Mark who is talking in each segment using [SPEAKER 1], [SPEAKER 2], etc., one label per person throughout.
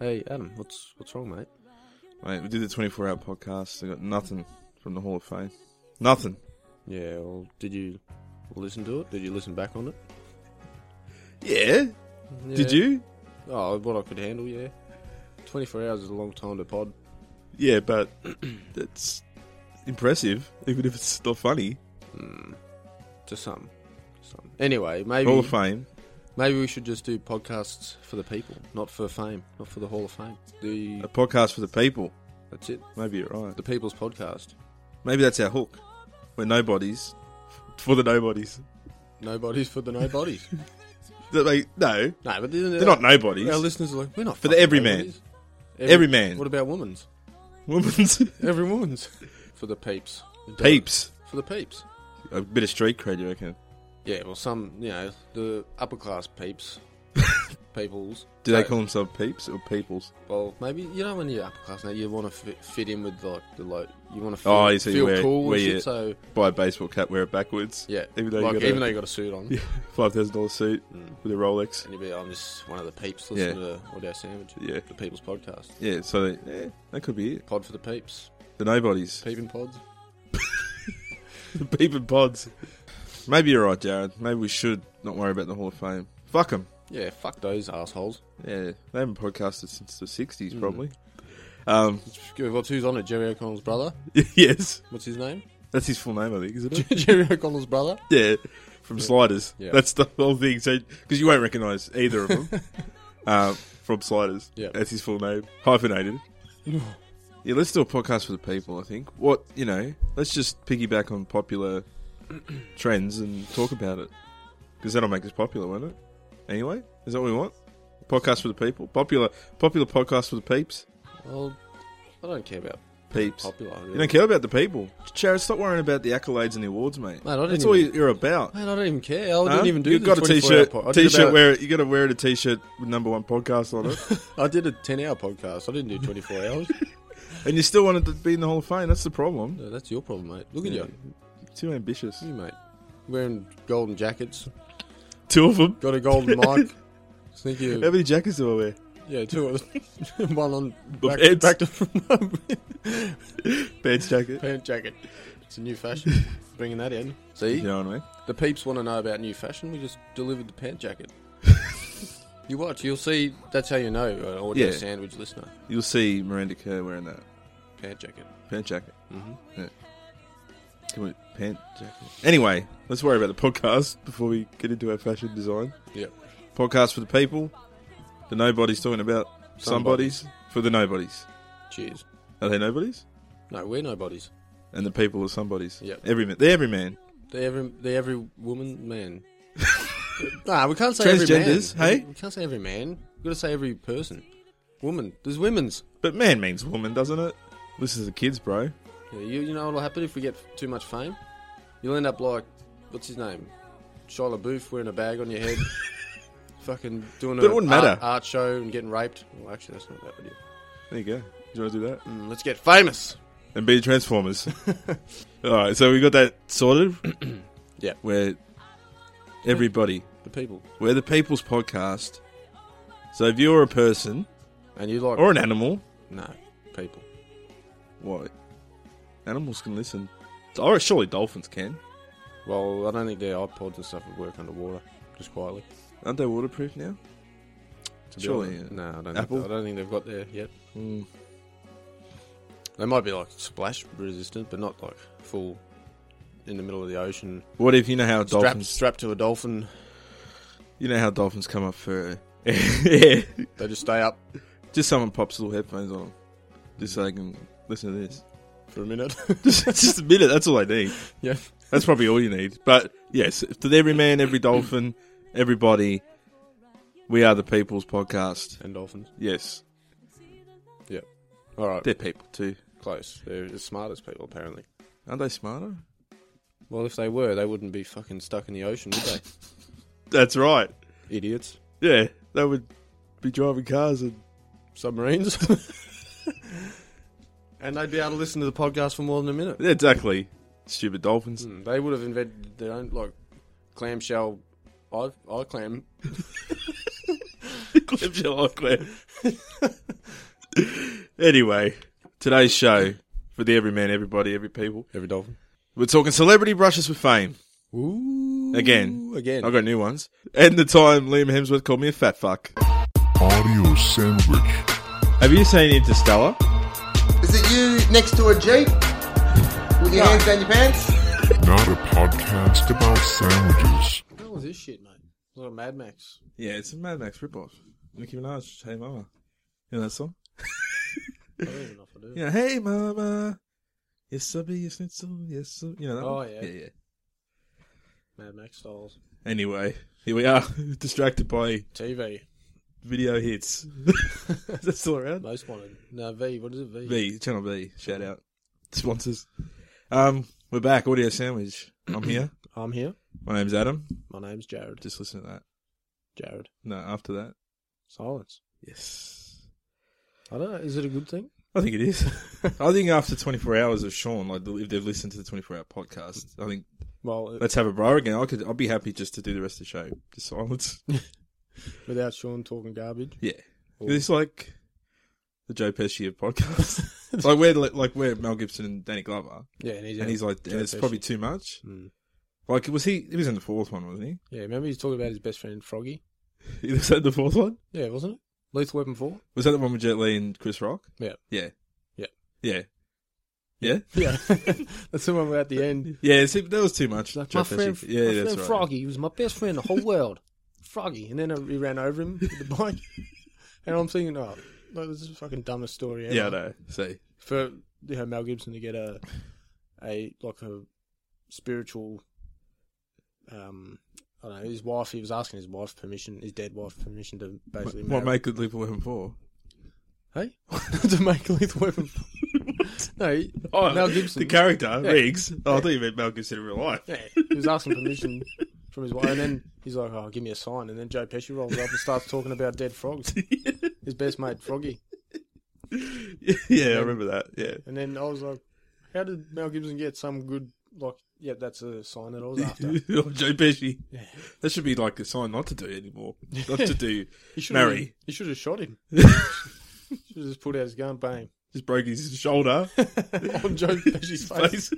[SPEAKER 1] Hey Adam, what's what's wrong, mate?
[SPEAKER 2] Mate, we did the 24 hour podcast. I got nothing from the Hall of Fame. Nothing.
[SPEAKER 1] Yeah, well, did you listen to it? Did you listen back on it?
[SPEAKER 2] Yeah. Did
[SPEAKER 1] Yeah.
[SPEAKER 2] you?
[SPEAKER 1] Oh, what I could handle, yeah. Twenty four hours is a long time to pod.
[SPEAKER 2] Yeah, but that's impressive, even if it's not funny.
[SPEAKER 1] Mm, to some, some. Anyway, maybe
[SPEAKER 2] Hall of Fame.
[SPEAKER 1] maybe we should just do podcasts for the people, not for fame, not for the Hall of Fame. The
[SPEAKER 2] A podcast for the people.
[SPEAKER 1] that's it.
[SPEAKER 2] Maybe you're right.
[SPEAKER 1] The People's Podcast.
[SPEAKER 2] Maybe that's our hook. We're nobodies. For the nobodies.
[SPEAKER 1] Nobody's for the nobodies.
[SPEAKER 2] That they- no,
[SPEAKER 1] no, but they're,
[SPEAKER 2] they're not
[SPEAKER 1] Our
[SPEAKER 2] nobodies.
[SPEAKER 1] listeners are like, we're not
[SPEAKER 2] For the
[SPEAKER 1] fucking
[SPEAKER 2] everyman.
[SPEAKER 1] nobodies."
[SPEAKER 2] Every man.
[SPEAKER 1] What about women's?
[SPEAKER 2] Women's
[SPEAKER 1] Every woman's. for the peeps.
[SPEAKER 2] peeps.
[SPEAKER 1] For the peeps.
[SPEAKER 2] A bit of street cred, you reckon?
[SPEAKER 1] Yeah, well, some, you know, the upper class peeps. peoples.
[SPEAKER 2] Do they
[SPEAKER 1] So-
[SPEAKER 2] call themselves peeps or peoples?
[SPEAKER 1] Well, maybe you know when you're upper class now, you want to fit, fit in with like the like you want to feel,
[SPEAKER 2] Oh, you see
[SPEAKER 1] feel
[SPEAKER 2] where-
[SPEAKER 1] cool
[SPEAKER 2] where
[SPEAKER 1] and
[SPEAKER 2] you-
[SPEAKER 1] shit. So
[SPEAKER 2] Buy a baseball cap, wear it backwards.
[SPEAKER 1] yeah,
[SPEAKER 2] Even though you
[SPEAKER 1] like,
[SPEAKER 2] got a-
[SPEAKER 1] even though you got a suit on,
[SPEAKER 2] Yeah. Five thousand dollar suit
[SPEAKER 1] Mm.
[SPEAKER 2] with a Rolex.
[SPEAKER 1] and you be I'm just one of the peeps
[SPEAKER 2] Yeah.
[SPEAKER 1] listening to Audio Sandwich,
[SPEAKER 2] Yeah,
[SPEAKER 1] the People's Podcast,
[SPEAKER 2] yeah. So eh, that could be it.
[SPEAKER 1] Pod for the Peeps,
[SPEAKER 2] The nobodies,
[SPEAKER 1] Peeping Pods.
[SPEAKER 2] the peeping pods. Maybe you're right, Jared. Maybe we should not worry about the Hall of Fame. Fuck them.
[SPEAKER 1] Yeah, fuck those assholes.
[SPEAKER 2] Yeah, they haven't podcasted since the '60s,
[SPEAKER 1] Mm.
[SPEAKER 2] probably. Um,
[SPEAKER 1] What's who's on it? Jerry O'Connell's brother.
[SPEAKER 2] yes,
[SPEAKER 1] What's his name?
[SPEAKER 2] that's his full name, I think, isn't it?
[SPEAKER 1] Jerry O'Connell's brother.
[SPEAKER 2] yeah, from Sliders.
[SPEAKER 1] Yeah.
[SPEAKER 2] That's the whole thing. So because you won't recognise either of them um, from Sliders.
[SPEAKER 1] Yeah.
[SPEAKER 2] that's his full name, hyphenated. Yeah, let's do a podcast for the people. I think what you know. Let's just piggyback on popular trends and talk about it because that'll make us popular, won't it? Anyway, is that what we want? Podcast for the people, popular, popular podcast for the peeps,
[SPEAKER 1] Well, I don't care about
[SPEAKER 2] peeps.
[SPEAKER 1] popular. Really.
[SPEAKER 2] You don't care about the people, Jared. Stop worrying about the accolades and the awards, mate.
[SPEAKER 1] Mate, I didn't
[SPEAKER 2] That's all
[SPEAKER 1] even-
[SPEAKER 2] you're about.
[SPEAKER 1] Man, I don't even care. I
[SPEAKER 2] Huh?
[SPEAKER 1] didn't even do.
[SPEAKER 2] You
[SPEAKER 1] the
[SPEAKER 2] got a
[SPEAKER 1] 24
[SPEAKER 2] t-shirt.
[SPEAKER 1] hour po- I did
[SPEAKER 2] t-shirt.
[SPEAKER 1] about-
[SPEAKER 2] Wear it. You got to wear it. A t-shirt with number one podcast on it,
[SPEAKER 1] I did a ten hour podcast. I didn't do twenty four hours.
[SPEAKER 2] and you still wanted to be in the Hall of Fame. That's the problem.
[SPEAKER 1] No, that's your problem, mate. Look at
[SPEAKER 2] Yeah.
[SPEAKER 1] you.
[SPEAKER 2] Too ambitious.
[SPEAKER 1] You mate, wearing golden jackets,
[SPEAKER 2] Two of them.
[SPEAKER 1] got a golden mic. Think
[SPEAKER 2] How
[SPEAKER 1] you,
[SPEAKER 2] many jackets do I wear?
[SPEAKER 1] yeah, two, of- one on
[SPEAKER 2] The
[SPEAKER 1] back,
[SPEAKER 2] pants.
[SPEAKER 1] back to
[SPEAKER 2] Bench jacket.
[SPEAKER 1] pant jacket. It's a new fashion, bringing that in. See,
[SPEAKER 2] You know what I mean?
[SPEAKER 1] the peeps want to know about new fashion. We just delivered the pant jacket. you watch, you'll see. That's how you know an audio
[SPEAKER 2] Yeah.
[SPEAKER 1] sandwich listener.
[SPEAKER 2] You'll see Miranda Kerr wearing that
[SPEAKER 1] Pant jacket.
[SPEAKER 2] pant jacket.
[SPEAKER 1] hmm
[SPEAKER 2] Can we pant jacket? Anyway, let's worry about the podcast before we get into our fashion design.
[SPEAKER 1] Yep.
[SPEAKER 2] Podcast for the people. The nobodies talking about somebodies, for the nobodies.
[SPEAKER 1] Cheers.
[SPEAKER 2] Are they nobodies?
[SPEAKER 1] No, we're nobodies.
[SPEAKER 2] And the people are somebodies.
[SPEAKER 1] Yep.
[SPEAKER 2] Every man. They're every man.
[SPEAKER 1] They every they every woman man. nah, we can't say every
[SPEAKER 2] Transgenders,
[SPEAKER 1] man.
[SPEAKER 2] hey?
[SPEAKER 1] we can't say every man. We've got to say every person. Woman, there's women's.
[SPEAKER 2] But man means woman, doesn't it? This is the kids, bro.
[SPEAKER 1] Yeah, you you know what'll happen if we get too much fame? You'll end up like what's his name, Shia LaBeouf wearing a bag on your head, fucking doing
[SPEAKER 2] But it
[SPEAKER 1] a
[SPEAKER 2] wouldn't
[SPEAKER 1] art,
[SPEAKER 2] matter.
[SPEAKER 1] art show and getting raped. Well, actually, that's not that idea.
[SPEAKER 2] There you go. Do you want to do that?
[SPEAKER 1] Mm, let's get famous.
[SPEAKER 2] And be Transformers. All right, so we got that sorted.
[SPEAKER 1] Yeah.
[SPEAKER 2] Where everybody
[SPEAKER 1] The people,
[SPEAKER 2] We're the People's Podcast. So if you're a person
[SPEAKER 1] and you like
[SPEAKER 2] or an animal,
[SPEAKER 1] no people.
[SPEAKER 2] what? Animals can listen. Or surely dolphins can.
[SPEAKER 1] Well, I don't think their iPods and stuff would work underwater, just quietly.
[SPEAKER 2] Aren't they waterproof now?
[SPEAKER 1] to be
[SPEAKER 2] Surely,
[SPEAKER 1] honest.
[SPEAKER 2] yeah.
[SPEAKER 1] No, I don't.
[SPEAKER 2] Apple?
[SPEAKER 1] Think, I don't think they've got there yet.
[SPEAKER 2] Mm.
[SPEAKER 1] They might be like splash resistant, but not like full in the middle of the ocean,
[SPEAKER 2] What if you know how
[SPEAKER 1] strapped,
[SPEAKER 2] dolphins?
[SPEAKER 1] strapped to a dolphin.
[SPEAKER 2] You know how dolphins come up for air.
[SPEAKER 1] They just stay up
[SPEAKER 2] Just someone pops little headphones on them, just so they can listen to this.
[SPEAKER 1] for a minute.
[SPEAKER 2] Just, just a minute. That's all I need.
[SPEAKER 1] yeah,
[SPEAKER 2] That's probably all you need. But yes, to every man, every dolphin, everybody, we are the People's Podcast.
[SPEAKER 1] and dolphins.
[SPEAKER 2] Yes,
[SPEAKER 1] All right,
[SPEAKER 2] they're people too.
[SPEAKER 1] close. They're as smart as people, apparently.
[SPEAKER 2] Aren't they smarter?
[SPEAKER 1] Well, if they were, they wouldn't be fucking stuck in the ocean, would they?
[SPEAKER 2] That's right.
[SPEAKER 1] Idiots.
[SPEAKER 2] Yeah, they would be driving cars and
[SPEAKER 1] Submarines. and they'd be able to listen to the podcast for more than a minute.
[SPEAKER 2] exactly stupid dolphins.
[SPEAKER 1] Mm, they would have invented their own like clamshell eye, eye clam.
[SPEAKER 2] Clip your lock there. anyway, today's show for the everyman, everybody, every people.
[SPEAKER 1] Every dolphin.
[SPEAKER 2] We're talking celebrity brushes with fame.
[SPEAKER 1] Ooh.
[SPEAKER 2] Again.
[SPEAKER 1] Again.
[SPEAKER 2] I got new ones. And the time Liam Hemsworth called me a fat fuck.
[SPEAKER 3] Audio sandwich.
[SPEAKER 2] Have you seen Interstellar?
[SPEAKER 4] Is it you next to a Jeep? With your hands down your pants?
[SPEAKER 3] Not a podcast about sandwiches.
[SPEAKER 1] What the hell is this shit, mate? It's like a Mad Max.
[SPEAKER 2] Yeah, it's a Mad Max ripoff. Nicki Minaj, Hey Mama. You know that song?
[SPEAKER 1] I don't even know if I do.
[SPEAKER 2] Yeah, Hey Mama. Yes, subby, yes, schnitzel, yes, sub. You know that
[SPEAKER 1] Oh,
[SPEAKER 2] one?
[SPEAKER 1] yeah.
[SPEAKER 2] Yeah, yeah.
[SPEAKER 1] Mad Max styles.
[SPEAKER 2] Anyway, here we are, distracted by
[SPEAKER 1] TV.
[SPEAKER 2] video hits. Is that still around?
[SPEAKER 1] Most wanted. No, V. What is it, V?
[SPEAKER 2] B, Channel B, shout out. Sponsors. Um, we're back, Audio Sandwich. I'm here.
[SPEAKER 1] I'm here.
[SPEAKER 2] My name's Adam.
[SPEAKER 1] My name's Jared.
[SPEAKER 2] Just listen to that.
[SPEAKER 1] Jared.
[SPEAKER 2] No, after that.
[SPEAKER 1] Silence.
[SPEAKER 2] Yes.
[SPEAKER 1] I don't know. Is it a good thing?
[SPEAKER 2] I think it is. I think after 24 hours of Sean, like if they've listened to the 24 hour podcast, I think
[SPEAKER 1] Well, uh, it,
[SPEAKER 2] let's have a bro again. I could, I'd be happy just to do the rest of the show, just silence.
[SPEAKER 1] without Sean talking garbage.
[SPEAKER 2] Yeah, 'Cause it's like the Joe Pesci of podcasts. like we're like we're Mel Gibson and Danny Glover,
[SPEAKER 1] Yeah, and he's,
[SPEAKER 2] and he's like,
[SPEAKER 1] Joe
[SPEAKER 2] it's
[SPEAKER 1] Pesci.
[SPEAKER 2] probably too much.
[SPEAKER 1] Mm.
[SPEAKER 2] Like was he? He was in the fourth one, wasn't
[SPEAKER 1] Yeah, remember he's talking about his best friend Froggy?
[SPEAKER 2] he? He was that the fourth one?
[SPEAKER 1] Yeah, wasn't it? Lethal Weapon 4?
[SPEAKER 2] Was that the one with Jet Li and Chris Rock?
[SPEAKER 1] Yeah.
[SPEAKER 2] yeah,
[SPEAKER 1] Yeah.
[SPEAKER 2] yeah, yeah.
[SPEAKER 1] Yeah. That's the one we're at the end.
[SPEAKER 2] Yeah, see, that was too much.
[SPEAKER 1] Like,
[SPEAKER 2] Joe
[SPEAKER 1] my
[SPEAKER 2] Pesci.
[SPEAKER 1] friend,
[SPEAKER 2] yeah,
[SPEAKER 1] my
[SPEAKER 2] that's
[SPEAKER 1] friend
[SPEAKER 2] right.
[SPEAKER 1] Froggy, he was my best friend in the whole world. Froggy. And then he ran over him with the bike. And I'm thinking, oh, like, this is the fucking dumbest story ever.
[SPEAKER 2] Yeah, I know. See,
[SPEAKER 1] For you know, Mel Gibson to get a, a like a spiritual, um, I don't know, his wife, he was asking his wife permission, his dead wife permission to basically
[SPEAKER 2] what
[SPEAKER 1] marry-
[SPEAKER 2] make good Lethal Weapon four?
[SPEAKER 1] Hey? to make a lethal weapon. no, he- Mel Gibson.
[SPEAKER 2] Oh, the character
[SPEAKER 1] Yeah.
[SPEAKER 2] Riggs. Oh, I thought you meant Mel Gibson in real life.
[SPEAKER 1] yeah, he was asking permission from his wife, and then he's like, "Oh, give me a sign." And then Joe Pesci rolls up and starts talking about dead frogs. his best mate Froggy,
[SPEAKER 2] yeah, I remember that. Yeah,
[SPEAKER 1] and then I was like, "How did Mel Gibson get some good like?" Yeah, that's a sign that I was after.
[SPEAKER 2] Oh, Joe Pesci. That should be like a sign not to do it anymore. Not to do.
[SPEAKER 1] He should
[SPEAKER 2] Marry.
[SPEAKER 1] He should have shot him. should have just pulled out his gun, bang,
[SPEAKER 2] Just broke his shoulder.
[SPEAKER 1] on Joe Pesci's face,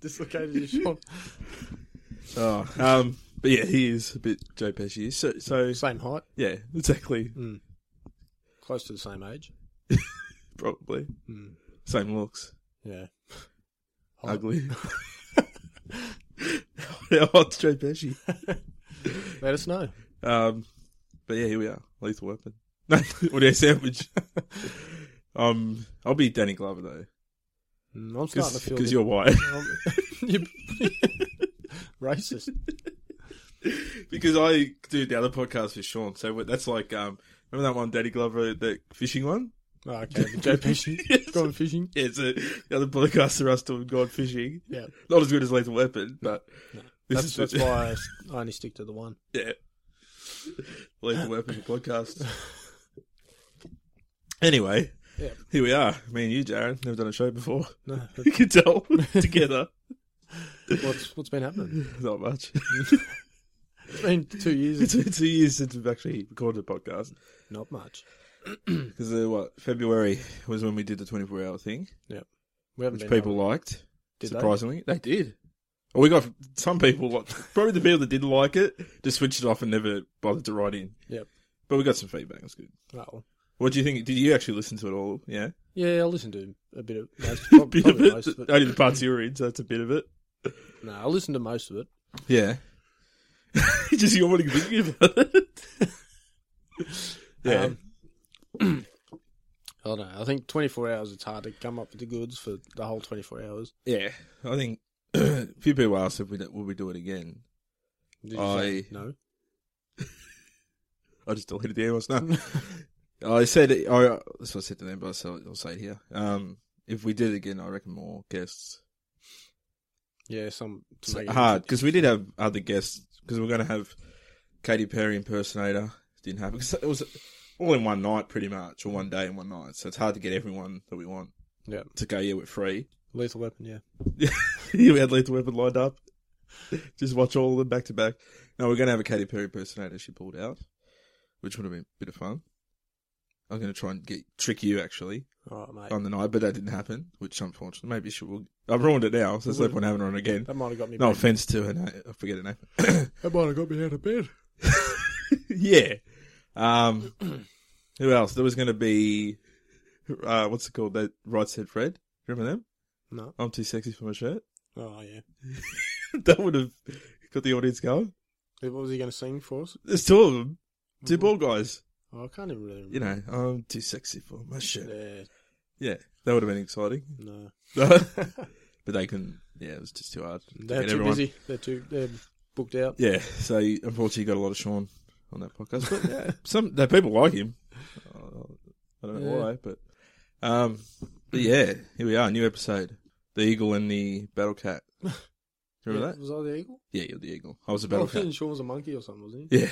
[SPEAKER 1] dislocated his shoulder.
[SPEAKER 2] Oh, um, but yeah, he is a bit Joe Pesci. So, so
[SPEAKER 1] Same height, Hmm.
[SPEAKER 2] yeah, exactly.
[SPEAKER 1] close to the same age. Hmm.
[SPEAKER 2] Probably same looks.
[SPEAKER 1] Yeah,
[SPEAKER 2] Ugly. How hot's Joe Pesci?
[SPEAKER 1] let us know.
[SPEAKER 2] Um, but yeah, here we are. Lethal Weapon. No, audio sandwich. um, I'll be Danny Glover though,
[SPEAKER 1] Mm, I'm starting to feel
[SPEAKER 2] because
[SPEAKER 1] the-
[SPEAKER 2] you're white.
[SPEAKER 1] Um, you racist.
[SPEAKER 2] because I do the other podcast with Sean, so that's like um, remember that one, Danny Glover, that fishing one?
[SPEAKER 1] Oh, okay, but Joe Pesci gone fishing.
[SPEAKER 2] Yeah, so the other podcasts are us doing God fishing.
[SPEAKER 1] Yeah,
[SPEAKER 2] Not as good as Lethal Weapon, but
[SPEAKER 1] that's,
[SPEAKER 2] this
[SPEAKER 1] that's
[SPEAKER 2] is
[SPEAKER 1] why I s- I, only stick to the one.
[SPEAKER 2] yeah, Lethal Weapon podcast. Anyway,
[SPEAKER 1] Yeah.
[SPEAKER 2] here we are, me and you, Jared. Never done a show before.
[SPEAKER 1] No, but
[SPEAKER 2] You can tell together.
[SPEAKER 1] what's what's been happening?
[SPEAKER 2] Not much.
[SPEAKER 1] It's been two years.
[SPEAKER 2] It's been two years since we've actually recorded a podcast.
[SPEAKER 1] Not much.
[SPEAKER 2] Because uh, what February was when we did the twenty-four hour thing,
[SPEAKER 1] We haven't
[SPEAKER 2] which
[SPEAKER 1] been
[SPEAKER 2] people liked.
[SPEAKER 1] Did they?
[SPEAKER 2] surprisingly, they? did. Well, we got some people, like, probably the people that didn't like it, just switched it off and never bothered to write in.
[SPEAKER 1] Yep.
[SPEAKER 2] But we got some feedback. That's good.
[SPEAKER 1] Oh.
[SPEAKER 2] What do you think? Did you actually listen to it all? Yeah,
[SPEAKER 1] Yeah, I listened to a bit of most,
[SPEAKER 2] a
[SPEAKER 1] prob-
[SPEAKER 2] bit of
[SPEAKER 1] probably
[SPEAKER 2] it.
[SPEAKER 1] most of it.
[SPEAKER 2] Only the parts you were in, so that's a bit of it.
[SPEAKER 1] No, I listened to most of it.
[SPEAKER 2] Yeah. just you're wanting to think about it. yeah.
[SPEAKER 1] Um, I don't know. I think 24 hours, it's hard to come up with the goods for the whole 24 hours.
[SPEAKER 2] yeah. I think a few people asked if we would we do it again.
[SPEAKER 1] Did you say
[SPEAKER 2] I-
[SPEAKER 1] no?
[SPEAKER 2] I just deleted the emails now. I said, I, that's what I said to them, but I'll say I'll say it here. Um, if we did it again, I reckon more guests.
[SPEAKER 1] Yeah, some. to
[SPEAKER 2] It's
[SPEAKER 1] make it-
[SPEAKER 2] hard because we did have other guests because we are going to have Katy Perry impersonator. Didn't happen because it was all in one night, pretty much, or one day and one night. So it's hard to get everyone that we want
[SPEAKER 1] Yeah.
[SPEAKER 2] to go. Yeah, we're free.
[SPEAKER 1] Lethal Weapon, yeah.
[SPEAKER 2] you had Lethal Weapon lined up. Just watch all of them back to back. No, we're going to have a Katy Perry impersonator. She pulled out. which would have been a bit of fun. I'm going to try and get trick you actually
[SPEAKER 1] All right, mate.
[SPEAKER 2] on the night, but that didn't happen, which unfortunately, maybe she will. I've ruined it now, so there's no point having her on again.
[SPEAKER 1] that might have got me.
[SPEAKER 2] No
[SPEAKER 1] back.
[SPEAKER 2] offense to her, na- I forget her name.
[SPEAKER 1] That might have got me out of bed.
[SPEAKER 2] yeah. Um, who else? There was going to be, uh, what's it called? That Right Said Fred. Remember them?
[SPEAKER 1] No.
[SPEAKER 2] I'm too sexy for my shirt.
[SPEAKER 1] Oh yeah.
[SPEAKER 2] that would have got the audience going.
[SPEAKER 1] What was he going to sing for us?
[SPEAKER 2] There's two of them.
[SPEAKER 1] Mm-hmm.
[SPEAKER 2] Two bald guys.
[SPEAKER 1] Oh, I can't even really. Remember.
[SPEAKER 2] You know, I'm too sexy for my shirt.
[SPEAKER 1] Yeah.
[SPEAKER 2] Yeah, that would have been exciting.
[SPEAKER 1] No.
[SPEAKER 2] but they couldn't. Yeah, it was just too hard. to
[SPEAKER 1] They're
[SPEAKER 2] get
[SPEAKER 1] too
[SPEAKER 2] everyone.
[SPEAKER 1] busy. They're too. They're booked out.
[SPEAKER 2] Yeah, so you- unfortunately, you got a lot of Sean on that podcast. But yeah, some the people like him. I don't know
[SPEAKER 1] Yeah.
[SPEAKER 2] why, but um, but yeah, here we are, new episode: the eagle and the battle cat. Remember
[SPEAKER 1] Yeah,
[SPEAKER 2] that?
[SPEAKER 1] Was I the eagle?
[SPEAKER 2] Yeah, you're the eagle. I was the
[SPEAKER 1] Oh, I
[SPEAKER 2] battle cat.
[SPEAKER 1] think Sean was a monkey or something, wasn't he?
[SPEAKER 2] Yeah,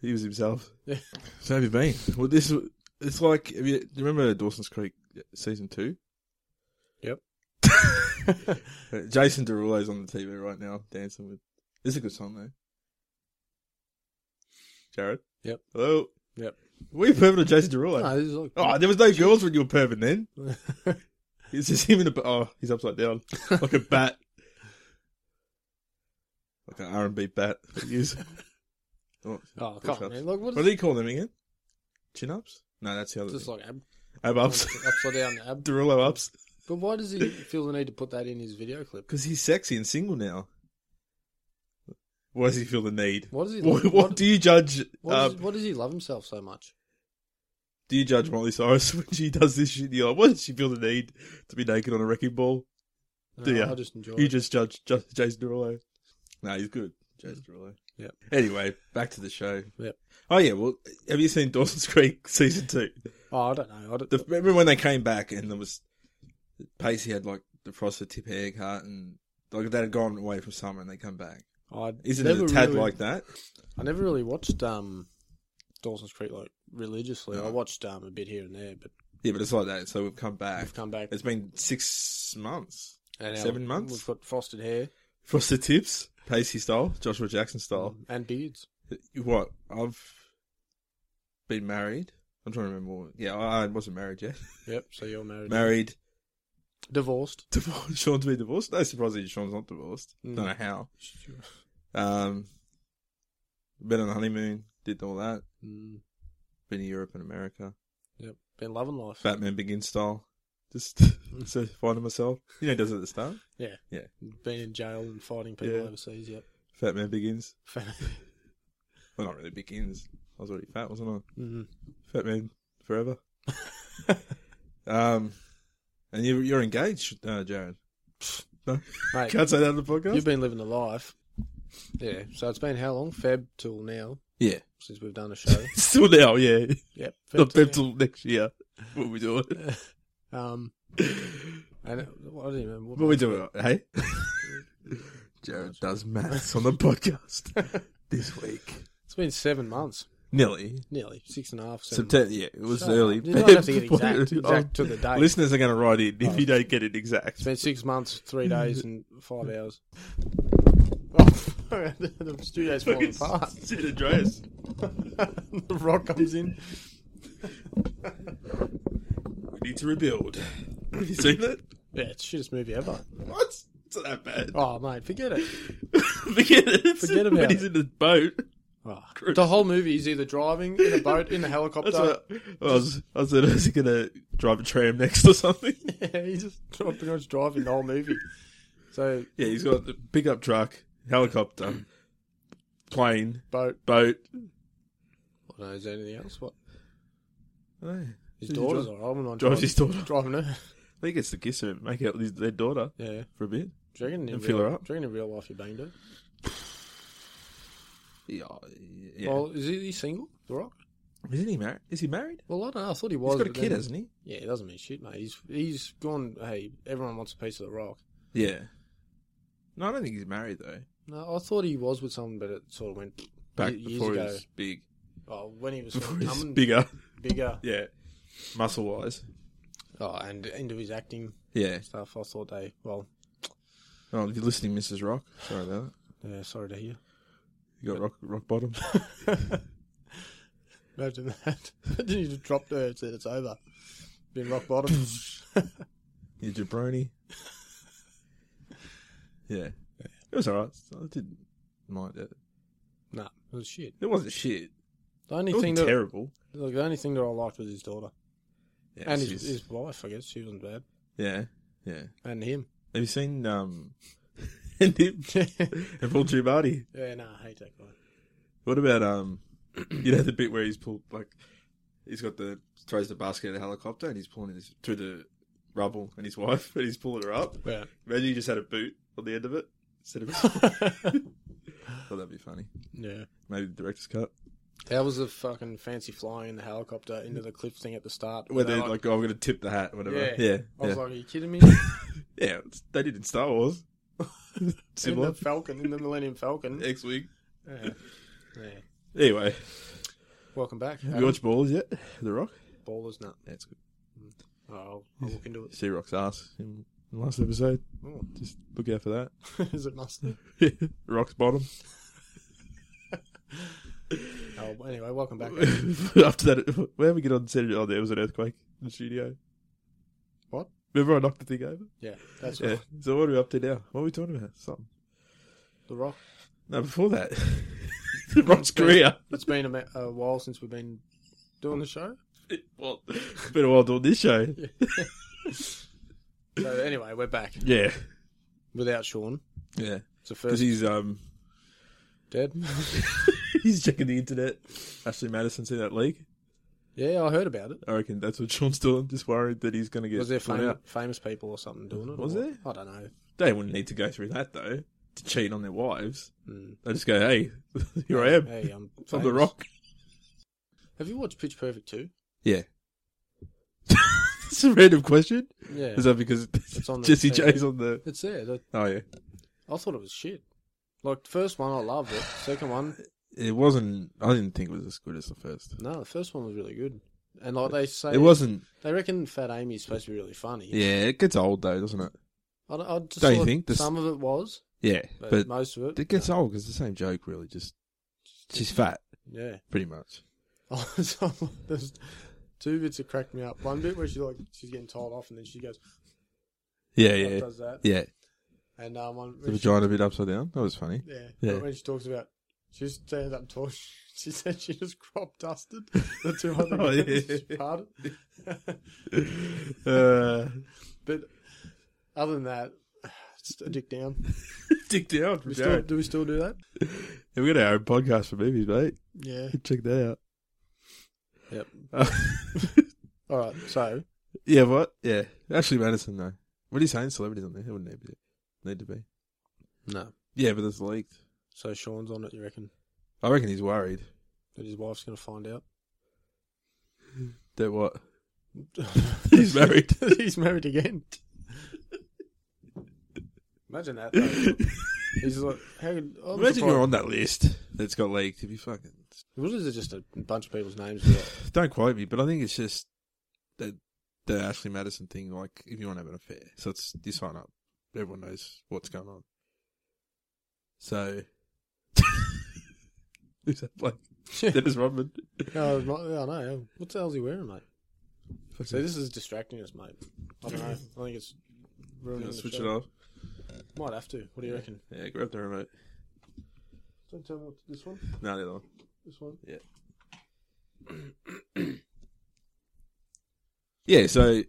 [SPEAKER 2] he was himself.
[SPEAKER 1] Yeah.
[SPEAKER 2] So have you been? Well, this it's like have you, do you remember Dawson's Creek season two?
[SPEAKER 1] Yep.
[SPEAKER 2] Uh, Jason Derulo's on the TV right now dancing with. It's a good song though. Jared.
[SPEAKER 1] Yep.
[SPEAKER 2] Hello.
[SPEAKER 1] Yep.
[SPEAKER 2] Were you perving on Jason Derulo?
[SPEAKER 1] No, this is like.
[SPEAKER 2] Oh, there was no girls when you were perving then. It's just him in a. Oh, he's upside down like a bat. Like an R and B bat. that he is. Oh,
[SPEAKER 1] oh,
[SPEAKER 2] push-ups.
[SPEAKER 1] come on, man. Like, what
[SPEAKER 2] What
[SPEAKER 1] is
[SPEAKER 2] do you call them again? Chin ups? No, that's the other.
[SPEAKER 1] just
[SPEAKER 2] Just
[SPEAKER 1] like ab-
[SPEAKER 2] ab ups,
[SPEAKER 1] upside down ab?
[SPEAKER 2] Derulo ups.
[SPEAKER 1] But why does he feel the need to put that in his video clip?
[SPEAKER 2] Because he's sexy and single now. Why does he feel the need?
[SPEAKER 1] What does he?
[SPEAKER 2] What,
[SPEAKER 1] What,
[SPEAKER 2] what, do you judge?
[SPEAKER 1] what
[SPEAKER 2] uh,
[SPEAKER 1] does, what does he love himself so much?
[SPEAKER 2] do you judge Molly Cyrus when she does this shit? You're like, why does she feel the need to be naked on a wrecking ball?
[SPEAKER 1] No,
[SPEAKER 2] Do ya?
[SPEAKER 1] I just enjoy.
[SPEAKER 2] You
[SPEAKER 1] it.
[SPEAKER 2] just judge, judge Jason Derulo. No, he's good, Jason Derulo.
[SPEAKER 1] Yep.
[SPEAKER 2] Anyway, back to the show.
[SPEAKER 1] Yep.
[SPEAKER 2] Oh yeah. Well, have you seen Dawson's Creek season two?
[SPEAKER 1] Oh, I don't know. I don't,
[SPEAKER 2] The, remember when they came back and there was Pacey had like the frosted tip haircut and like they had gone away from summer and they come back.
[SPEAKER 1] I
[SPEAKER 2] Isn't
[SPEAKER 1] never
[SPEAKER 2] it a tad
[SPEAKER 1] really,
[SPEAKER 2] like that?
[SPEAKER 1] I never really watched um, Dawson's Creek like religiously.
[SPEAKER 2] No.
[SPEAKER 1] I watched um a bit here and there, but
[SPEAKER 2] Yeah, but it's like that. So we've come back.
[SPEAKER 1] I've come back.
[SPEAKER 2] It's been six months.
[SPEAKER 1] and now
[SPEAKER 2] seven months?
[SPEAKER 1] We've got frosted hair
[SPEAKER 2] Frosted tips, Pacey style, Joshua Jackson style.
[SPEAKER 1] and beards.
[SPEAKER 2] What? I've been married. I'm trying to remember. What, yeah, I I wasn't married yet.
[SPEAKER 1] Yep. So you're married.
[SPEAKER 2] married.
[SPEAKER 1] Divorced.
[SPEAKER 2] Divorced. Sean's been divorced. No surprise that Sean's not divorced.
[SPEAKER 1] Mm.
[SPEAKER 2] Don't know how. Um, been on a honeymoon. Did all that.
[SPEAKER 1] Mm,
[SPEAKER 2] Been to Europe and America.
[SPEAKER 1] yep. Been loving life.
[SPEAKER 2] Batman Begins style. Just so finding myself. You know, he does it at the start.
[SPEAKER 1] Been in jail and fighting people
[SPEAKER 2] Yeah.
[SPEAKER 1] overseas. Yep.
[SPEAKER 2] Fat Man Begins.
[SPEAKER 1] mm,
[SPEAKER 2] Well, not really Begins. I was already fat, wasn't I?
[SPEAKER 1] Mm.
[SPEAKER 2] Fat Man Forever. um, and you, you're engaged, uh, Jared. No,
[SPEAKER 1] mate,
[SPEAKER 2] can't say that on the podcast.
[SPEAKER 1] you've been living the life. Yeah. So it's been how long? Feb till now
[SPEAKER 2] yeah,
[SPEAKER 1] since we've done a show.
[SPEAKER 2] still now. Yeah,
[SPEAKER 1] yep.
[SPEAKER 2] not
[SPEAKER 1] till
[SPEAKER 2] Feb till next year. What we doing?
[SPEAKER 1] now. Um. And it- I don't even remember.
[SPEAKER 2] What we doing? Hey, Jared does maths on the podcast this week.
[SPEAKER 1] It's been seven months,
[SPEAKER 2] Nearly
[SPEAKER 1] nearly six and a half. Seven
[SPEAKER 2] September. Yeah, it was
[SPEAKER 1] Shut up.
[SPEAKER 2] early.
[SPEAKER 1] You don't have to get exact-
[SPEAKER 2] Oh,
[SPEAKER 1] exact to the Oh. date.
[SPEAKER 2] Listeners are going to write in if you don't get it exact.
[SPEAKER 1] It's been six months, three days, and five hours. the studio's falling apart.
[SPEAKER 2] It's an address.
[SPEAKER 1] the rock comes in.
[SPEAKER 2] We need to rebuild. Have you seen it?
[SPEAKER 1] Yeah, it's the shittest movie ever.
[SPEAKER 2] What? It's not that bad.
[SPEAKER 1] Oh, mate, forget it.
[SPEAKER 2] Forget it.
[SPEAKER 1] Oh. Forget
[SPEAKER 2] when
[SPEAKER 1] about
[SPEAKER 2] he's
[SPEAKER 1] it.
[SPEAKER 2] in his boat.
[SPEAKER 1] Oh, the whole movie is either driving in a boat, in a helicopter.
[SPEAKER 2] That's what I, I was. I said, is he gonna drive a tram next or something?
[SPEAKER 1] Yeah, he's just pretty much driving the whole movie. So,
[SPEAKER 2] yeah, he's got the pickup truck,
[SPEAKER 1] Mm.
[SPEAKER 2] helicopter, plane,
[SPEAKER 1] boat.
[SPEAKER 2] boat.
[SPEAKER 1] I don't know, is there anything else? What?
[SPEAKER 2] Hey,
[SPEAKER 1] His
[SPEAKER 2] He
[SPEAKER 1] daughter's
[SPEAKER 2] drive-
[SPEAKER 1] alright. I'm not
[SPEAKER 2] drives his daughter.
[SPEAKER 1] driving her.
[SPEAKER 2] I think it's the kiss her, and make out with his, their daughter
[SPEAKER 1] Yeah.
[SPEAKER 2] for a bit.
[SPEAKER 1] Do you reckon in
[SPEAKER 2] And
[SPEAKER 1] real,
[SPEAKER 2] fill her up.
[SPEAKER 1] Do you reckon in real life you banged her?
[SPEAKER 2] Yeah, yeah.
[SPEAKER 1] Well, is he, he's single? The Rock?
[SPEAKER 2] isn't he married? Is he married?
[SPEAKER 1] Well, I don't know. I thought he was.
[SPEAKER 2] He's got a
[SPEAKER 1] but
[SPEAKER 2] kid,
[SPEAKER 1] then-
[SPEAKER 2] hasn't he?
[SPEAKER 1] Yeah, it doesn't mean shit, mate. He's he's gone. Hey, everyone wants a piece of the rock.
[SPEAKER 2] Yeah. No, I don't think he's married though.
[SPEAKER 1] No, I thought he was with someone, but it sort of went
[SPEAKER 2] Back
[SPEAKER 1] ye- years
[SPEAKER 2] before he
[SPEAKER 1] ago.
[SPEAKER 2] was big,
[SPEAKER 1] Oh, when he was
[SPEAKER 2] before
[SPEAKER 1] sort
[SPEAKER 2] he
[SPEAKER 1] of
[SPEAKER 2] was
[SPEAKER 1] coming
[SPEAKER 2] bigger.
[SPEAKER 1] bigger.
[SPEAKER 2] Yeah, muscle wise.
[SPEAKER 1] Oh, and into his acting
[SPEAKER 2] Yeah.
[SPEAKER 1] stuff. I thought they. Well,
[SPEAKER 2] Oh, if you're listening, Mrs. Rock. Sorry about that.
[SPEAKER 1] yeah, sorry to hear.
[SPEAKER 2] You got rock rock bottom.
[SPEAKER 1] Imagine that. Imagine you just dropped her and said it's over. Been rock bottom.
[SPEAKER 2] You jabroni. yeah. It was alright. I didn't mind it.
[SPEAKER 1] nah, it was shit.
[SPEAKER 2] It wasn't shit.
[SPEAKER 1] The only
[SPEAKER 2] It
[SPEAKER 1] thing
[SPEAKER 2] wasn't
[SPEAKER 1] that
[SPEAKER 2] terrible.
[SPEAKER 1] look, the only thing that I liked was his daughter
[SPEAKER 2] Yeah,
[SPEAKER 1] and
[SPEAKER 2] it's
[SPEAKER 1] his,
[SPEAKER 2] just-
[SPEAKER 1] his wife. I guess she wasn't bad,
[SPEAKER 2] yeah. Yeah.
[SPEAKER 1] and him.
[SPEAKER 2] Have you seen um and him and Paul Giamatti?
[SPEAKER 1] Yeah, nah, I hate that guy.
[SPEAKER 2] What about um you know the bit where he's pulled like he's got the throws the basket at a helicopter and he's pulling his through the rubble and his wife and he's pulling her up.
[SPEAKER 1] Yeah.
[SPEAKER 2] Imagine you just had a boot on the end of it instead of Thought that'd be funny.
[SPEAKER 1] Yeah.
[SPEAKER 2] Maybe the director's cut.
[SPEAKER 1] That was a fucking fancy flying in the helicopter into the cliff thing at the start.
[SPEAKER 2] Where
[SPEAKER 1] They're
[SPEAKER 2] they're like, oh, I'm going to tip the hat, whatever. Yeah.
[SPEAKER 1] Yeah.
[SPEAKER 2] Yeah.
[SPEAKER 1] I
[SPEAKER 2] Yeah.
[SPEAKER 1] was like, are you kidding me?
[SPEAKER 2] it's- they did in Star Wars.
[SPEAKER 1] in the
[SPEAKER 2] Similar.
[SPEAKER 1] Falcon, in the Millennium Falcon.
[SPEAKER 2] X Wing.
[SPEAKER 1] Yeah. yeah.
[SPEAKER 2] Anyway,
[SPEAKER 1] Welcome back.
[SPEAKER 2] have you watched Balls yet? The Rock?
[SPEAKER 1] Ballers Nut.
[SPEAKER 2] That's good.
[SPEAKER 1] Oh, I'll, I'll look into it.
[SPEAKER 2] She Rock's ass in the last episode.
[SPEAKER 1] Oh.
[SPEAKER 2] Just look out for
[SPEAKER 1] Is it mustard?
[SPEAKER 2] that. Rock's bottom.
[SPEAKER 1] Oh, anyway, welcome back.
[SPEAKER 2] After that, where we get on Saturday? Oh, there was an earthquake in the studio.
[SPEAKER 1] What? Oh.
[SPEAKER 2] Remember I knocked the thing over?
[SPEAKER 1] Yeah, that's
[SPEAKER 2] Yeah.
[SPEAKER 1] right.
[SPEAKER 2] So what are we up to now? What are we talking about? Something.
[SPEAKER 1] The Rock.
[SPEAKER 2] No, before that. the Rock's career.
[SPEAKER 1] It's been a, ma- a while since we've been doing the show.
[SPEAKER 2] Well, been a while doing this show.
[SPEAKER 1] So anyway, we're back
[SPEAKER 2] Yeah.
[SPEAKER 1] without Sean.
[SPEAKER 2] Yeah.
[SPEAKER 1] It's the
[SPEAKER 2] Because
[SPEAKER 1] first
[SPEAKER 2] he's um
[SPEAKER 1] dead.
[SPEAKER 2] he's checking the internet. Ashley Madison see that leak.
[SPEAKER 1] yeah, I heard about it.
[SPEAKER 2] I reckon that's what Sean's doing. Just worried that he's going to get.
[SPEAKER 1] Was there
[SPEAKER 2] caught
[SPEAKER 1] fam-
[SPEAKER 2] out.
[SPEAKER 1] famous people or something doing it?
[SPEAKER 2] Was
[SPEAKER 1] or-
[SPEAKER 2] there?
[SPEAKER 1] I don't know.
[SPEAKER 2] They wouldn't need to go through that though to cheat on their wives.
[SPEAKER 1] Mm.
[SPEAKER 2] They just go, "Hey, here I am.
[SPEAKER 1] Hey, I'm
[SPEAKER 2] I'm
[SPEAKER 1] famous.
[SPEAKER 2] the Rock."
[SPEAKER 1] Have you watched Pitch Perfect 2?
[SPEAKER 2] Yeah. it's a random question.
[SPEAKER 1] Yeah.
[SPEAKER 2] Is that because
[SPEAKER 1] on the-
[SPEAKER 2] Jesse J's on the?
[SPEAKER 1] It's there. The-
[SPEAKER 2] Oh yeah.
[SPEAKER 1] I thought it was shit. Like the first one, I loved it. Second one,
[SPEAKER 2] It wasn't. I didn't think it was as good as the first.
[SPEAKER 1] no, the first one was really good. And like they say,
[SPEAKER 2] It wasn't.
[SPEAKER 1] They reckon Fat Amy's supposed to be really funny.
[SPEAKER 2] Yeah, it gets old though, doesn't it?
[SPEAKER 1] I, don't- I just
[SPEAKER 2] Don't you
[SPEAKER 1] thought
[SPEAKER 2] think? The s-
[SPEAKER 1] some of it was,
[SPEAKER 2] Yeah,
[SPEAKER 1] but,
[SPEAKER 2] but
[SPEAKER 1] most of it,
[SPEAKER 2] it gets old because the same joke really. Just she's fat,
[SPEAKER 1] yeah.
[SPEAKER 2] pretty much.
[SPEAKER 1] So, There's two bits that cracked me up. One bit where she like she's getting tied off, and then she goes,
[SPEAKER 2] Yeah,
[SPEAKER 1] "What
[SPEAKER 2] yeah,
[SPEAKER 1] does that?"
[SPEAKER 2] yeah.
[SPEAKER 1] And um, one
[SPEAKER 2] The
[SPEAKER 1] when she,
[SPEAKER 2] vagina a bit upside down. That was funny.
[SPEAKER 1] yeah,
[SPEAKER 2] Yeah.
[SPEAKER 1] but when she talks about, she just stands up and talks. She said she just crop dusted the two other
[SPEAKER 2] Oh, yeah.
[SPEAKER 1] girls she parted.
[SPEAKER 2] Uh,
[SPEAKER 1] But other than that, just a dick down.
[SPEAKER 2] Dick down from
[SPEAKER 1] We still, do we still do that?
[SPEAKER 2] Yeah, we got our own podcast for movies, mate.
[SPEAKER 1] Yeah.
[SPEAKER 2] Check that out.
[SPEAKER 1] Yep.
[SPEAKER 2] Uh,
[SPEAKER 1] All right. So
[SPEAKER 2] yeah, what? Yeah, Ashley Madison though. What are you saying? Celebrities on there? It wouldn't need to be. Need to be.
[SPEAKER 1] no.
[SPEAKER 2] Yeah, but it's leaked.
[SPEAKER 1] So Sean's on it. You reckon
[SPEAKER 2] I reckon he's worried.
[SPEAKER 1] that his wife's going to find out?
[SPEAKER 2] That what? He's married.
[SPEAKER 1] He's married again. Imagine that. Though. He's like, how could, I was
[SPEAKER 2] Imagine
[SPEAKER 1] surprised-
[SPEAKER 2] you're on that list that's got leaked. If you fucking
[SPEAKER 1] What is it? Just a bunch of people's names. That,
[SPEAKER 2] don't quote me, but I think it's just the the Ashley Madison thing. Like, if you want to have an affair, so it's you sign up. Everyone knows what's going on. So, who's that? Like Dennis Rodman.
[SPEAKER 1] no, it's not- yeah, I know. What the hell's he wearing, mate? So this is distracting us, mate. I don't know. I think it's ruining the
[SPEAKER 2] switch it
[SPEAKER 1] show.
[SPEAKER 2] off.
[SPEAKER 1] Might have to. What do you reckon?
[SPEAKER 2] Yeah, grab the remote.
[SPEAKER 1] Don't tell me what, this one.
[SPEAKER 2] No, the other one.
[SPEAKER 1] This one.
[SPEAKER 2] Yeah, so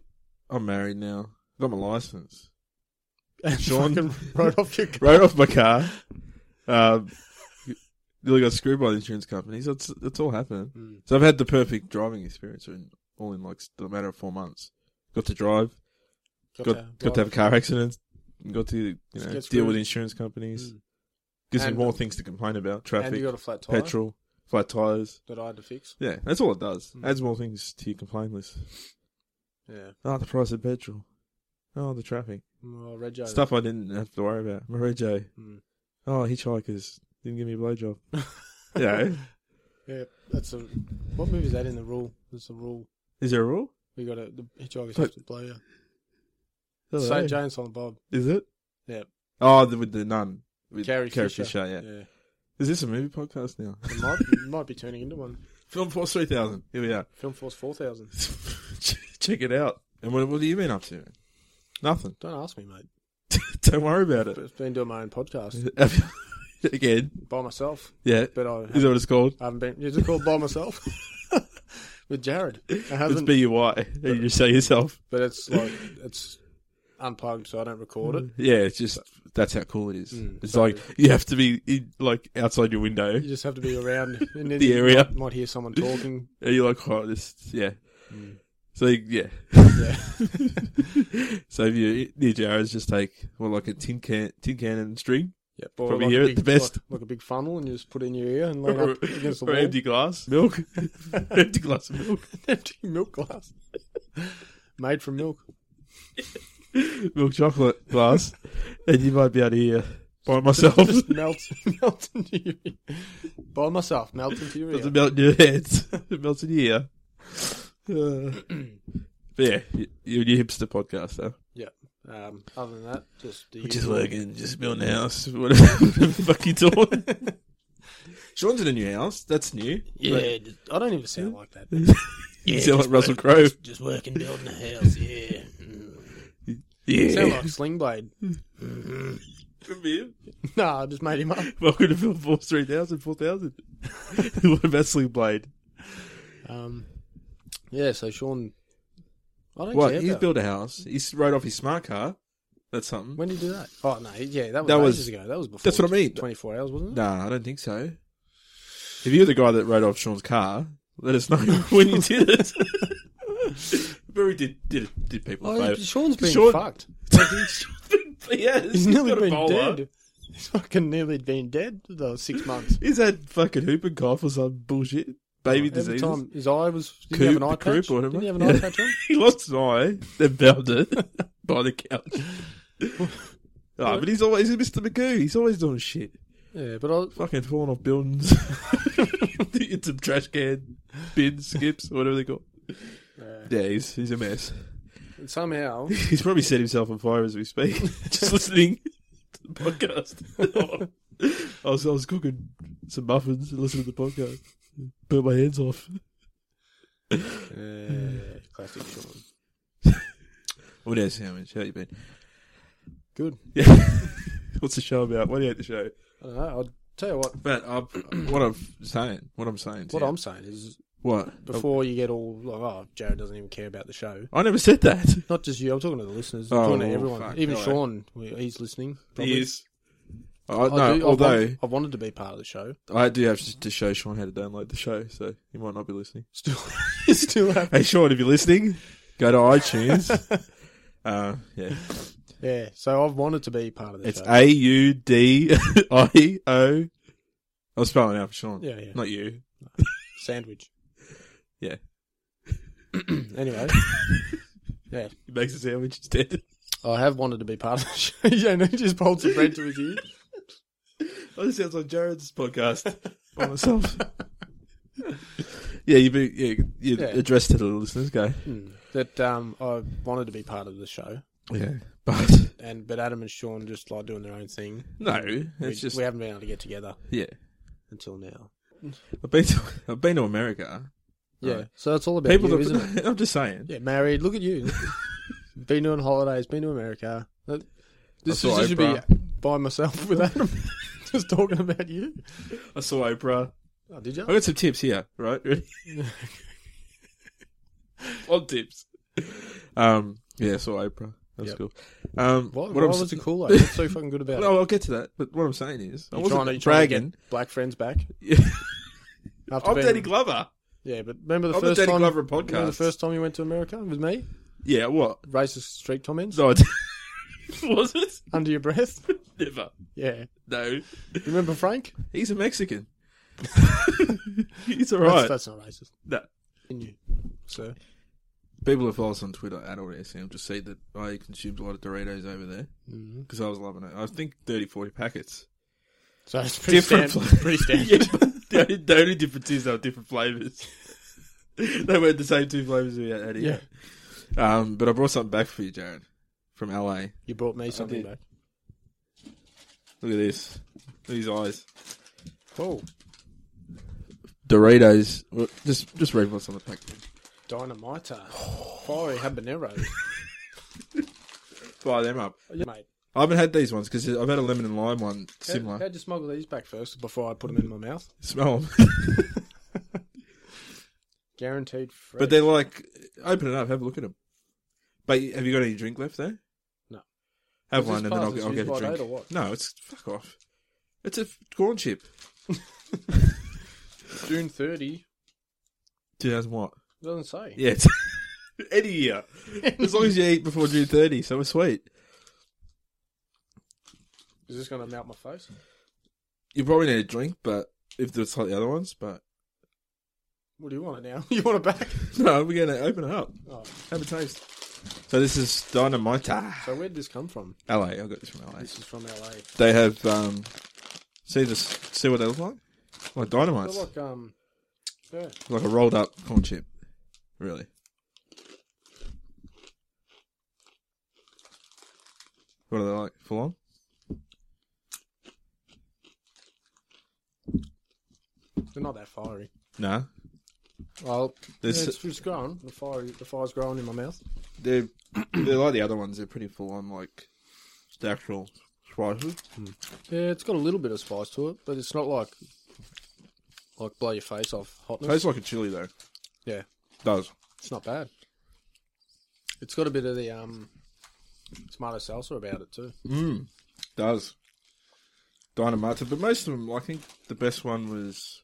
[SPEAKER 2] I'm married now. Got my license.
[SPEAKER 1] And
[SPEAKER 2] Sean-
[SPEAKER 1] fucking wrote off your. car.
[SPEAKER 2] Right off my car. Um, nearly got screwed by the insurance companies. That's that's all happened.
[SPEAKER 1] Mm.
[SPEAKER 2] So I've had the perfect driving experience in all in like a matter of four months. Got to drive. Got got to, have a car accident. Got to you know
[SPEAKER 1] Get
[SPEAKER 2] deal
[SPEAKER 1] screwed.
[SPEAKER 2] with insurance companies.
[SPEAKER 1] Mm.
[SPEAKER 2] Gives me
[SPEAKER 1] And-
[SPEAKER 2] more things to complain about:
[SPEAKER 1] And you
[SPEAKER 2] traffic,
[SPEAKER 1] got a flat tire
[SPEAKER 2] petrol, flat tires.
[SPEAKER 1] that I had to fix.
[SPEAKER 2] Yeah, that's all it does.
[SPEAKER 1] Mm.
[SPEAKER 2] Adds more things to your complaint list.
[SPEAKER 1] Yeah.
[SPEAKER 2] Oh, the price of petrol. Oh, the traffic.
[SPEAKER 1] Mm, Well, Rego.
[SPEAKER 2] Stuff I didn't have to worry about. Marejo.
[SPEAKER 1] Mm.
[SPEAKER 2] Oh, hitchhikers. Didn't give me a blowjob. yeah.
[SPEAKER 1] Yeah, that's a. What movie is that in the rule? There's a rule.
[SPEAKER 2] Is there a rule?
[SPEAKER 1] We got to the hitchhikers
[SPEAKER 2] But-
[SPEAKER 1] have to blow you.
[SPEAKER 2] Hello.
[SPEAKER 1] St. James on Bob.
[SPEAKER 2] Is it?
[SPEAKER 1] Yeah.
[SPEAKER 2] Oh, the, with the nun. With
[SPEAKER 1] Carrie Fisher.
[SPEAKER 2] yeah.
[SPEAKER 1] Yeah,
[SPEAKER 2] Is this a movie podcast now?
[SPEAKER 1] it might might be turning into one.
[SPEAKER 2] Film Force 3000. Here we are.
[SPEAKER 1] Film Force 4000.
[SPEAKER 2] Check it out. And what, what have you been up to? Nothing.
[SPEAKER 1] Don't ask me, mate.
[SPEAKER 2] Don't worry about
[SPEAKER 1] But
[SPEAKER 2] it.
[SPEAKER 1] I've been doing my own podcast
[SPEAKER 2] Again,
[SPEAKER 1] by myself.
[SPEAKER 2] yeah.
[SPEAKER 1] But I
[SPEAKER 2] Is
[SPEAKER 1] haven't,
[SPEAKER 2] that what it's called?
[SPEAKER 1] I haven't been. Is it called by myself? With Jared. I
[SPEAKER 2] It's
[SPEAKER 1] haven't.
[SPEAKER 2] BUY. You just say yourself.
[SPEAKER 1] but it's like it's unplugged, so I don't record it.
[SPEAKER 2] Yeah, it's just that's how cool it is.
[SPEAKER 1] Mm,
[SPEAKER 2] it's
[SPEAKER 1] so-
[SPEAKER 2] like you have to be in, like outside your window,
[SPEAKER 1] You just have to be around and then
[SPEAKER 2] The
[SPEAKER 1] you
[SPEAKER 2] area.
[SPEAKER 1] Might, might hear someone talking.
[SPEAKER 2] and you're like, oh, this, yeah. So yeah,
[SPEAKER 1] Mm. Yeah.
[SPEAKER 2] so if you're near Jared's, just take well, like a tin can, tin can and string,
[SPEAKER 1] Yeah, or
[SPEAKER 2] Probably
[SPEAKER 1] like a
[SPEAKER 2] hear it
[SPEAKER 1] big-
[SPEAKER 2] the best.
[SPEAKER 1] Like, like a big funnel, and you just put it in your ear and lean
[SPEAKER 2] or,
[SPEAKER 1] up against the
[SPEAKER 2] or
[SPEAKER 1] wall.
[SPEAKER 2] empty glass milk, empty glass of milk,
[SPEAKER 1] Empty milk glass made from milk.
[SPEAKER 2] milk chocolate glass, and you might be out here by myself.
[SPEAKER 1] Just melts, melts into your ear. By myself, melts into your ear.
[SPEAKER 2] Doesn't melt in your hands. it melts in your ear. Uh, but yeah, you- you're your hipster podcaster.
[SPEAKER 1] Um, other than that, just the
[SPEAKER 2] Which is
[SPEAKER 1] usual.
[SPEAKER 2] working, just building a house. Whatever the fuck you doing? Sean's in a new house. That's new.
[SPEAKER 1] Yeah, just- I don't even sound like that.
[SPEAKER 2] You sound like Russell Crowe.
[SPEAKER 1] Just working, building a house. Yeah,
[SPEAKER 2] Yeah.
[SPEAKER 1] sound like Slingblade.
[SPEAKER 2] Could be him.
[SPEAKER 1] nah, I just made him up.
[SPEAKER 2] Welcome to Film Force 3000, 4000. what about Sling Blade?
[SPEAKER 1] Um, yeah, so Sean, I don't
[SPEAKER 2] What?
[SPEAKER 1] care.
[SPEAKER 2] He's
[SPEAKER 1] about-
[SPEAKER 2] built a house. He's rode off his smart car. That's something.
[SPEAKER 1] when did you do that? Oh no, he- yeah, that was
[SPEAKER 2] That
[SPEAKER 1] ages
[SPEAKER 2] was-
[SPEAKER 1] ago. That was before.
[SPEAKER 2] That's what I mean.
[SPEAKER 1] Twenty four hours, wasn't it?
[SPEAKER 2] Nah, I don't think so. If you're the guy that rode off Sean's car, let us know when you did it. but we did did did people a
[SPEAKER 1] Oh,
[SPEAKER 2] favour.
[SPEAKER 1] Sean's been
[SPEAKER 2] Sean-
[SPEAKER 1] fucked.
[SPEAKER 2] yeah,
[SPEAKER 1] He's nearly
[SPEAKER 2] got a
[SPEAKER 1] been
[SPEAKER 2] bowler.
[SPEAKER 1] dead. He's fucking nearly been dead for those six months.
[SPEAKER 2] He's had fucking whooping cough or some bullshit. Baby
[SPEAKER 1] Every
[SPEAKER 2] disease.
[SPEAKER 1] time his eye was didn't he
[SPEAKER 2] Coop,
[SPEAKER 1] have an eye
[SPEAKER 2] the
[SPEAKER 1] patch.
[SPEAKER 2] croup or whatever.
[SPEAKER 1] Didn't he have an eye
[SPEAKER 2] Yeah.
[SPEAKER 1] patch on?
[SPEAKER 2] He lost an eye, then bound it by the couch. Ah, but he's always he's Mr. McGoo. He's always doing shit.
[SPEAKER 1] Yeah, but I,
[SPEAKER 2] Fucking falling off buildings. It's some trash can, bins, skips, whatever they call.
[SPEAKER 1] Yeah.
[SPEAKER 2] Yeah, he's, he's a mess.
[SPEAKER 1] somehow
[SPEAKER 2] He's probably set himself on fire as we speak. Just listening to the podcast. I, was, I was cooking some muffins and listening to the podcast. Burnt my hands off.
[SPEAKER 1] uh, classic Sean.
[SPEAKER 2] What else, Hamish? How you been?
[SPEAKER 1] Good.
[SPEAKER 2] Yeah. What's the show about? Why do you hate the show?
[SPEAKER 1] I don't know. I'll tell you what.
[SPEAKER 2] But i what I'm saying, what I'm saying,
[SPEAKER 1] What
[SPEAKER 2] Tim,
[SPEAKER 1] I'm saying is,
[SPEAKER 2] what
[SPEAKER 1] before you get all like, oh, Jared doesn't even care about the show.
[SPEAKER 2] I never said that.
[SPEAKER 1] Not just you. I'm talking to the listeners. I'm
[SPEAKER 2] Oh,
[SPEAKER 1] talking to everyone.
[SPEAKER 2] fuck,
[SPEAKER 1] Even
[SPEAKER 2] alright.
[SPEAKER 1] Sean, we- he's listening. probably.
[SPEAKER 2] I,
[SPEAKER 1] I
[SPEAKER 2] no,
[SPEAKER 1] do- I want-
[SPEAKER 2] although
[SPEAKER 1] I wanted to be part of the show.
[SPEAKER 2] I do have to to show Sean how to download the show, so he might not be listening.
[SPEAKER 1] Still, still have.
[SPEAKER 2] Hey, Sean, if you're listening, go to iTunes. uh, yeah,
[SPEAKER 1] Yeah. So I've wanted to be part of the
[SPEAKER 2] it's
[SPEAKER 1] show.
[SPEAKER 2] A U D I O. I'm spelling it out for Sean.
[SPEAKER 1] Yeah, yeah.
[SPEAKER 2] Not you.
[SPEAKER 1] Sandwich.
[SPEAKER 2] Yeah.
[SPEAKER 1] anyway, yeah,
[SPEAKER 2] He makes a sandwich instead.
[SPEAKER 1] I have wanted to be part of the show. yeah, and he just holds the bread to his ear.
[SPEAKER 2] Oh, this sounds like Jared's podcast by myself. yeah, you be yeah, you
[SPEAKER 1] Yeah.
[SPEAKER 2] address to the listeners, go.
[SPEAKER 1] Hmm. That um, I wanted to be part of the show,
[SPEAKER 2] Yeah, but
[SPEAKER 1] and but Adam and Sean just like doing their own thing.
[SPEAKER 2] no,
[SPEAKER 1] We,
[SPEAKER 2] it's just
[SPEAKER 1] we haven't been able to get together
[SPEAKER 2] yeah.
[SPEAKER 1] until now.
[SPEAKER 2] I've been to I've been to America.
[SPEAKER 1] Yeah,
[SPEAKER 2] Right.
[SPEAKER 1] so it's all about
[SPEAKER 2] People,
[SPEAKER 1] you,
[SPEAKER 2] that-
[SPEAKER 1] isn't it?
[SPEAKER 2] I'm just saying.
[SPEAKER 1] Yeah, married. Look at you. been doing holidays. Been to America. That- This,
[SPEAKER 2] saw
[SPEAKER 1] is- this should be
[SPEAKER 2] Oprah.
[SPEAKER 1] by myself with Adam, just talking about you.
[SPEAKER 2] I saw Oprah.
[SPEAKER 1] Oh, did you?
[SPEAKER 2] I got some tips here, right? Ready? On tips. Um, yeah, I saw Oprah. That was
[SPEAKER 1] Yep.
[SPEAKER 2] cool. Um,
[SPEAKER 1] What,
[SPEAKER 2] what
[SPEAKER 1] why
[SPEAKER 2] I'm
[SPEAKER 1] was
[SPEAKER 2] s-
[SPEAKER 1] it cool? Like, what's so fucking good about it?
[SPEAKER 2] No, I'll get to that. But what I'm saying is, I
[SPEAKER 1] You're
[SPEAKER 2] wasn't
[SPEAKER 1] trying to, you're trying to
[SPEAKER 2] bragging.
[SPEAKER 1] get black friends back. After
[SPEAKER 2] I'm
[SPEAKER 1] being-
[SPEAKER 2] Danny Glover.
[SPEAKER 1] Yeah, but remember the
[SPEAKER 2] I'm the
[SPEAKER 1] first
[SPEAKER 2] Danny
[SPEAKER 1] time
[SPEAKER 2] Glover of
[SPEAKER 1] remember the
[SPEAKER 2] podcasts.
[SPEAKER 1] first time you went to America with me,
[SPEAKER 2] Yeah, what?
[SPEAKER 1] racist street comments
[SPEAKER 2] No, I didn't. was it?
[SPEAKER 1] under your breath.
[SPEAKER 2] Never.
[SPEAKER 1] Yeah,
[SPEAKER 2] No,
[SPEAKER 1] remember Frank?
[SPEAKER 2] he's a Mexican. he's all right.
[SPEAKER 1] That's, that's not racist.
[SPEAKER 2] No.
[SPEAKER 1] In you, sir.
[SPEAKER 2] People who follow us on Twitter at AltSM just see that I consumed a lot of Doritos over there
[SPEAKER 1] Mm.
[SPEAKER 2] because I was loving it. I think 30, 40 packets.
[SPEAKER 1] So it's pretty
[SPEAKER 2] Different
[SPEAKER 1] different.
[SPEAKER 2] flavor.
[SPEAKER 1] pretty standard.
[SPEAKER 2] yeah, but the, only, the only difference is they were different flavors. they weren't the same two flavors we had.
[SPEAKER 1] yeah.
[SPEAKER 2] Yeah. Um, but I brought something back for you, Jared, from LA.
[SPEAKER 1] You brought me something
[SPEAKER 2] did.
[SPEAKER 1] back.
[SPEAKER 2] Look at this. Look at his eyes.
[SPEAKER 1] Oh,
[SPEAKER 2] Doritos. Well, Just just read what's on the package.
[SPEAKER 1] Dynamiter. Fiery habanero.
[SPEAKER 2] Fire them up.
[SPEAKER 1] Mate,
[SPEAKER 2] I haven't had these ones because I've had a lemon and lime one
[SPEAKER 1] how,
[SPEAKER 2] similar.
[SPEAKER 1] how'd you smuggle these back first before I put them in my mouth?
[SPEAKER 2] Smell them,
[SPEAKER 1] Guaranteed fresh.
[SPEAKER 2] but they're like open it up, have a look at them. But have you got any drink left there?
[SPEAKER 1] No.
[SPEAKER 2] Have
[SPEAKER 1] Is
[SPEAKER 2] one
[SPEAKER 1] this
[SPEAKER 2] and then I'll,
[SPEAKER 1] Parsons
[SPEAKER 2] I'll get
[SPEAKER 1] used by
[SPEAKER 2] a
[SPEAKER 1] date
[SPEAKER 2] drink.
[SPEAKER 1] or what?
[SPEAKER 2] No, it's fuck off. It's a f- corn chip.
[SPEAKER 1] June 30.
[SPEAKER 2] 2000 what?
[SPEAKER 1] Doesn't say.
[SPEAKER 2] Yeah, it's any year. As long as you eat before June 30, so we're sweet.
[SPEAKER 1] Is this going to melt my face?
[SPEAKER 2] You probably need a drink, but if it's like the other ones, but
[SPEAKER 1] What do you want it now? you want it back?
[SPEAKER 2] no, we're gonna open it up.
[SPEAKER 1] Oh,
[SPEAKER 2] Have a taste. So this is Dynamite.
[SPEAKER 1] so where'd this come from?
[SPEAKER 2] LA, I got this from LA.
[SPEAKER 1] Ah. This is from LA.
[SPEAKER 2] They have um, see this, see what they look like? Like dynamites,
[SPEAKER 1] They're like,
[SPEAKER 2] like,
[SPEAKER 1] um, yeah.
[SPEAKER 2] a rolled up corn chip. Really? What are they like? Full on?
[SPEAKER 1] They're not that fiery.
[SPEAKER 2] Nah,
[SPEAKER 1] Well, yeah,
[SPEAKER 2] There's-
[SPEAKER 1] it's just growing. The fire, the fire's growing in my mouth.
[SPEAKER 2] they're they're like the other ones. They're pretty full on, like the actual spices.
[SPEAKER 1] Yeah, it's got a little bit of spice to it, but it's not like like blow your face off hotness.
[SPEAKER 2] Tastes like a chili though.
[SPEAKER 1] Yeah,
[SPEAKER 2] Does
[SPEAKER 1] it's not bad. It's got a bit of the um tomato salsa about it too.
[SPEAKER 2] does Dynamite, but most of them, I think the best one was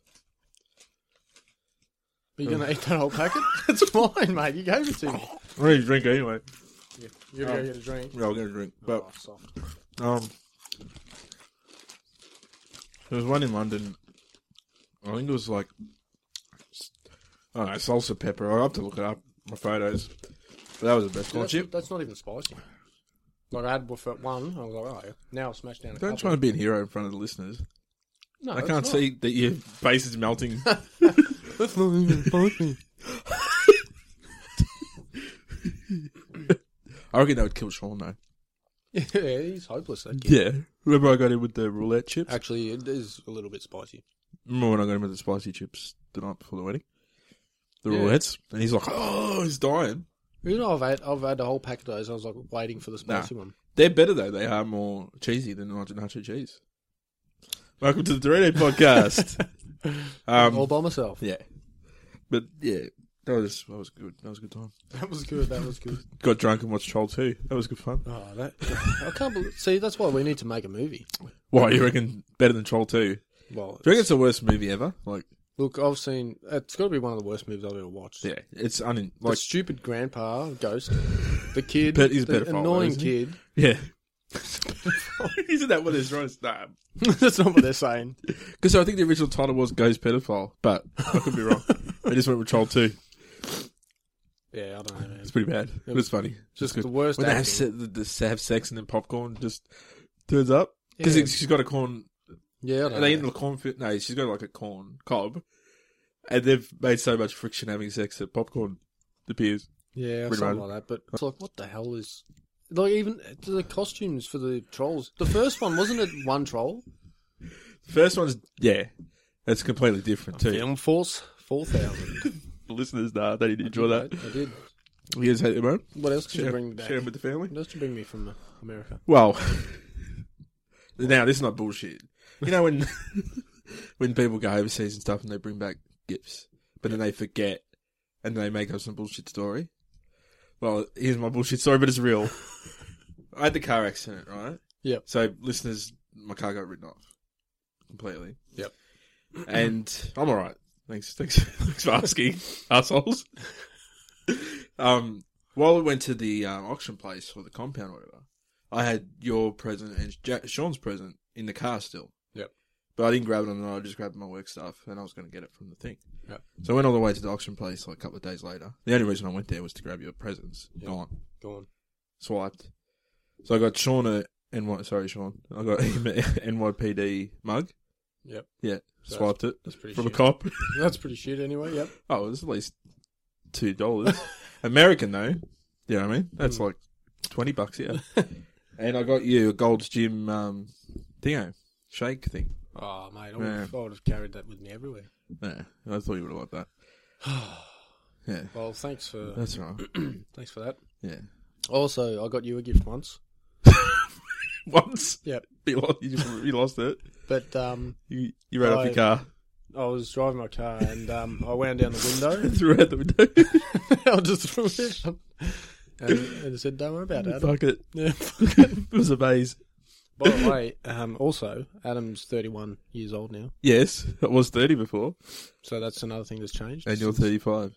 [SPEAKER 1] Are you gonna eat that whole packet? it's mine, mate. You gave it to me.
[SPEAKER 2] I need a drink anyway.
[SPEAKER 1] Yeah, you're gonna get a drink.
[SPEAKER 2] Yeah, I'll get a drink, but.
[SPEAKER 1] Oh, soft.
[SPEAKER 2] Um, there was one in London. I think it was like, I don't know, salsa pepper. I'll have to look it up. My photos. But that was the best
[SPEAKER 1] Dude,
[SPEAKER 2] one.
[SPEAKER 1] that's,
[SPEAKER 2] Chip,
[SPEAKER 1] that's not even spicy. Like I had before one, I was like, oh, yeah. now I'll smash down a
[SPEAKER 2] don't
[SPEAKER 1] couple.
[SPEAKER 2] try and be a hero in front of the listeners.
[SPEAKER 1] No,
[SPEAKER 2] I can't see that your face is melting.
[SPEAKER 1] That's not even spicy.
[SPEAKER 2] I reckon that would kill Sean though.
[SPEAKER 1] yeah, he's hopeless. That kid.
[SPEAKER 2] Yeah. Remember I got him with the roulette chips?
[SPEAKER 1] Actually, it is a little bit spicy.
[SPEAKER 2] Remember when I got him with the spicy chips the night before the wedding? The
[SPEAKER 1] Yeah.
[SPEAKER 2] roulettes? And he's like, oh, he's dying.
[SPEAKER 1] You know, I've had I've had a whole pack of those. I was like waiting for the spicy one.
[SPEAKER 2] They're better though. They are more cheesy than nacho, nacho cheese. Welcome to the Dorito podcast.
[SPEAKER 1] all
[SPEAKER 2] um,
[SPEAKER 1] by myself.
[SPEAKER 2] yeah, but yeah, that was that was good. That was a good time.
[SPEAKER 1] That was good. That was good.
[SPEAKER 2] Got drunk and watched Troll Two. That was good fun.
[SPEAKER 1] Oh, that I can't believe. See, that's why we need to make a movie.
[SPEAKER 2] Why you reckon better than Troll Two? Do
[SPEAKER 1] Well,
[SPEAKER 2] you reckon it's the worst movie ever? Like,
[SPEAKER 1] look, I've seen. It's got to be one of the worst movies I've ever watched.
[SPEAKER 2] yeah, it's un
[SPEAKER 1] The
[SPEAKER 2] like
[SPEAKER 1] stupid grandpa ghost, the kid,
[SPEAKER 2] But he's a
[SPEAKER 1] the
[SPEAKER 2] pedophile,
[SPEAKER 1] annoying
[SPEAKER 2] isn't he?
[SPEAKER 1] kid.
[SPEAKER 2] yeah. Isn't that what it's wrong? Nah.
[SPEAKER 1] that's not what they're saying.
[SPEAKER 2] Because I think the original title was Ghost Pedophile, but I could be wrong. I just went with Troll Two.
[SPEAKER 1] Yeah, I don't know, man.
[SPEAKER 2] It's pretty bad. It was funny.
[SPEAKER 1] Just
[SPEAKER 2] It's
[SPEAKER 1] the worst
[SPEAKER 2] When they have,
[SPEAKER 1] acting.
[SPEAKER 2] se- the, the, have sex and then popcorn just turns up because
[SPEAKER 1] Yeah.
[SPEAKER 2] she's got a corn.
[SPEAKER 1] Yeah, I don't
[SPEAKER 2] Are they in
[SPEAKER 1] know.
[SPEAKER 2] the corn? fi- No, she's got like a corn cob, and they've made so much friction having sex that popcorn appears.
[SPEAKER 1] yeah,
[SPEAKER 2] Pretty
[SPEAKER 1] something
[SPEAKER 2] much.
[SPEAKER 1] like that. But it's like, what the hell is? Like even the costumes for the trolls. The first one wasn't it one troll?
[SPEAKER 2] First one's yeah, that's completely different too.
[SPEAKER 1] Film Force four thousand.
[SPEAKER 2] The listeners, nah, they didn't enjoy that.
[SPEAKER 1] I did.
[SPEAKER 2] You guys hate them,
[SPEAKER 1] What else did you
[SPEAKER 2] Share,
[SPEAKER 1] bring back?
[SPEAKER 2] share 'em with the family.
[SPEAKER 1] What else did you bring me from uh, America?
[SPEAKER 2] Well, now this is not bullshit. You know when when people go overseas and stuff and they bring back gifts, but then they forget and they make up some bullshit story. Well, here's my bullshit story, but it's real. I had the car accident, right?
[SPEAKER 1] Yep.
[SPEAKER 2] So listeners, my car got written off completely.
[SPEAKER 1] Yep.
[SPEAKER 2] And I'm all right. Thanks, thanks, thanks for asking, assholes. um, while we went to the um, auction place or the compound, or whatever, I had your present and ja- Sean's present in the car still.
[SPEAKER 1] Yep.
[SPEAKER 2] But I didn't grab it on the night. I just grabbed my work stuff, and I was going to get it from the thing.
[SPEAKER 1] Yep.
[SPEAKER 2] So I went all the way to the auction place like a couple of days later. The only reason I went there was to grab your presents.
[SPEAKER 1] Yep.
[SPEAKER 2] Gone,
[SPEAKER 1] Go on.
[SPEAKER 2] swiped. So I got Sean a NY. Sorry, Sean. I got him a NYPD mug.
[SPEAKER 1] Yep.
[SPEAKER 2] Yeah.
[SPEAKER 1] So
[SPEAKER 2] swiped it
[SPEAKER 1] that's pretty
[SPEAKER 2] from a
[SPEAKER 1] shit.
[SPEAKER 2] cop.
[SPEAKER 1] That's pretty shit anyway. Yep.
[SPEAKER 2] Oh, it's at least two dollars. American though. You know what I mean? That's like twenty bucks, yeah. and I got you a Gold's Gym um thingo. eh? Shake thing.
[SPEAKER 1] Oh, mate, I would, have, I would have carried that with me everywhere.
[SPEAKER 2] Yeah, I thought you would have liked that. yeah,
[SPEAKER 1] Well, thanks for
[SPEAKER 2] that's all right.
[SPEAKER 1] thanks for that.
[SPEAKER 2] Yeah.
[SPEAKER 1] Also, I got you a gift once.
[SPEAKER 2] Once
[SPEAKER 1] Yeah,
[SPEAKER 2] you lost, you, just- you lost it,
[SPEAKER 1] but um,
[SPEAKER 2] you, you ran off
[SPEAKER 1] I-
[SPEAKER 2] your car
[SPEAKER 1] I was driving my car and um, I wound down the window.
[SPEAKER 2] and threw it out the window.
[SPEAKER 1] I just threw it up and, and it said, "Don't worry about it." Adam."
[SPEAKER 2] Fuck it.
[SPEAKER 1] Yeah.
[SPEAKER 2] it was a maze.
[SPEAKER 1] By the way, um, also, Adam's 31 years old now,
[SPEAKER 2] Yes, I was 30 before,
[SPEAKER 1] so that's another thing that's changed.
[SPEAKER 2] and you're 35.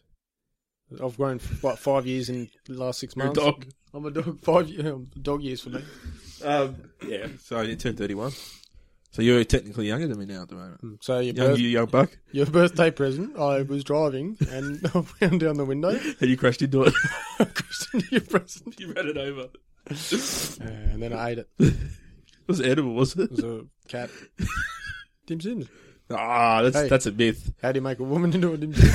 [SPEAKER 1] I've grown f- what five years in the last six
[SPEAKER 2] You're a
[SPEAKER 1] months.
[SPEAKER 2] dog.
[SPEAKER 1] I'm a dog. Five yeah, dog years for me.
[SPEAKER 2] Um, yeah, so you turned 31. So you're technically younger than me now at the moment.
[SPEAKER 1] Hmm. So your
[SPEAKER 2] Young,
[SPEAKER 1] birth,
[SPEAKER 2] you young buck.
[SPEAKER 1] your birthday present. I was driving and I went down the window.
[SPEAKER 2] And you crashed into it.
[SPEAKER 1] crashed into your present,
[SPEAKER 2] you ran it over. It
[SPEAKER 1] Uh, and then I ate it.
[SPEAKER 2] was an animal, was
[SPEAKER 1] It
[SPEAKER 2] it?
[SPEAKER 1] was a cat. Dim Sims.
[SPEAKER 2] Ah, that's
[SPEAKER 1] Hey.
[SPEAKER 2] that's a myth.
[SPEAKER 1] How do you make a woman into a dim sim?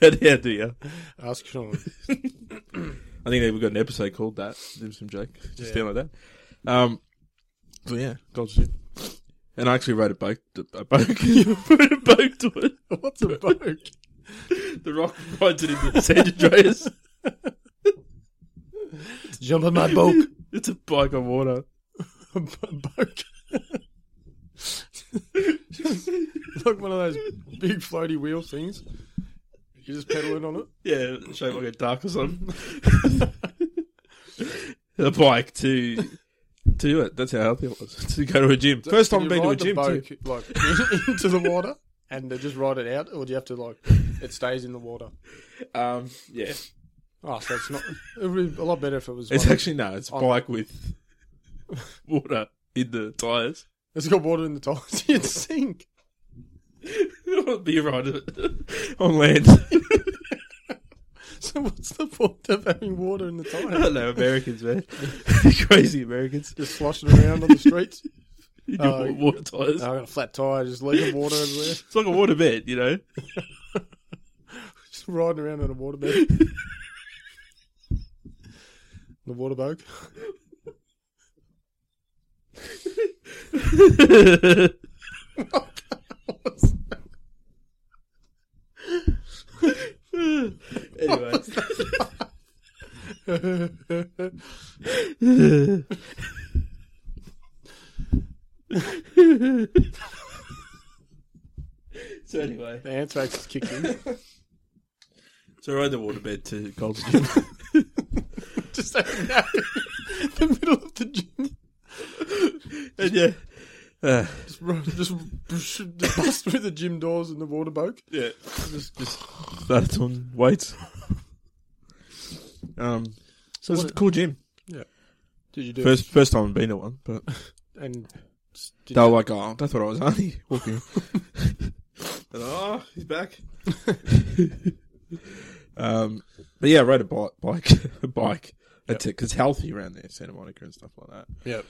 [SPEAKER 2] How do you? do you?
[SPEAKER 1] Ask Sean.
[SPEAKER 2] I think they've got an episode called that. Dim Sum Jake. Just
[SPEAKER 1] Yeah.
[SPEAKER 2] down like that. Um, so yeah, gold ship. And I actually wrote a boat. A boat. wrote a boat to it.
[SPEAKER 1] What's a boke?
[SPEAKER 2] The rock rides it into San Andreas.
[SPEAKER 1] Jump on my boke.
[SPEAKER 2] It's a bike on water.
[SPEAKER 1] a boat. like one of those big floaty wheel things. You just pedal in on it.
[SPEAKER 2] Yeah, shaped like a duck or something. a bike to to it. That's how healthy it was. To go to a gym. First time I've
[SPEAKER 1] You
[SPEAKER 2] been to a
[SPEAKER 1] ride the
[SPEAKER 2] gym too.
[SPEAKER 1] boat, Like into the water, and they just ride it out, or do you have to like it stays in the water?
[SPEAKER 2] Um, yeah.
[SPEAKER 1] Oh, so it's not. It would be a lot better if it was.
[SPEAKER 2] It's
[SPEAKER 1] one-
[SPEAKER 2] actually no, it's a
[SPEAKER 1] On-
[SPEAKER 2] bike with water in the tires.
[SPEAKER 1] It's got water in the tires. You'd sink.
[SPEAKER 2] Be right on land.
[SPEAKER 1] So what's the point of having water in the
[SPEAKER 2] I
[SPEAKER 1] tires?
[SPEAKER 2] don't know Americans, man. Crazy Americans.
[SPEAKER 1] Just sloshing around on the streets.
[SPEAKER 2] You do
[SPEAKER 1] Oh,
[SPEAKER 2] wa- water tires.
[SPEAKER 1] I got a flat tire. Just leaking water everywhere.
[SPEAKER 2] It's like a water bed, you know.
[SPEAKER 1] Just riding around on a waterbed. the water bug.
[SPEAKER 2] anyway, so anyway,
[SPEAKER 1] The anthrax is kicked in.
[SPEAKER 2] so I rode the water bed to Gold's Gym.
[SPEAKER 1] Just hanging out in the middle of the gym.
[SPEAKER 2] and yeah, uh,
[SPEAKER 1] Just, run, just, just bust through the gym doors in the water bug.
[SPEAKER 2] yeah, just just started on weights. Um, so it's a
[SPEAKER 1] what-
[SPEAKER 2] cool gym.
[SPEAKER 1] Did you do
[SPEAKER 2] First first time I've been to one, but
[SPEAKER 1] And did
[SPEAKER 2] they were
[SPEAKER 1] you,
[SPEAKER 2] like, "Oh, that's what I was only walking." and, oh, he's back. um, but yeah, I rode a bike, bike, a bike. That's it, 'cause it's healthy around there, Santa Monica and stuff like that.
[SPEAKER 1] yeah.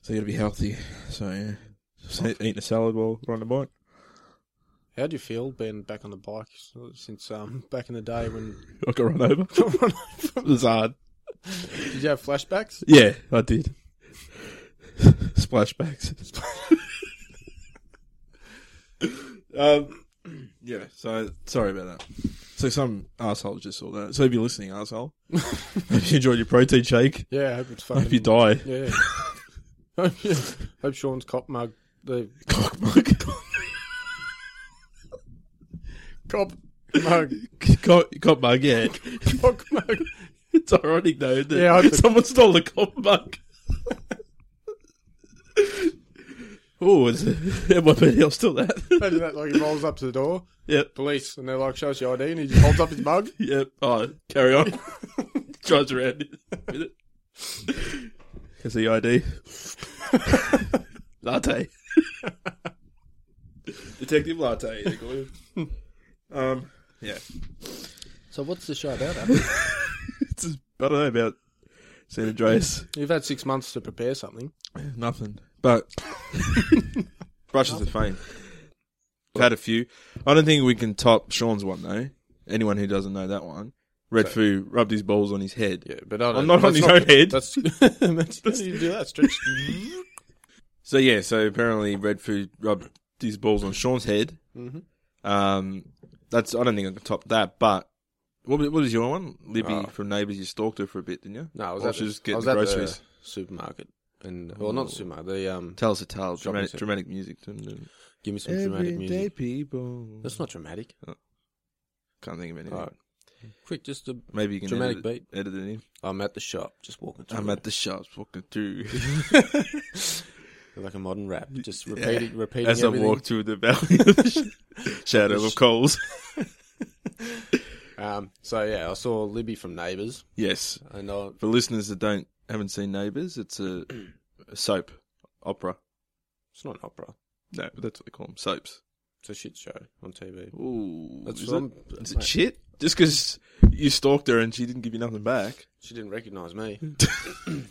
[SPEAKER 2] So you got to be healthy. So yeah, so eating a salad while riding a bike.
[SPEAKER 1] How do you feel being back on the bike since um, back in the day when?
[SPEAKER 2] I got run over. it was hard.
[SPEAKER 1] did you have flashbacks?
[SPEAKER 2] Yeah, I did. Splashbacks. um, yeah, so sorry about that. So some asshole just saw that. So if you're listening, asshole, hope you enjoyed your protein shake.
[SPEAKER 1] Yeah, I hope it's
[SPEAKER 2] I
[SPEAKER 1] fun.
[SPEAKER 2] hope you die.
[SPEAKER 1] Yeah. hope, yeah. hope Sean's cop mug. The
[SPEAKER 2] Cock mug.
[SPEAKER 1] cop mug.
[SPEAKER 2] Cop, cop mug, yeah.
[SPEAKER 1] Cock mug.
[SPEAKER 2] It's ironic though that
[SPEAKER 1] Yeah, I hope-
[SPEAKER 2] someone stole the cop mug. oh, is it? Might be, I'll steal that.
[SPEAKER 1] Imagine that, like, he rolls up to the door,
[SPEAKER 2] yep.
[SPEAKER 1] police, and they're like, show us your ID, and he just holds up his mug.
[SPEAKER 2] Yep. Oh, carry on. Drives around with it. Here's the ID. latte. Detective Latte. They call him. Um. Yeah.
[SPEAKER 1] So what's the show about,
[SPEAKER 2] It's just, I don't know about San Andreas.
[SPEAKER 1] You've had six months to prepare something.
[SPEAKER 2] Nothing. But brushes of fame. I've had a few. I don't think we can top Sean's one though. Anyone who doesn't know that one, Red Foo rubbed his balls on his head.
[SPEAKER 1] but I
[SPEAKER 2] I'm not on his own head.
[SPEAKER 1] That's, that's, that's, you do that, stretch.
[SPEAKER 2] So yeah, so apparently Red Food rubbed these balls on Sean's head.
[SPEAKER 5] Mm-hmm.
[SPEAKER 2] Um, that's I don't think I can top that. But what was, what was your one? Libby
[SPEAKER 5] Oh.
[SPEAKER 2] from Neighbours. You stalked her for a bit, didn't you?
[SPEAKER 5] No, I was
[SPEAKER 2] Or
[SPEAKER 5] at
[SPEAKER 2] she
[SPEAKER 5] the,
[SPEAKER 2] was getting
[SPEAKER 5] I was
[SPEAKER 2] the
[SPEAKER 5] at
[SPEAKER 2] groceries.
[SPEAKER 5] the supermarket, and well, not the supermarket. The um,
[SPEAKER 6] Tell us a tale. John.
[SPEAKER 2] Dramatic,
[SPEAKER 5] Shopping
[SPEAKER 2] dramatic music. didn't it?
[SPEAKER 5] give me some dramatic music.
[SPEAKER 2] Everyday people.
[SPEAKER 5] That's not dramatic.
[SPEAKER 2] Can't think of anything.
[SPEAKER 5] Alright. Quick, just a,
[SPEAKER 2] Maybe you can
[SPEAKER 5] Dramatic
[SPEAKER 2] edit, it- edit it in.
[SPEAKER 5] I'm at the shop, just walking. Through
[SPEAKER 2] I'm at the shops walking through
[SPEAKER 5] like a modern rap, just repeating, repeating
[SPEAKER 2] as I
[SPEAKER 5] everything.
[SPEAKER 2] walk through the valley of the sh- shadow of coals.
[SPEAKER 5] Um, so yeah, I saw Libby from Neighbours,
[SPEAKER 2] Yes,
[SPEAKER 5] and uh, I,
[SPEAKER 2] for listeners that don't haven't seen Neighbours, it's a, a soap opera.
[SPEAKER 5] it's not an opera,
[SPEAKER 2] No, but that's what they call them soaps.
[SPEAKER 5] it's a shit show on TV.
[SPEAKER 2] Ooh,
[SPEAKER 5] That's
[SPEAKER 2] is
[SPEAKER 5] what
[SPEAKER 2] it-
[SPEAKER 5] I'm-
[SPEAKER 2] is
[SPEAKER 5] mate.
[SPEAKER 2] it shit? Just because you stalked her and she didn't give you nothing back,
[SPEAKER 5] She didn't recognise me.
[SPEAKER 2] but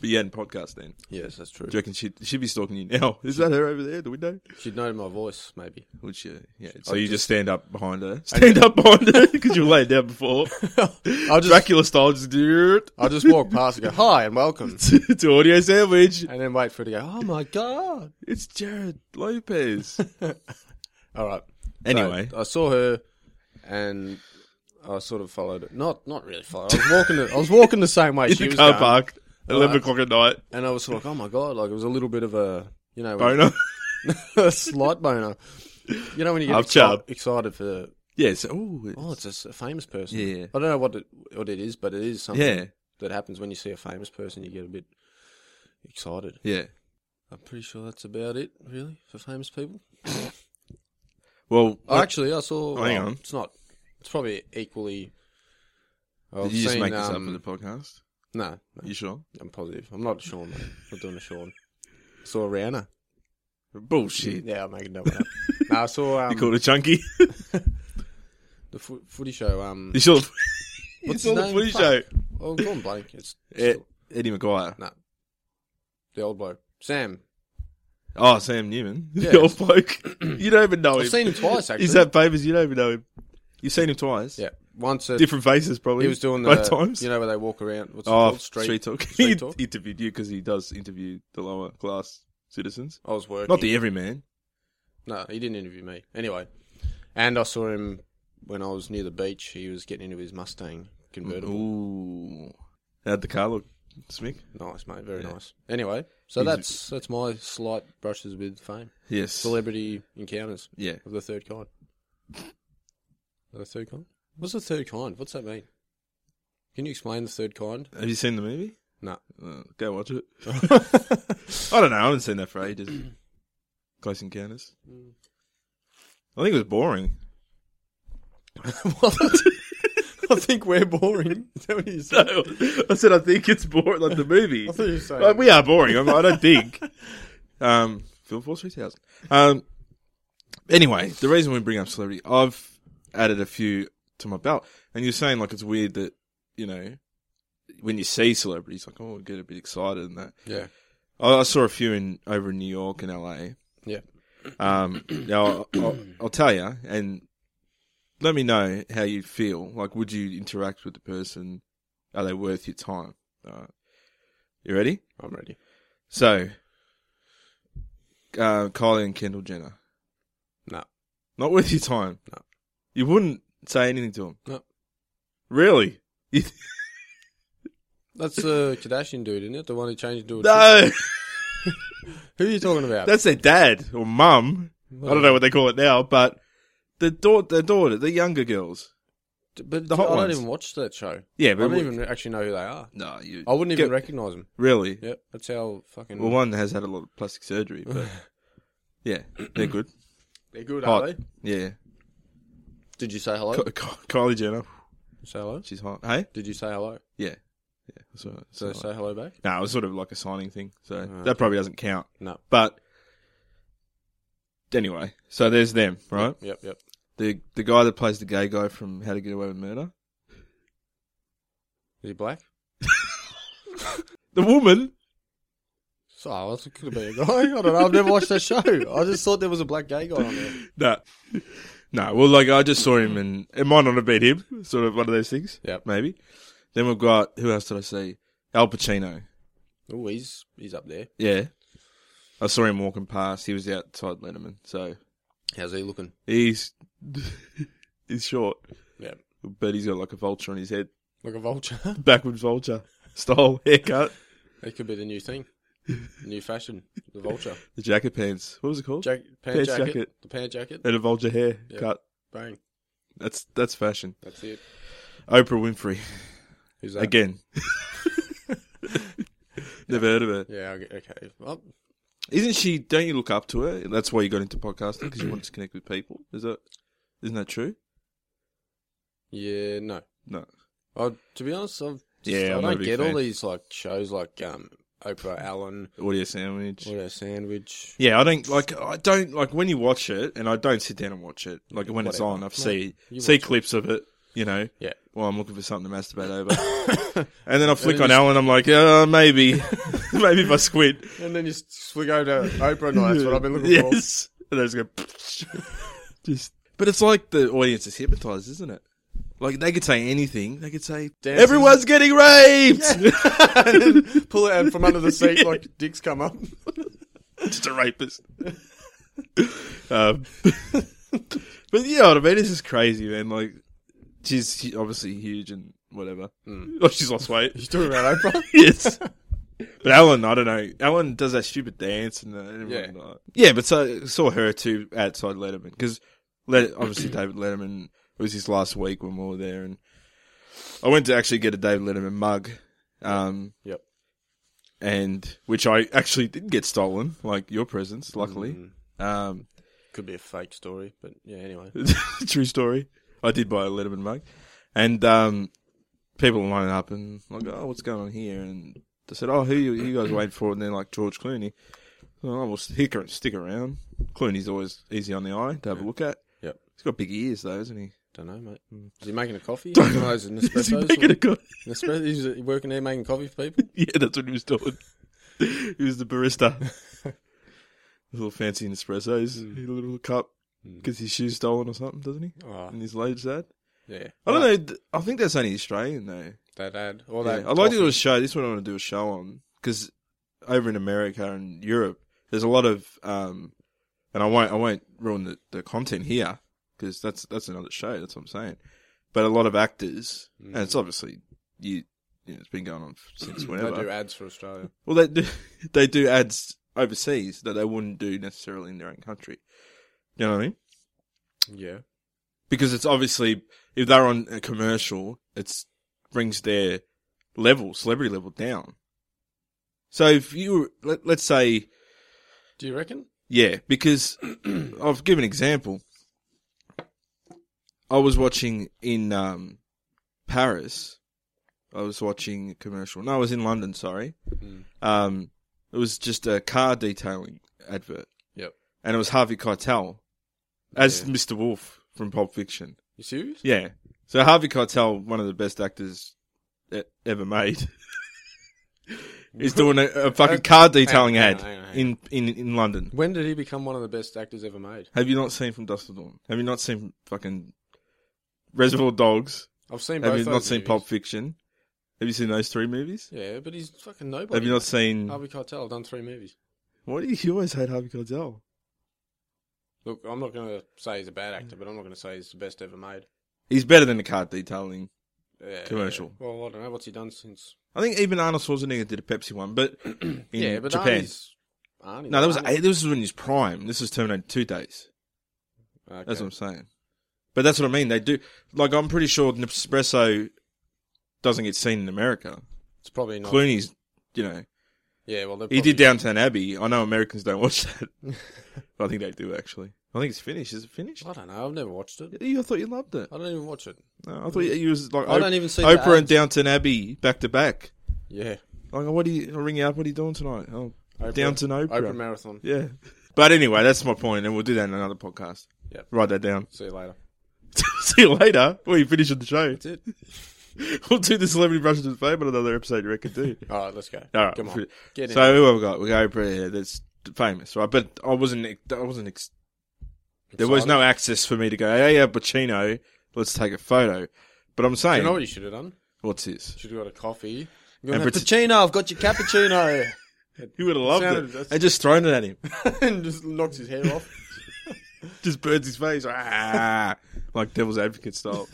[SPEAKER 2] you hadn't podcast then.
[SPEAKER 5] yes, that's true.
[SPEAKER 2] Do you reckon she'd, she'd be stalking you now? Is that her over there at the window?
[SPEAKER 5] She'd known my voice, maybe.
[SPEAKER 2] Would she? Yeah. So Oh, you just stand up behind her. Stand up behind her because you were laying down before.
[SPEAKER 5] I'll just,
[SPEAKER 2] Dracula style, just do
[SPEAKER 5] I'll just walk past and go, "Hi and welcome,"
[SPEAKER 2] it to audio sandwich.
[SPEAKER 5] and then wait for it to go. Oh my god!
[SPEAKER 2] It's Jared Lopez.
[SPEAKER 5] All right.
[SPEAKER 2] Anyway,
[SPEAKER 5] So I saw her, and I sort of followed. it. Not not really followed. I was walking. The, I was walking the same way
[SPEAKER 2] in
[SPEAKER 5] she
[SPEAKER 2] the
[SPEAKER 5] was
[SPEAKER 2] car
[SPEAKER 5] going,
[SPEAKER 2] park, eleven
[SPEAKER 5] Alright.
[SPEAKER 2] o'clock at night.
[SPEAKER 5] and I was sort of like, "Oh my god!" Like it was a little bit of a you know
[SPEAKER 2] Boner.
[SPEAKER 5] a slight boner. You know when you get
[SPEAKER 2] Up
[SPEAKER 5] exci-
[SPEAKER 2] chub.
[SPEAKER 5] excited for
[SPEAKER 2] Yes. Ooh,
[SPEAKER 5] oh, it's a s- a, famous person.
[SPEAKER 2] Yeah, yeah.
[SPEAKER 5] I don't know what it, what it is, but it is something
[SPEAKER 2] yeah,
[SPEAKER 5] that happens when you see a famous person. You get a bit excited.
[SPEAKER 2] yeah.
[SPEAKER 5] I'm pretty sure that's about it, really, for famous people.
[SPEAKER 2] Well,
[SPEAKER 5] Oh,
[SPEAKER 2] what-
[SPEAKER 5] actually, I saw.
[SPEAKER 2] Oh, hang
[SPEAKER 5] well,
[SPEAKER 2] on.
[SPEAKER 5] It's not. It's probably equally. I've
[SPEAKER 2] did you just
[SPEAKER 5] seen,
[SPEAKER 2] make this up
[SPEAKER 5] um,
[SPEAKER 2] for the podcast?
[SPEAKER 5] No, no,
[SPEAKER 2] You sure?
[SPEAKER 5] I'm positive. I'm not Sean. Mate. I'm not doing a Sean. I saw Rihanna.
[SPEAKER 2] Bullshit.
[SPEAKER 5] Yeah, I'm making that one up. no, I saw um,
[SPEAKER 2] You called it chunky.
[SPEAKER 5] the fo- footy show. Um,
[SPEAKER 2] you saw the, you
[SPEAKER 5] What's
[SPEAKER 2] saw
[SPEAKER 5] his
[SPEAKER 2] the
[SPEAKER 5] name?
[SPEAKER 2] footy
[SPEAKER 5] Fuck.
[SPEAKER 2] show.
[SPEAKER 5] oh, I'm going blank. It's
[SPEAKER 2] Eh, Eddie McGuire.
[SPEAKER 5] no, the old bloke, Sam.
[SPEAKER 2] Oh, Sam Newman.
[SPEAKER 5] Yeah.
[SPEAKER 2] The old bloke. Oh, you don't even know him.
[SPEAKER 5] I've seen him twice actually.
[SPEAKER 2] He's had papers. You don't even know him. You've seen him twice.
[SPEAKER 5] yeah, once a,
[SPEAKER 2] Different faces, probably.
[SPEAKER 5] he was doing the
[SPEAKER 2] both times.
[SPEAKER 5] you know where they walk around. What's it
[SPEAKER 2] oh,
[SPEAKER 5] called?
[SPEAKER 2] street,
[SPEAKER 5] Street.
[SPEAKER 2] talk.
[SPEAKER 5] Street
[SPEAKER 2] he
[SPEAKER 5] talk.
[SPEAKER 2] interviewed you because he does interview the lower class citizens,
[SPEAKER 5] I was working.
[SPEAKER 2] not the everyman.
[SPEAKER 5] No, he didn't interview me. Anyway, and I saw him when I was near the beach. He was getting into his Mustang convertible.
[SPEAKER 2] Ooh, how'd the car look, Smick?
[SPEAKER 5] Nice, mate. Very nice. Anyway, so
[SPEAKER 2] He's-
[SPEAKER 5] that's that's my slight brushes with fame,
[SPEAKER 2] Yes.
[SPEAKER 5] celebrity encounters
[SPEAKER 2] Yeah.
[SPEAKER 5] of the third kind. The third kind? What's the third kind? What's that mean? Can you explain the third kind?
[SPEAKER 2] Have you seen the movie?
[SPEAKER 5] No.
[SPEAKER 2] Uh, go watch it. I don't know. I haven't seen that for ages. Close Encounters. I think it was boring.
[SPEAKER 5] what? I think we're boring. Is that what you said?
[SPEAKER 2] No, I said I think it's boring, like the movie.
[SPEAKER 5] I thought you were saying-
[SPEAKER 2] Like, we are boring. I'm, I don't think. Um, Film Force 3000. Um, anyway, the reason we bring up celebrity, I've added a few to my belt, and you're saying like it's weird that you know when you see celebrities, like oh, I get a bit excited and that.
[SPEAKER 5] Yeah.
[SPEAKER 2] I, I saw a few in over in New York and LA.
[SPEAKER 5] Yeah.
[SPEAKER 2] Um, now I'll, I'll, I'll tell you, and let me know how you feel. Like, would you interact with the person? Are they worth your time? All right. You ready?
[SPEAKER 5] I'm ready.
[SPEAKER 2] So, uh, Kylie and Kendall Jenner,
[SPEAKER 5] No.
[SPEAKER 2] not worth your time.
[SPEAKER 5] No.
[SPEAKER 2] You wouldn't say anything to them.
[SPEAKER 5] No.
[SPEAKER 2] Really?
[SPEAKER 5] That's the Kardashian dude, isn't it? The one who changed into a
[SPEAKER 2] No,
[SPEAKER 5] Who are you talking about?
[SPEAKER 2] that's their dad or mum. I don't know what they call it now, but the daughter, the daughter, the younger girls.
[SPEAKER 5] But
[SPEAKER 2] hot
[SPEAKER 5] I
[SPEAKER 2] ones.
[SPEAKER 5] don't even watch that show.
[SPEAKER 2] Yeah,
[SPEAKER 5] I
[SPEAKER 2] but
[SPEAKER 5] don't
[SPEAKER 2] we-
[SPEAKER 5] even actually know who they are.
[SPEAKER 2] no, you.
[SPEAKER 5] I wouldn't even
[SPEAKER 2] Get-
[SPEAKER 5] recognize them.
[SPEAKER 2] really.
[SPEAKER 5] Yeah, that's how fucking.
[SPEAKER 2] Well, one has had a lot of plastic surgery, but yeah, they're good.
[SPEAKER 5] They're good,
[SPEAKER 2] Hot.
[SPEAKER 5] are they?
[SPEAKER 2] Yeah,
[SPEAKER 5] Did you say hello?
[SPEAKER 2] Ky- Ky- Kylie Jenner,
[SPEAKER 5] Say hello.
[SPEAKER 2] she's hot. Hey,
[SPEAKER 5] Did you say hello?
[SPEAKER 2] yeah, yeah. That's all right.
[SPEAKER 5] Did
[SPEAKER 2] So,
[SPEAKER 5] I say hello back?
[SPEAKER 2] no, it was sort of like a signing thing, so
[SPEAKER 5] Right.
[SPEAKER 2] that probably doesn't count.
[SPEAKER 5] No.
[SPEAKER 2] But anyway, so there's them, right?
[SPEAKER 5] Yep, yep.
[SPEAKER 2] The the guy that plays the gay guy from How to Get Away with Murder,
[SPEAKER 5] Is he black?
[SPEAKER 2] the woman.
[SPEAKER 5] So I was could have been a guy. I don't know. I've never watched that show. I just thought there was a black gay guy on there.
[SPEAKER 2] No, no. Well, like I just saw him, and it might not have been him. Sort of one of those things.
[SPEAKER 5] Yep.
[SPEAKER 2] maybe. Then we've got who else did I see? Al Pacino.
[SPEAKER 5] Oh, he's he's up there.
[SPEAKER 2] Yeah. I saw him walking past. He was outside Letterman, so
[SPEAKER 5] How's he looking?
[SPEAKER 2] he's he's short,
[SPEAKER 5] Yeah,
[SPEAKER 2] but he's got like a vulture on his head,
[SPEAKER 5] like a vulture.
[SPEAKER 2] backwards vulture style haircut,
[SPEAKER 5] that could be the new thing, new fashion. The vulture
[SPEAKER 2] the jacket pants. What was it called?
[SPEAKER 5] Jack, pant
[SPEAKER 2] Pants
[SPEAKER 5] jacket,
[SPEAKER 2] jacket.
[SPEAKER 5] the pant jacket.
[SPEAKER 2] and a vulture haircut.
[SPEAKER 5] Yeah. Bang,
[SPEAKER 2] That's that's fashion.
[SPEAKER 5] that's it.
[SPEAKER 2] Oprah Winfrey
[SPEAKER 5] Who's that?
[SPEAKER 2] again. Never heard of her.
[SPEAKER 5] Yeah. I get- Okay. Well,
[SPEAKER 2] Isn't she? Don't you look up to her? That's why you got into podcasting because you wanted to connect with people. Is that? Isn't that true?
[SPEAKER 5] yeah. No.
[SPEAKER 2] No.
[SPEAKER 5] I, Oh, to be honest, I've just,
[SPEAKER 2] Yeah,
[SPEAKER 5] I
[SPEAKER 2] I'm not a
[SPEAKER 5] don't
[SPEAKER 2] big
[SPEAKER 5] get
[SPEAKER 2] fan.
[SPEAKER 5] all these like shows like um, Oprah Allen,
[SPEAKER 2] Audio sandwich.
[SPEAKER 5] What a Sandwich.
[SPEAKER 2] Yeah, I don't like. I don't like when you watch it, and I don't sit down and watch it. Like when it's
[SPEAKER 5] Whatever.
[SPEAKER 2] on, I
[SPEAKER 5] Mate,
[SPEAKER 2] see
[SPEAKER 5] you
[SPEAKER 2] see
[SPEAKER 5] watch it.
[SPEAKER 2] clips of it. You know.
[SPEAKER 5] Yeah.
[SPEAKER 2] Well, I'm looking for something to masturbate over, and then I flick
[SPEAKER 5] then
[SPEAKER 2] on
[SPEAKER 5] you-
[SPEAKER 2] Alan. I'm like, uh, maybe, maybe if I squint.
[SPEAKER 5] And then you swig over to Oprah, and that's what I've been looking for.
[SPEAKER 2] yes. And they just go, just. But it's like the audience is hypnotized, isn't it? Like they could say anything. They could say,
[SPEAKER 5] Dancing.
[SPEAKER 2] "Everyone's getting raped."
[SPEAKER 5] Pull it out from under the seat like dicks come up.
[SPEAKER 2] just a rapist. um, but you know what I mean? This is crazy, man. Like, she's hu- obviously huge and whatever. Oh, she's lost weight.
[SPEAKER 5] You talking about Oprah?
[SPEAKER 2] yes. But Alan, I don't know. Alan does that stupid dance and uh, everyone,
[SPEAKER 5] Yeah.
[SPEAKER 2] uh, yeah. But so saw her too outside Letterman because Let, obviously David Letterman it was his last week when we were there, and I went to actually get a David Letterman mug. Um,
[SPEAKER 5] Yep.
[SPEAKER 2] and which I actually did get stolen, like your presents, luckily.
[SPEAKER 5] Mm.
[SPEAKER 2] Um,
[SPEAKER 5] Could be a fake story, but yeah, anyway.
[SPEAKER 2] true story. I did buy a Letterman mug, and um, people line up and like, oh, what's going on here? And they said, oh, who you, you guys waiting for? And they're like George Clooney. Oh, well, stick, ar- stick around. Clooney's always easy on the eye to have a look at.
[SPEAKER 5] Yep.
[SPEAKER 2] He's got big ears though, isn't he?
[SPEAKER 5] Don't know, mate. Is he making a coffee? One of those
[SPEAKER 2] Hmm. Is he
[SPEAKER 5] Nespressos?
[SPEAKER 2] making a good?
[SPEAKER 5] Nespresso? He's uh, working there making coffee for people?
[SPEAKER 2] Yeah, that's what he was doing. he was the barista. little fancy Nespresso's, a little cup, gets his shoes stolen or something, doesn't he?
[SPEAKER 5] Mm. Oh,
[SPEAKER 2] And his loads that.
[SPEAKER 5] yeah.
[SPEAKER 2] I don't know. th- I think that's only Australian though.
[SPEAKER 5] That ad. Or
[SPEAKER 2] Yeah,
[SPEAKER 5] that
[SPEAKER 2] I'd like to do a
[SPEAKER 5] coffee.
[SPEAKER 2] show. This one I want to do a show on because over in America and Europe, there's a lot of, um, and I won't I won't ruin the, the content here because that's that's another show. That's what I'm saying. But a lot of actors, and it's obviously you. you know, it's been going on since whenever.
[SPEAKER 5] They Mm. do ads for Australia.
[SPEAKER 2] Well, they do, they do ads overseas that they wouldn't do necessarily in their own country. You know what I mean?
[SPEAKER 5] Yeah.
[SPEAKER 2] Because it's obviously if they're on a commercial, it brings their level, celebrity level, down. So if you let, let's say
[SPEAKER 5] Do you reckon?
[SPEAKER 2] yeah, because I've given an example. I was watching in um, Paris. I was watching a commercial. No, I was in London. Sorry,
[SPEAKER 5] Mm.
[SPEAKER 2] um, it was just a car detailing advert,
[SPEAKER 5] Yep.
[SPEAKER 2] and it was Harvey Keitel as
[SPEAKER 5] Yeah.
[SPEAKER 2] Mr. Wolf from Pulp Fiction.
[SPEAKER 5] You serious?
[SPEAKER 2] Yeah, so Harvey Keitel, one of the best actors e- ever made, is doing a, a fucking car detailing
[SPEAKER 5] hang on,
[SPEAKER 2] ad
[SPEAKER 5] hang on, hang on.
[SPEAKER 2] in in in London.
[SPEAKER 5] When did he become one of the best actors ever made?
[SPEAKER 2] Have you not seen From Dusk Till Dawn? Have you not seen fucking Reservoir Dogs?
[SPEAKER 5] I've seen both
[SPEAKER 2] Have you not
[SPEAKER 5] those
[SPEAKER 2] seen
[SPEAKER 5] movies.
[SPEAKER 2] Pulp Fiction? Have you seen those three movies?
[SPEAKER 5] Yeah, but he's fucking nobody.
[SPEAKER 2] Have you not seen?
[SPEAKER 5] Harvey Keitel done three movies.
[SPEAKER 2] Why do you, you always hate Harvey Keitel?
[SPEAKER 5] Look, I'm not going to say he's a bad
[SPEAKER 2] Mm.
[SPEAKER 5] actor, but I'm not going to say he's the best ever made.
[SPEAKER 2] He's better than the car detailing.
[SPEAKER 5] Yeah,
[SPEAKER 2] Commercial.
[SPEAKER 5] yeah. Well, I don't know what's he done since.
[SPEAKER 2] I think even Arnold Schwarzenegger did a Pepsi one, but in
[SPEAKER 5] yeah, but
[SPEAKER 2] Japan.
[SPEAKER 5] Arnie's, Arnie,
[SPEAKER 2] No, that was
[SPEAKER 5] Arnie-
[SPEAKER 2] this was when his prime. This was Terminator Two days.
[SPEAKER 5] Okay.
[SPEAKER 2] That's what I'm saying. But that's what I mean. They do like I'm pretty sure Nespresso doesn't get seen in America.
[SPEAKER 5] It's probably not.
[SPEAKER 2] Clooney's, you know,
[SPEAKER 5] Yeah, well, they're
[SPEAKER 2] He
[SPEAKER 5] probably-
[SPEAKER 2] did Downtown Abbey. I know Americans don't watch that. but I think they do actually. I think it's finished. Is it finished?
[SPEAKER 5] I don't know. I've never watched it.
[SPEAKER 2] You, I thought you loved it.
[SPEAKER 5] I don't even watch it.
[SPEAKER 2] No, I thought you was like
[SPEAKER 5] I don't
[SPEAKER 2] Op-
[SPEAKER 5] even see the
[SPEAKER 2] Oprah and
[SPEAKER 5] ads.
[SPEAKER 2] Downtown Abbey back to back.
[SPEAKER 5] Yeah,
[SPEAKER 2] Like, what do you? I'll ring you up. What are you doing tonight? Oh,
[SPEAKER 5] Oprah.
[SPEAKER 2] Downton Oprah.
[SPEAKER 5] Oprah marathon.
[SPEAKER 2] yeah. But anyway, that's my point, and we'll do that in another podcast.
[SPEAKER 5] Yep.
[SPEAKER 2] Write that down.
[SPEAKER 5] See you later.
[SPEAKER 2] See you later. We finish with the show.
[SPEAKER 5] That's it.
[SPEAKER 2] We'll do the celebrity brushes with fame on another episode. You reckon, too?
[SPEAKER 5] All right, let's go.
[SPEAKER 2] All right,
[SPEAKER 5] come on, get in.
[SPEAKER 2] So who have we got? We got Oprah here. That's famous, right? But I wasn't. ex- I wasn't. Ex- there was no access for me to go. Hey, yeah, Pacino. Let's take a photo. But I'm
[SPEAKER 5] Do
[SPEAKER 2] saying,
[SPEAKER 5] you know what you should have done?
[SPEAKER 2] what's this?
[SPEAKER 5] Should have got a coffee.
[SPEAKER 2] And
[SPEAKER 5] Got a
[SPEAKER 2] pret-
[SPEAKER 5] cappuccino. I've got your cappuccino.
[SPEAKER 2] He would have loved
[SPEAKER 5] Sounded-
[SPEAKER 2] it. And just thrown it at him.
[SPEAKER 5] and just knocks his hair off.
[SPEAKER 2] just burns his face. Ah, like devil's advocate style.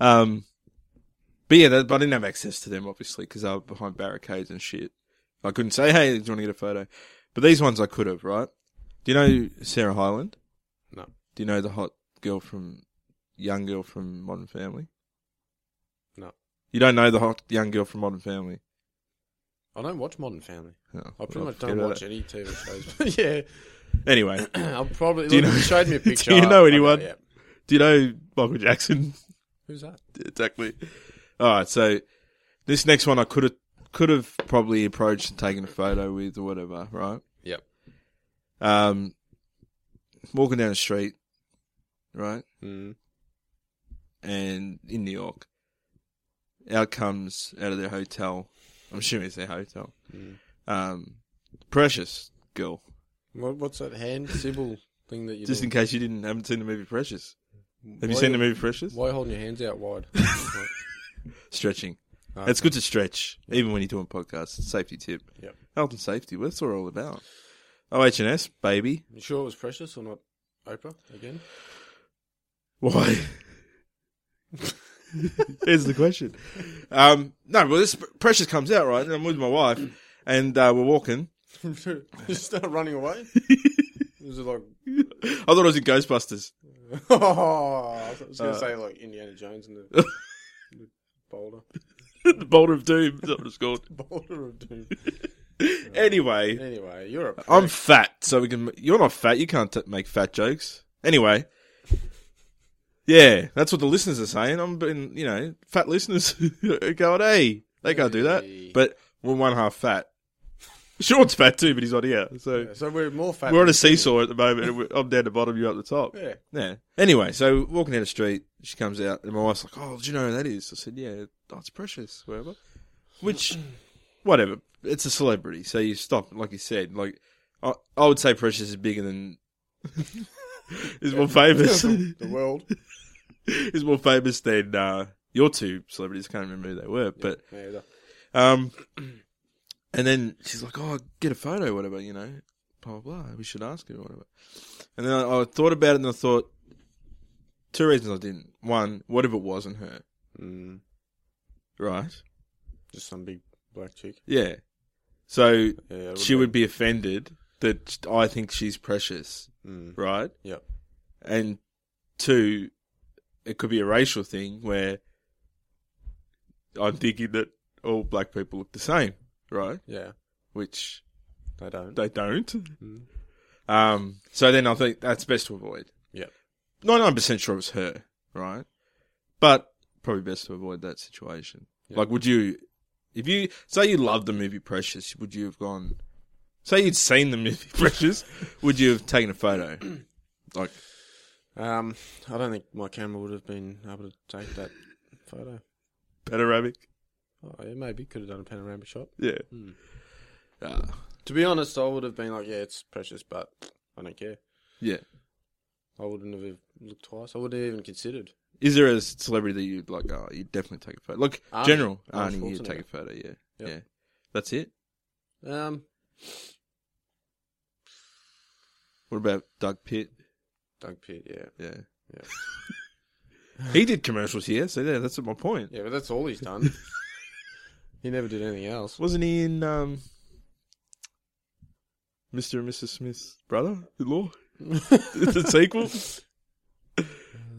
[SPEAKER 2] um, but yeah, that, but I didn't have access to them obviously because they were behind barricades and shit. I couldn't say, "Hey, do you want to get a photo?" But these ones I could have, right? Do you know Sarah Hyland?
[SPEAKER 5] No.
[SPEAKER 2] Do you know the hot girl from young girl from Modern Family?
[SPEAKER 5] No.
[SPEAKER 2] You don't know the hot young girl from Modern Family.
[SPEAKER 5] I don't watch Modern Family.
[SPEAKER 2] No,
[SPEAKER 5] I pretty
[SPEAKER 2] well,
[SPEAKER 5] much
[SPEAKER 2] forget
[SPEAKER 5] don't
[SPEAKER 2] about
[SPEAKER 5] watch
[SPEAKER 2] that.
[SPEAKER 5] any TV shows. But yeah,
[SPEAKER 2] Anyway,
[SPEAKER 5] I'll probably.
[SPEAKER 2] Do you
[SPEAKER 5] look,
[SPEAKER 2] know-
[SPEAKER 5] you showed me a
[SPEAKER 2] Do
[SPEAKER 5] picture.
[SPEAKER 2] you know
[SPEAKER 5] I- I don't
[SPEAKER 2] anyone?
[SPEAKER 5] yeah.
[SPEAKER 2] do you know Michael Jackson?
[SPEAKER 5] Who's that?
[SPEAKER 2] exactly. All right, so this next one I could have could have probably approached and taken a photo with or whatever, right?
[SPEAKER 5] Yep.
[SPEAKER 2] Um, walking down the street, right,
[SPEAKER 5] Mm.
[SPEAKER 2] and in New York, out comes out of their hotel. I'm assuming it's their hotel.
[SPEAKER 5] Mm.
[SPEAKER 2] Um, precious girl.
[SPEAKER 5] What, what's that hand symbol thing that you
[SPEAKER 2] Just
[SPEAKER 5] do?
[SPEAKER 2] in case you didn't haven't seen the movie Precious. Have you
[SPEAKER 5] Why-
[SPEAKER 2] seen the movie Precious?
[SPEAKER 5] Why are you holding your hands out wide?
[SPEAKER 2] Stretching.
[SPEAKER 5] Oh,
[SPEAKER 2] It's good to stretch, even when you're doing podcasts. Safety tip.
[SPEAKER 5] Yep.
[SPEAKER 2] Health and safety. That's what we're all about. Oh, OH&S, baby.
[SPEAKER 5] You sure it was precious or not? Oprah again?
[SPEAKER 2] Why? Here's the question. Um, no, well, this precious comes out, right? And I'm with my wife, and uh, we're walking.
[SPEAKER 5] Just start running away. was it like?
[SPEAKER 2] I thought it was in Ghostbusters.
[SPEAKER 5] Oh, I was gonna
[SPEAKER 2] Uh,
[SPEAKER 5] say like Indiana Jones and the, the boulder,
[SPEAKER 2] the Boulder of Doom. That's what it's called.
[SPEAKER 5] boulder of doom.
[SPEAKER 2] Anyway,
[SPEAKER 5] Anyway, you're a prick.
[SPEAKER 2] I'm fat, so we can. You're not fat. You can't t- make fat jokes. Anyway, yeah, that's what the listeners are saying. I'm been, you know, fat listeners are going, hey, they can't do that.
[SPEAKER 5] Hey.
[SPEAKER 2] But we're one half fat. Sean's fat too, but he's not here. So
[SPEAKER 5] so we're more fat.
[SPEAKER 2] we're on a
[SPEAKER 5] than-
[SPEAKER 2] seesaw at the moment. and we're- I'm down the bottom, you're up the top.
[SPEAKER 5] Yeah.
[SPEAKER 2] Yeah. Anyway, so walking down the street, she comes out, and my wife's like, "Oh, do you know who that is?" I said, "Yeah, oh, it's Precious, whatever." Which, whatever, it's a celebrity, so you stop, like you said. Like, I, I would say Precious is bigger than is more famous
[SPEAKER 5] the world.
[SPEAKER 2] is more famous than uh, your two celebrities. Can't remember who they were, but
[SPEAKER 5] Yeah, the-
[SPEAKER 2] um, and then she's like, "Oh, get a photo, whatever, you know, blah blah blah. We should ask her, or whatever." And then I, I thought about it, and I thought two reasons I didn't. One, what if it wasn't her,
[SPEAKER 5] Mm,
[SPEAKER 2] right?
[SPEAKER 5] just some big black chick.
[SPEAKER 2] Yeah. So
[SPEAKER 5] Yeah,
[SPEAKER 2] she would be offended that I think she's precious,
[SPEAKER 5] Mm,
[SPEAKER 2] right?
[SPEAKER 5] Yep.
[SPEAKER 2] And two, it could be a racial thing where I'm thinking that all black people look the same, right?
[SPEAKER 5] yeah,
[SPEAKER 2] Which
[SPEAKER 5] they don't.
[SPEAKER 2] they don't.
[SPEAKER 5] Mm.
[SPEAKER 2] Um, so then I think that's best to avoid.
[SPEAKER 5] Yeah.
[SPEAKER 2] 99% sure it was her, right? But probably best to avoid that situation.
[SPEAKER 5] Yeah.
[SPEAKER 2] Like, would you, if you, say you loved the movie Precious, would you have gone, say you'd seen the movie Precious, would you have taken a photo? Like,
[SPEAKER 5] Um, I don't think my camera would have been able to take that photo.
[SPEAKER 2] panoramic?
[SPEAKER 5] Oh, yeah, maybe could have done a panoramic shot.
[SPEAKER 2] Yeah.
[SPEAKER 5] Mm.
[SPEAKER 2] Ah,
[SPEAKER 5] To be honest, I would have been like, yeah, it's precious, but I don't care.
[SPEAKER 2] yeah.
[SPEAKER 5] I wouldn't have even looked twice. I wouldn't have even considered.
[SPEAKER 2] Is there a celebrity that you'd like, oh, you'd definitely take a photo? Like,
[SPEAKER 5] Arnie.
[SPEAKER 2] General
[SPEAKER 5] Arnold
[SPEAKER 2] Arnie, you'd take a
[SPEAKER 5] Schwarzenegger.
[SPEAKER 2] photo, yeah.
[SPEAKER 5] Yep.
[SPEAKER 2] Yeah. That's it?
[SPEAKER 5] Um,
[SPEAKER 2] What about Doug Pitt?
[SPEAKER 5] Doug Pitt, yeah,
[SPEAKER 2] Yeah.
[SPEAKER 5] yeah,
[SPEAKER 2] He did commercials here, so yeah, that's my point.
[SPEAKER 5] yeah. But that's all he's done. he never did anything else.
[SPEAKER 2] Wasn't he in um, Mr. and Mrs. Smith's brother in law? the sequel?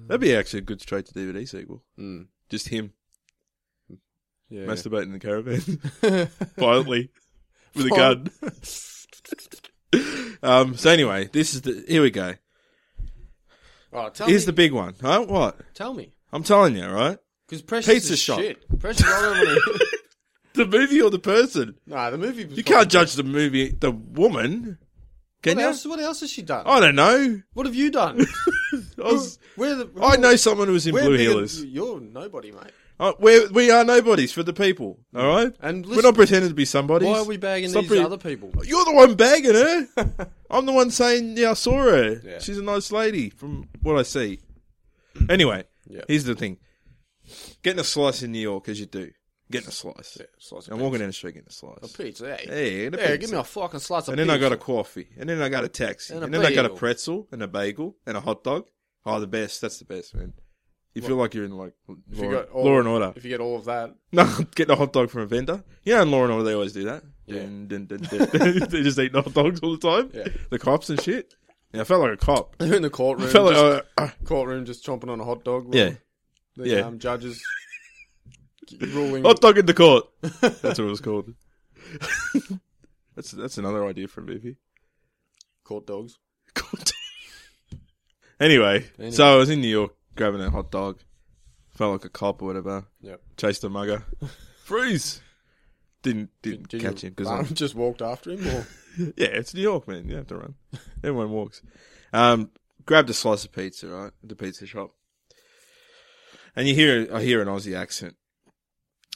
[SPEAKER 2] That'd be actually a good straight to DVD sequel.
[SPEAKER 5] Mm,
[SPEAKER 2] Just him
[SPEAKER 5] yeah.
[SPEAKER 2] masturbating in the caravan violently with a
[SPEAKER 5] Violent.
[SPEAKER 2] gun. um, so anyway, this is the here we go.
[SPEAKER 5] oh, tell
[SPEAKER 2] Here's
[SPEAKER 5] me,
[SPEAKER 2] the big one. Huh? What?
[SPEAKER 5] tell me,
[SPEAKER 2] I'm telling you, right?
[SPEAKER 5] because precious
[SPEAKER 2] Pizza
[SPEAKER 5] is
[SPEAKER 2] shop.
[SPEAKER 5] shit. Precious, I don't want to.
[SPEAKER 2] The movie or the person?
[SPEAKER 5] nah, the movie. Was
[SPEAKER 2] You can't judge the movie, the woman, can
[SPEAKER 5] What
[SPEAKER 2] you?
[SPEAKER 5] else? What else has she done?
[SPEAKER 2] I don't know.
[SPEAKER 5] What have you done?
[SPEAKER 2] I was-
[SPEAKER 5] Where the?
[SPEAKER 2] I know someone who was in
[SPEAKER 5] we're
[SPEAKER 2] Oh, Blue
[SPEAKER 5] bigger-
[SPEAKER 2] Heelers.
[SPEAKER 5] You're nobody, mate.
[SPEAKER 2] Uh, we're, we are nobodies for the people, all right?
[SPEAKER 5] And
[SPEAKER 2] we're
[SPEAKER 5] listen-
[SPEAKER 2] not pretending to be somebody.
[SPEAKER 5] Why are we bagging these other people?
[SPEAKER 2] Oh, You're the one bagging her. I'm the one saying, yeah, I saw her.
[SPEAKER 5] Yeah.
[SPEAKER 2] She's a nice lady from what I see. Anyway,
[SPEAKER 5] Yeah.
[SPEAKER 2] here's the thing. Getting a slice in New York, as you do, Getting a slice.
[SPEAKER 5] Yeah, slice of
[SPEAKER 2] I'm walking down the street getting a slice.
[SPEAKER 5] A pizza, hey.
[SPEAKER 2] Hey, and a
[SPEAKER 5] yeah,
[SPEAKER 2] pizza.
[SPEAKER 5] give me a fucking slice of
[SPEAKER 2] and then
[SPEAKER 5] pizza.
[SPEAKER 2] I got a coffee. And then I got a taxi.
[SPEAKER 5] And
[SPEAKER 2] And,
[SPEAKER 5] a
[SPEAKER 2] then I got a
[SPEAKER 5] bagel.
[SPEAKER 2] pretzel and a bagel and a hot dog. Oh, the best. That's the best, man. You feel like you're in like Law,
[SPEAKER 5] If you got all-
[SPEAKER 2] Law and Order.
[SPEAKER 5] If you get all of that,
[SPEAKER 2] No, getting a hot dog from a vendor. You know, in Law and Order, they always do that.
[SPEAKER 5] Yeah.
[SPEAKER 2] Dun, dun, dun, dun. they just eat hot dogs all the time.
[SPEAKER 5] Yeah.
[SPEAKER 2] The cops and shit. Yeah, I felt like a cop.
[SPEAKER 5] they're in the courtroom.
[SPEAKER 2] I felt like,
[SPEAKER 5] just-
[SPEAKER 2] uh, uh,
[SPEAKER 5] courtroom just chomping on a hot dog.
[SPEAKER 2] yeah,
[SPEAKER 5] The,
[SPEAKER 2] yeah.
[SPEAKER 5] Um, judges ruling.
[SPEAKER 2] hot dog in the court. That's what it was called. that's that's another idea for a movie.
[SPEAKER 5] Court dogs.
[SPEAKER 2] anyway,
[SPEAKER 5] Anyway.
[SPEAKER 2] so I was in New York grabbing a hot dog. Felt like a cop or whatever.
[SPEAKER 5] Yep.
[SPEAKER 2] Chased a mugger. Freeze. Didn't didn't
[SPEAKER 5] Did
[SPEAKER 2] catch
[SPEAKER 5] you
[SPEAKER 2] him 'cause
[SPEAKER 5] barn-
[SPEAKER 2] I'm
[SPEAKER 5] just walked after him. Or
[SPEAKER 2] Yeah, it's New York, man. You have to run. Everyone walks. Um, grabbed a slice of pizza, right, at the pizza shop, and you hear I hear an Aussie accent.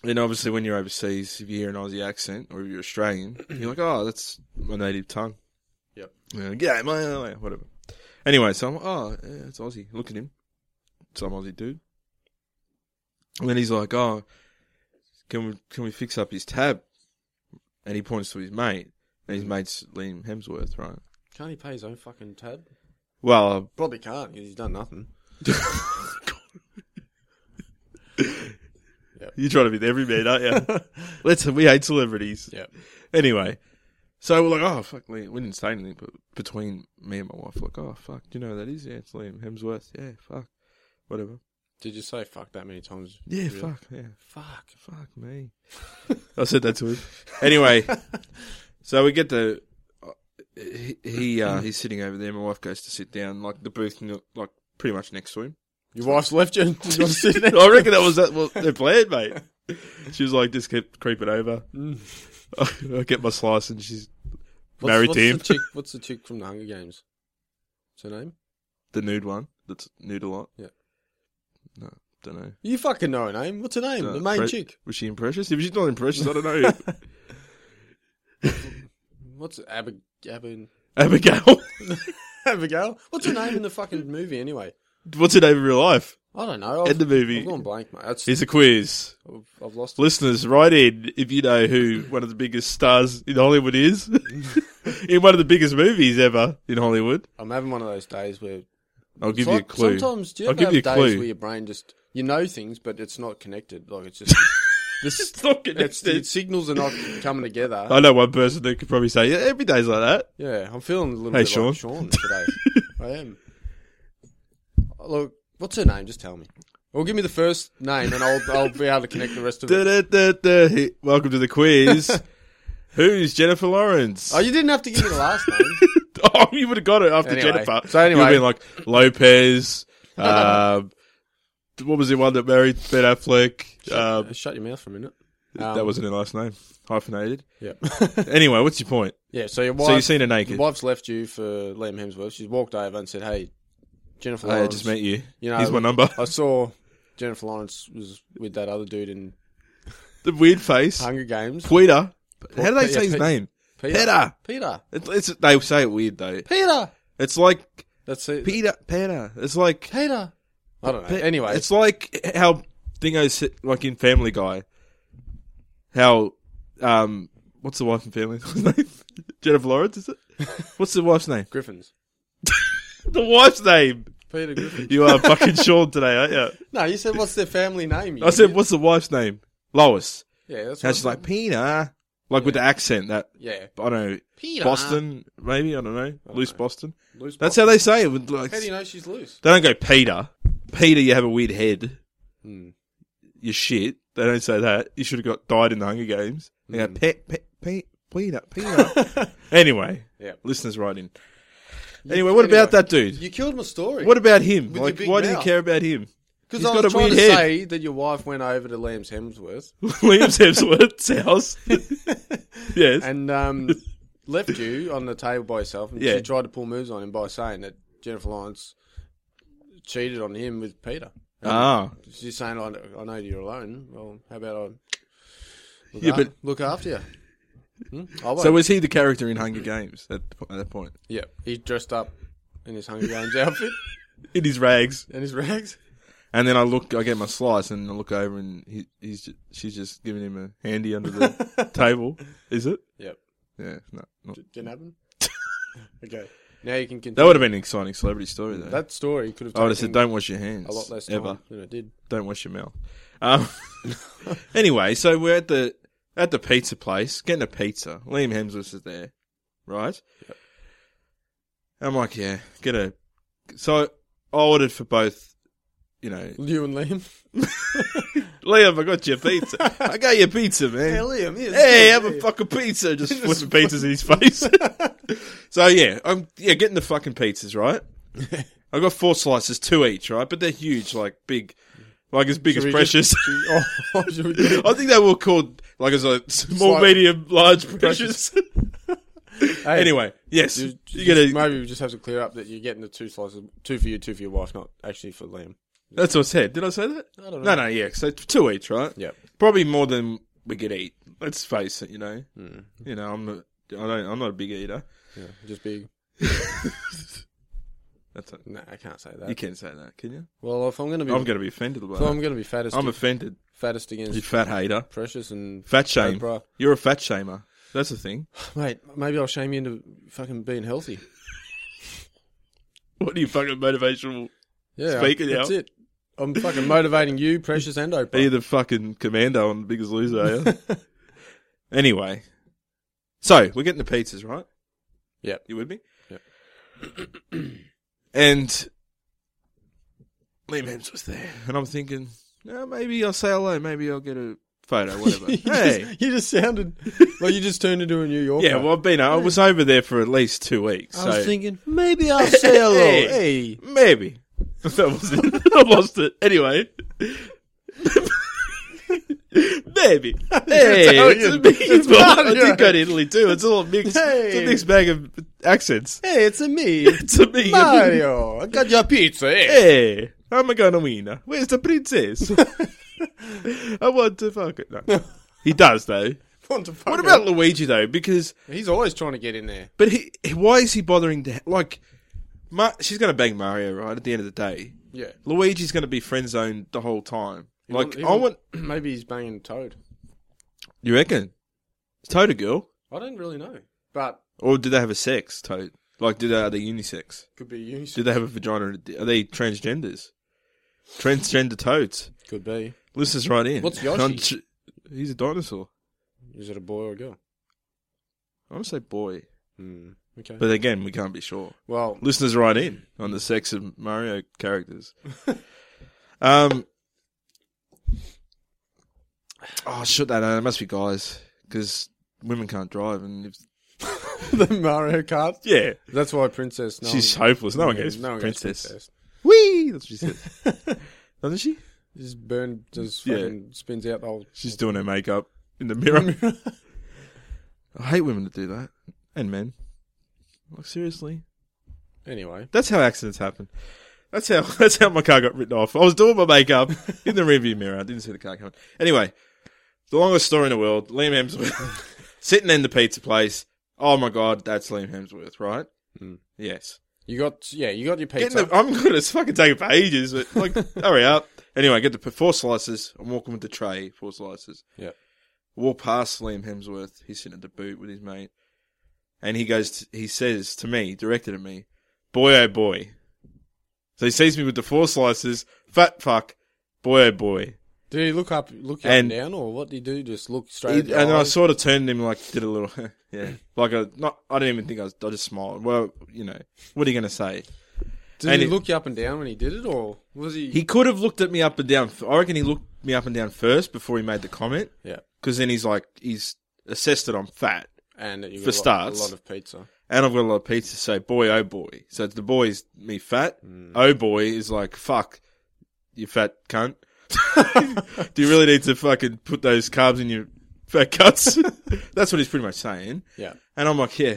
[SPEAKER 2] And obviously, when you're overseas, if you hear an Aussie accent or if you're Australian, you're like, "Oh, that's my native tongue."
[SPEAKER 5] Yep.
[SPEAKER 2] Yeah, my whatever. Anyway, so I'm like, "Oh, yeah, it's Aussie." Look at him, some Aussie dude. And then he's like, "Oh, can we can we fix up his tab?" And he points to his mate, and his mate's Liam Hemsworth, right?
[SPEAKER 5] can't he pay his own fucking tab?
[SPEAKER 2] Well,
[SPEAKER 5] Probably can't 'cause he's done nothing.
[SPEAKER 2] you try to be the everyman, aren't you? Let's we hate celebrities. Anyway, so we're like, oh fuck, Liam. we didn't say anything, but between me and my wife, like, oh fuck, do you know who that is? Yeah, it's Liam Hemsworth. Yeah, fuck, whatever.
[SPEAKER 5] Did you say fuck that many times?
[SPEAKER 2] Yeah,
[SPEAKER 5] Really?
[SPEAKER 2] fuck, yeah,
[SPEAKER 5] Fuck.
[SPEAKER 2] fuck me. I said that to him. Anyway, so we get the. uh, He, he
[SPEAKER 5] Mm.
[SPEAKER 2] uh, he's sitting over there. My wife goes to sit down, like the booth, n- like pretty much next to him.
[SPEAKER 5] Your wife's left you. and you gotta sit there.
[SPEAKER 2] I reckon that was that well, their plan, mate. She was like, just kept creeping over.
[SPEAKER 5] Mm.
[SPEAKER 2] I get my slice, and she's
[SPEAKER 5] What's-
[SPEAKER 2] married
[SPEAKER 5] what's
[SPEAKER 2] to him.
[SPEAKER 5] The chick, what's the chick from the Hunger Games? What's her name?
[SPEAKER 2] the nude one. That's nude a lot.
[SPEAKER 5] Yeah.
[SPEAKER 2] No, don't know.
[SPEAKER 5] You fucking know her name. What's her
[SPEAKER 2] Uh,
[SPEAKER 5] name? the main chick.
[SPEAKER 2] Was she imprecious? If she's not imprecious, I don't know.
[SPEAKER 5] What's Ab- Ab-
[SPEAKER 2] Abigail.
[SPEAKER 5] Abigail? What's her name in the fucking movie anyway?
[SPEAKER 2] What's her name in real life?
[SPEAKER 5] I don't know. I've,
[SPEAKER 2] In the movie.
[SPEAKER 5] I've gone blank, mate. That's,
[SPEAKER 2] Here's a quiz.
[SPEAKER 5] I've, I've lost it.
[SPEAKER 2] Listeners, write in if you know who one of the biggest stars in Hollywood is. in one of the biggest movies ever in Hollywood.
[SPEAKER 5] I'm having one of those days where
[SPEAKER 2] I'll give
[SPEAKER 5] So-
[SPEAKER 2] you a clue.
[SPEAKER 5] Sometimes do you
[SPEAKER 2] I'll
[SPEAKER 5] ever
[SPEAKER 2] give
[SPEAKER 5] have
[SPEAKER 2] you a
[SPEAKER 5] days
[SPEAKER 2] clue.
[SPEAKER 5] where your brain just you know things, but it's not connected. Like it's just this.
[SPEAKER 2] It's not
[SPEAKER 5] It's,
[SPEAKER 2] connected.
[SPEAKER 5] the signals are not coming together.
[SPEAKER 2] I know one person that could probably say, yeah, every day's like that.
[SPEAKER 5] yeah, I'm feeling a little
[SPEAKER 2] Hey,
[SPEAKER 5] bit
[SPEAKER 2] Sean.
[SPEAKER 5] like Sean today. I am. Look, what's her name? Just tell me. Well, give me the first name, and I'll I'll be able to connect the rest of it.
[SPEAKER 2] Da-da-da-da. Hey, Welcome to the quiz. Who's Jennifer Lawrence?
[SPEAKER 5] Oh, you didn't have to give me the last name.
[SPEAKER 2] oh, you would have got it after
[SPEAKER 5] Anyway,
[SPEAKER 2] Jennifer.
[SPEAKER 5] so anyway-
[SPEAKER 2] You'd been like Lopez. um, what was the one that married Ben Affleck? Um,
[SPEAKER 5] Shut your mouth for a minute. Um,
[SPEAKER 2] that wasn't her last name. Hyphenated.
[SPEAKER 5] Yeah,
[SPEAKER 2] Anyway, what's your point?
[SPEAKER 5] yeah. So your wife,
[SPEAKER 2] So you've seen her
[SPEAKER 5] your
[SPEAKER 2] naked.
[SPEAKER 5] wife's left you for Liam Hemsworth. She's walked over and said, "Hey, Jennifer."
[SPEAKER 2] Hey, I
[SPEAKER 5] Lawrence,
[SPEAKER 2] Oh, just met you.
[SPEAKER 5] You know,
[SPEAKER 2] Here's my number.
[SPEAKER 5] I saw Jennifer Lawrence was with that other dude in
[SPEAKER 2] the weird face.
[SPEAKER 5] Hunger Games.
[SPEAKER 2] Peter. How do they
[SPEAKER 5] Pe-
[SPEAKER 2] say
[SPEAKER 5] yeah,
[SPEAKER 2] his
[SPEAKER 5] Pe-
[SPEAKER 2] name?
[SPEAKER 5] Peter.
[SPEAKER 2] Peter.
[SPEAKER 5] Peter.
[SPEAKER 2] It's, it's, they say it weird though.
[SPEAKER 5] Peter.
[SPEAKER 2] It's like
[SPEAKER 5] That's it.
[SPEAKER 2] Peter. Peter. It's like
[SPEAKER 5] Peter. I don't know.
[SPEAKER 2] But
[SPEAKER 5] anyway,
[SPEAKER 2] it's like how Dingo said, like in Family Guy, how um, what's the wife in Family Guy's name? Jennifer Lawrence, is it? What's the wife's name?
[SPEAKER 5] Griffins.
[SPEAKER 2] The wife's name.
[SPEAKER 5] Peter Griffin.
[SPEAKER 2] You are fucking Sean today, aren't you?
[SPEAKER 5] no, you said what's their family name? you
[SPEAKER 2] I said,
[SPEAKER 5] idiot.
[SPEAKER 2] what's the wife's name? Lois.
[SPEAKER 5] Yeah, that's
[SPEAKER 2] How
[SPEAKER 5] what
[SPEAKER 2] she's
[SPEAKER 5] I-
[SPEAKER 2] like Pina, like with the accent that
[SPEAKER 5] Yeah,
[SPEAKER 2] I don't know,
[SPEAKER 5] Peter.
[SPEAKER 2] Boston maybe I don't know, loose Boston.
[SPEAKER 5] Loose
[SPEAKER 2] That's
[SPEAKER 5] ball.
[SPEAKER 2] how they say it. With like,
[SPEAKER 5] How do you
[SPEAKER 2] they
[SPEAKER 5] know she's loose?
[SPEAKER 2] don't go Peter. Peter, you have a weird head.
[SPEAKER 5] Hmm.
[SPEAKER 2] your shit. They don't say that. You should have got died in the Hunger Games. They
[SPEAKER 5] Hmm.
[SPEAKER 2] go, pet, pet, pet, peanut, peanut. anyway,
[SPEAKER 5] Yeah.
[SPEAKER 2] listeners write in. Anyway, what about that dude?
[SPEAKER 5] You killed my story.
[SPEAKER 2] what about him?
[SPEAKER 5] With your
[SPEAKER 2] Like,
[SPEAKER 5] big
[SPEAKER 2] why do you
[SPEAKER 5] mouth.
[SPEAKER 2] care about him?
[SPEAKER 5] Because
[SPEAKER 2] He's
[SPEAKER 5] I was
[SPEAKER 2] got a
[SPEAKER 5] trying to
[SPEAKER 2] weird head.
[SPEAKER 5] say that your wife went over to Liam Hemsworth
[SPEAKER 2] Liam Hemsworth's house. yes.
[SPEAKER 5] and um, left you on the table by yourself. And
[SPEAKER 2] Yeah.
[SPEAKER 5] she tried to pull moves on him by saying that Jennifer Lawrence cheated on him with Peter.
[SPEAKER 2] ah,
[SPEAKER 5] She's saying, I, I know you're alone. Well, how about I look,
[SPEAKER 2] Yeah,
[SPEAKER 5] yeah,
[SPEAKER 2] but-
[SPEAKER 5] look after you? Hmm? I won't.
[SPEAKER 2] so was he the character in Hunger Games at, at that point?
[SPEAKER 5] yeah, he dressed up in his Hunger Games outfit
[SPEAKER 2] In his rags.
[SPEAKER 5] and his rags.
[SPEAKER 2] And then I look, I get my slice, and I look over, and he, he's ju- she's just giving him a handy under the table. Is it?
[SPEAKER 5] Yep.
[SPEAKER 2] Yeah. No. not-
[SPEAKER 5] D- didn't happen. okay, now you can
[SPEAKER 2] That
[SPEAKER 5] continue.
[SPEAKER 2] would have been an exciting celebrity story, though.
[SPEAKER 5] That story could have.
[SPEAKER 2] I would have
[SPEAKER 5] taken
[SPEAKER 2] said, "Don't wash your hands."
[SPEAKER 5] a lot less time
[SPEAKER 2] ever.
[SPEAKER 5] than it did.
[SPEAKER 2] Don't wash your mouth. Um, anyway, so we're at the at the pizza place getting a pizza. Liam Hemsworth is there, right? I'm like, yeah, get a. So I ordered for both. You know,
[SPEAKER 5] You and Liam.
[SPEAKER 2] Liam, I got your pizza. I got your pizza, man.
[SPEAKER 5] Liam, yeah.
[SPEAKER 2] Hey, have a fucking pizza. Just flipping pizzas in his face. so yeah, I'm yeah getting the fucking pizzas right. I got four slices, two each, right? But they're huge, like big, like as big
[SPEAKER 5] Should
[SPEAKER 2] as
[SPEAKER 5] we
[SPEAKER 2] precious.
[SPEAKER 5] just- should- oh, should we do-
[SPEAKER 2] I think they were called like as a small,
[SPEAKER 5] Slight-
[SPEAKER 2] medium, large precious.
[SPEAKER 5] Hey,
[SPEAKER 2] anyway, yes,
[SPEAKER 5] you,
[SPEAKER 2] you,
[SPEAKER 5] you
[SPEAKER 2] get a.
[SPEAKER 5] maybe we just have to clear up that you're getting the two slices, two for you, two for your wife, not actually for Liam.
[SPEAKER 2] That's what I said. Did I say that?
[SPEAKER 5] I don't
[SPEAKER 2] No, no, yeah. So two each, right?
[SPEAKER 5] Yep.
[SPEAKER 2] Probably more than we could eat. Let's face it. You know.
[SPEAKER 5] Hmm.
[SPEAKER 2] You know, I'm not. I don't. I'm not a big eater.
[SPEAKER 5] Yeah, just big.
[SPEAKER 2] That's it.
[SPEAKER 5] No, I can't say that.
[SPEAKER 2] You can't say that, can you?
[SPEAKER 5] Well, if I'm gonna be,
[SPEAKER 2] I'm going to be offended by
[SPEAKER 5] if I'm
[SPEAKER 2] that.
[SPEAKER 5] gonna be fattest,
[SPEAKER 2] I'm offended.
[SPEAKER 5] fattest
[SPEAKER 2] You
[SPEAKER 5] against
[SPEAKER 2] fat hater.
[SPEAKER 5] precious and
[SPEAKER 2] Fat shame.
[SPEAKER 5] Oprah.
[SPEAKER 2] You're a fat shamer. That's the thing.
[SPEAKER 5] Mate, maybe I'll shame you into fucking being healthy.
[SPEAKER 2] What are you fucking motivational?
[SPEAKER 5] Yeah,
[SPEAKER 2] Speak it
[SPEAKER 5] that's
[SPEAKER 2] out.
[SPEAKER 5] it. I'm fucking motivating you, precious and
[SPEAKER 2] Are you
[SPEAKER 5] Oprah.
[SPEAKER 2] the fucking commando on The Biggest Loser, are you? anyway. So, we're getting the pizzas, right?
[SPEAKER 5] Yep.
[SPEAKER 2] You with me?
[SPEAKER 5] Yep.
[SPEAKER 2] and Liam Hemsworth was there. And I'm thinking, "No, maybe I'll say hello. Maybe I'll get a photo, whatever.
[SPEAKER 5] you,
[SPEAKER 2] hey.
[SPEAKER 5] just, you just sounded like you just turned into a New Yorker.
[SPEAKER 2] Yeah, well, I've been, I was over there for at least two weeks.
[SPEAKER 5] I was
[SPEAKER 2] so-
[SPEAKER 5] thinking maybe I'll say hello. hey.
[SPEAKER 2] Maybe. That was it. I lost it. Anyway. Maybe. Hey, it's,
[SPEAKER 5] Italian.
[SPEAKER 2] a it's
[SPEAKER 5] Italian.
[SPEAKER 2] I did go to Italy too. It's all mixed. It's
[SPEAKER 5] Hey.
[SPEAKER 2] a mixed bag of accents.
[SPEAKER 5] Hey, it's a me,
[SPEAKER 2] It's a me.
[SPEAKER 5] Mario. I got your pizza. eh?
[SPEAKER 2] Hey, I'm a gonna win. Where's the princess? I want to fuck it. No. He does though.
[SPEAKER 5] What the fuck
[SPEAKER 2] What
[SPEAKER 5] up.
[SPEAKER 2] about Luigi though? Because,
[SPEAKER 5] He's always trying to get in there.
[SPEAKER 2] but he, why is he bothering to like? Mar- she's gonna bang Mario right at the end of the day.
[SPEAKER 5] Yeah.
[SPEAKER 2] Luigi's going to be friend zoned the whole time. Like,
[SPEAKER 5] He
[SPEAKER 2] I want.
[SPEAKER 5] maybe he's banging Toad.
[SPEAKER 2] You reckon? Is Toad a girl?
[SPEAKER 5] I don't really know, but
[SPEAKER 2] Or do they have a sex, Toad? Like, do they, are they unisex?
[SPEAKER 5] could be you.
[SPEAKER 2] Do they have a vagina? and a di- Are they transgenders? Transgender toads.
[SPEAKER 5] Could be.
[SPEAKER 2] Listeners, right in.
[SPEAKER 5] What's Yoshi?
[SPEAKER 2] I'm ch- He's a dinosaur.
[SPEAKER 5] Is it a boy or a girl?
[SPEAKER 2] I'm going to say boy.
[SPEAKER 5] Hmm. Okay.
[SPEAKER 2] But again, we can't be sure.
[SPEAKER 5] well,
[SPEAKER 2] Listeners, right in on the sex of Mario characters. um. Oh, shut that down. It must be guys. Because women can't drive. And if
[SPEAKER 5] the Mario Kart.
[SPEAKER 2] Yeah.
[SPEAKER 5] That's why Princess. No
[SPEAKER 2] she's
[SPEAKER 5] one,
[SPEAKER 2] hopeless. No one
[SPEAKER 5] yeah,
[SPEAKER 2] goes
[SPEAKER 5] no one goes
[SPEAKER 2] princess.
[SPEAKER 5] princess.
[SPEAKER 2] Whee! That's what she said. Doesn't she?
[SPEAKER 5] Just burn. Just
[SPEAKER 2] Yeah.
[SPEAKER 5] fucking spins out the whole.
[SPEAKER 2] She's doing her makeup in the mirror. I hate women that do that. And men. Like, seriously?
[SPEAKER 5] Anyway,
[SPEAKER 2] That's how accidents happen. That's how that's how my car got written off. I was doing my makeup in the rearview mirror. I didn't see the car coming. Anyway, the longest story in the world, Liam Hemsworth sitting in the pizza place. Oh my god, that's Liam Hemsworth, right?
[SPEAKER 5] Mm.
[SPEAKER 2] Yes.
[SPEAKER 5] you got yeah, you got your pizza.
[SPEAKER 2] Getting the, oh. I'm gonna it's fucking taking for ages, but like, hurry up. Anyway, I get the p- four slices. I'm walking with the tray, four slices.
[SPEAKER 5] Yep.
[SPEAKER 2] Walk past Liam Hemsworth. He's sitting at the boot with his mate, and he goes. To, he says to me, directed at me, "Boy, oh boy." So he sees me with the four slices, fat fuck, boy, oh boy.
[SPEAKER 5] did he look up, look you
[SPEAKER 2] And-
[SPEAKER 5] up and down, or what did he do? Just look
[SPEAKER 2] He-
[SPEAKER 5] straight. at
[SPEAKER 2] and
[SPEAKER 5] the
[SPEAKER 2] I
[SPEAKER 5] eyes?
[SPEAKER 2] sort of turned him like did a little, yeah, like a not. I didn't even think I was. I just smiled. Well, you know, what are you gonna say?
[SPEAKER 5] Did
[SPEAKER 2] and
[SPEAKER 5] he
[SPEAKER 2] it-
[SPEAKER 5] look you up and down when he did it, or was he?
[SPEAKER 2] He could have looked at me up and down. I reckon he looked me up and down first before he made the comment.
[SPEAKER 5] yeah,
[SPEAKER 2] Because then he's like, he's assessed that I'm fat
[SPEAKER 5] and that you got
[SPEAKER 2] For
[SPEAKER 5] a lot-
[SPEAKER 2] starts.
[SPEAKER 5] a lot of pizza.
[SPEAKER 2] and I've got a lot of pizza. So boy, oh boy. So the boy is me fat. Oh boy is like, fuck, you fat cunt. Do you really need to fucking put those carbs in your fat cuts? That's what he's pretty much saying.
[SPEAKER 5] Yeah,
[SPEAKER 2] And I'm like, yeah.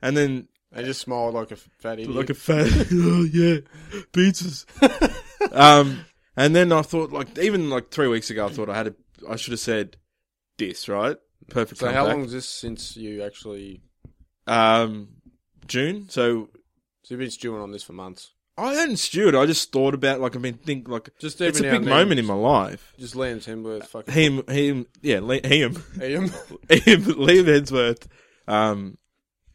[SPEAKER 2] And then
[SPEAKER 5] and just smiled like a fat idiot.
[SPEAKER 2] like a fat. oh yeah, pizzas. um, and then I thought, like, even like three weeks ago, I thought I had a, I should have said this, right? Perfect.
[SPEAKER 5] so
[SPEAKER 2] comeback.
[SPEAKER 5] how long is this since you actually?
[SPEAKER 2] Um, June. So
[SPEAKER 5] So you've been stewing on this for months.
[SPEAKER 2] I hadn't stewed. I just thought about like I've been think like
[SPEAKER 5] Just
[SPEAKER 2] it's a
[SPEAKER 5] every now
[SPEAKER 2] big
[SPEAKER 5] and then,
[SPEAKER 2] moment in my life.
[SPEAKER 5] Just Liam's Hemsworth. Fucking
[SPEAKER 2] Him, him, yeah, Li- him,
[SPEAKER 5] him.
[SPEAKER 2] him, Liam Hemsworth, um,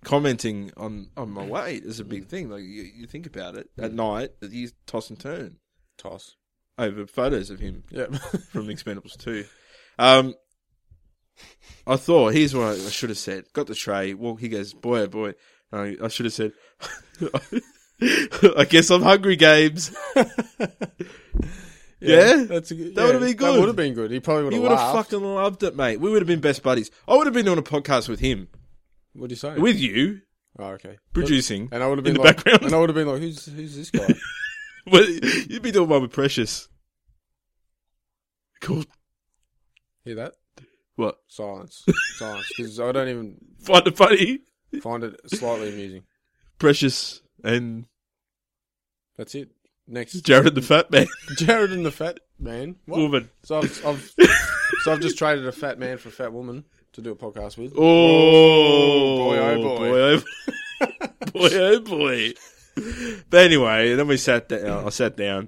[SPEAKER 2] commenting on on my weight is a big thing. Like you, you think about it
[SPEAKER 5] Mm.
[SPEAKER 2] at night, you toss and turn
[SPEAKER 5] Toss.
[SPEAKER 2] over photos of him
[SPEAKER 5] Yeah.
[SPEAKER 2] from the Expendables 2. Um, I thought, here's what I I should have said. Got the tray. Well, he goes, boy, oh boy. And I, I should have said, I guess I'm hungry, Games. yeah?
[SPEAKER 5] That's a good.
[SPEAKER 2] That would've been good.
[SPEAKER 5] That would have been good. He probably would
[SPEAKER 2] He
[SPEAKER 5] have
[SPEAKER 2] would have
[SPEAKER 5] laughed.
[SPEAKER 2] fucking loved it, mate. We would have been best buddies. I would have been doing a podcast with him,
[SPEAKER 5] What do you say?
[SPEAKER 2] with you,
[SPEAKER 5] oh, okay.
[SPEAKER 2] producing.
[SPEAKER 5] And I would have
[SPEAKER 2] in
[SPEAKER 5] been
[SPEAKER 2] the
[SPEAKER 5] like,
[SPEAKER 2] background.
[SPEAKER 5] and I would have been like, who's who's this guy?
[SPEAKER 2] Well, You'd be doing one with Precious. Cool.
[SPEAKER 5] Hear that?
[SPEAKER 2] What?
[SPEAKER 5] Silence. Silence. Because I don't even
[SPEAKER 2] Find it funny.
[SPEAKER 5] find it slightly amusing.
[SPEAKER 2] Precious and
[SPEAKER 5] That's it. Next,
[SPEAKER 2] Jared the Fat Man
[SPEAKER 5] Jared and the fat man. What?
[SPEAKER 2] woman.
[SPEAKER 5] So I've, I've so I've just traded a fat man for a fat woman to do a podcast with.
[SPEAKER 2] Oh,
[SPEAKER 5] boy, oh, boy.
[SPEAKER 2] boy, oh, boy, oh, boy. But anyway, then we sat down. I sat down,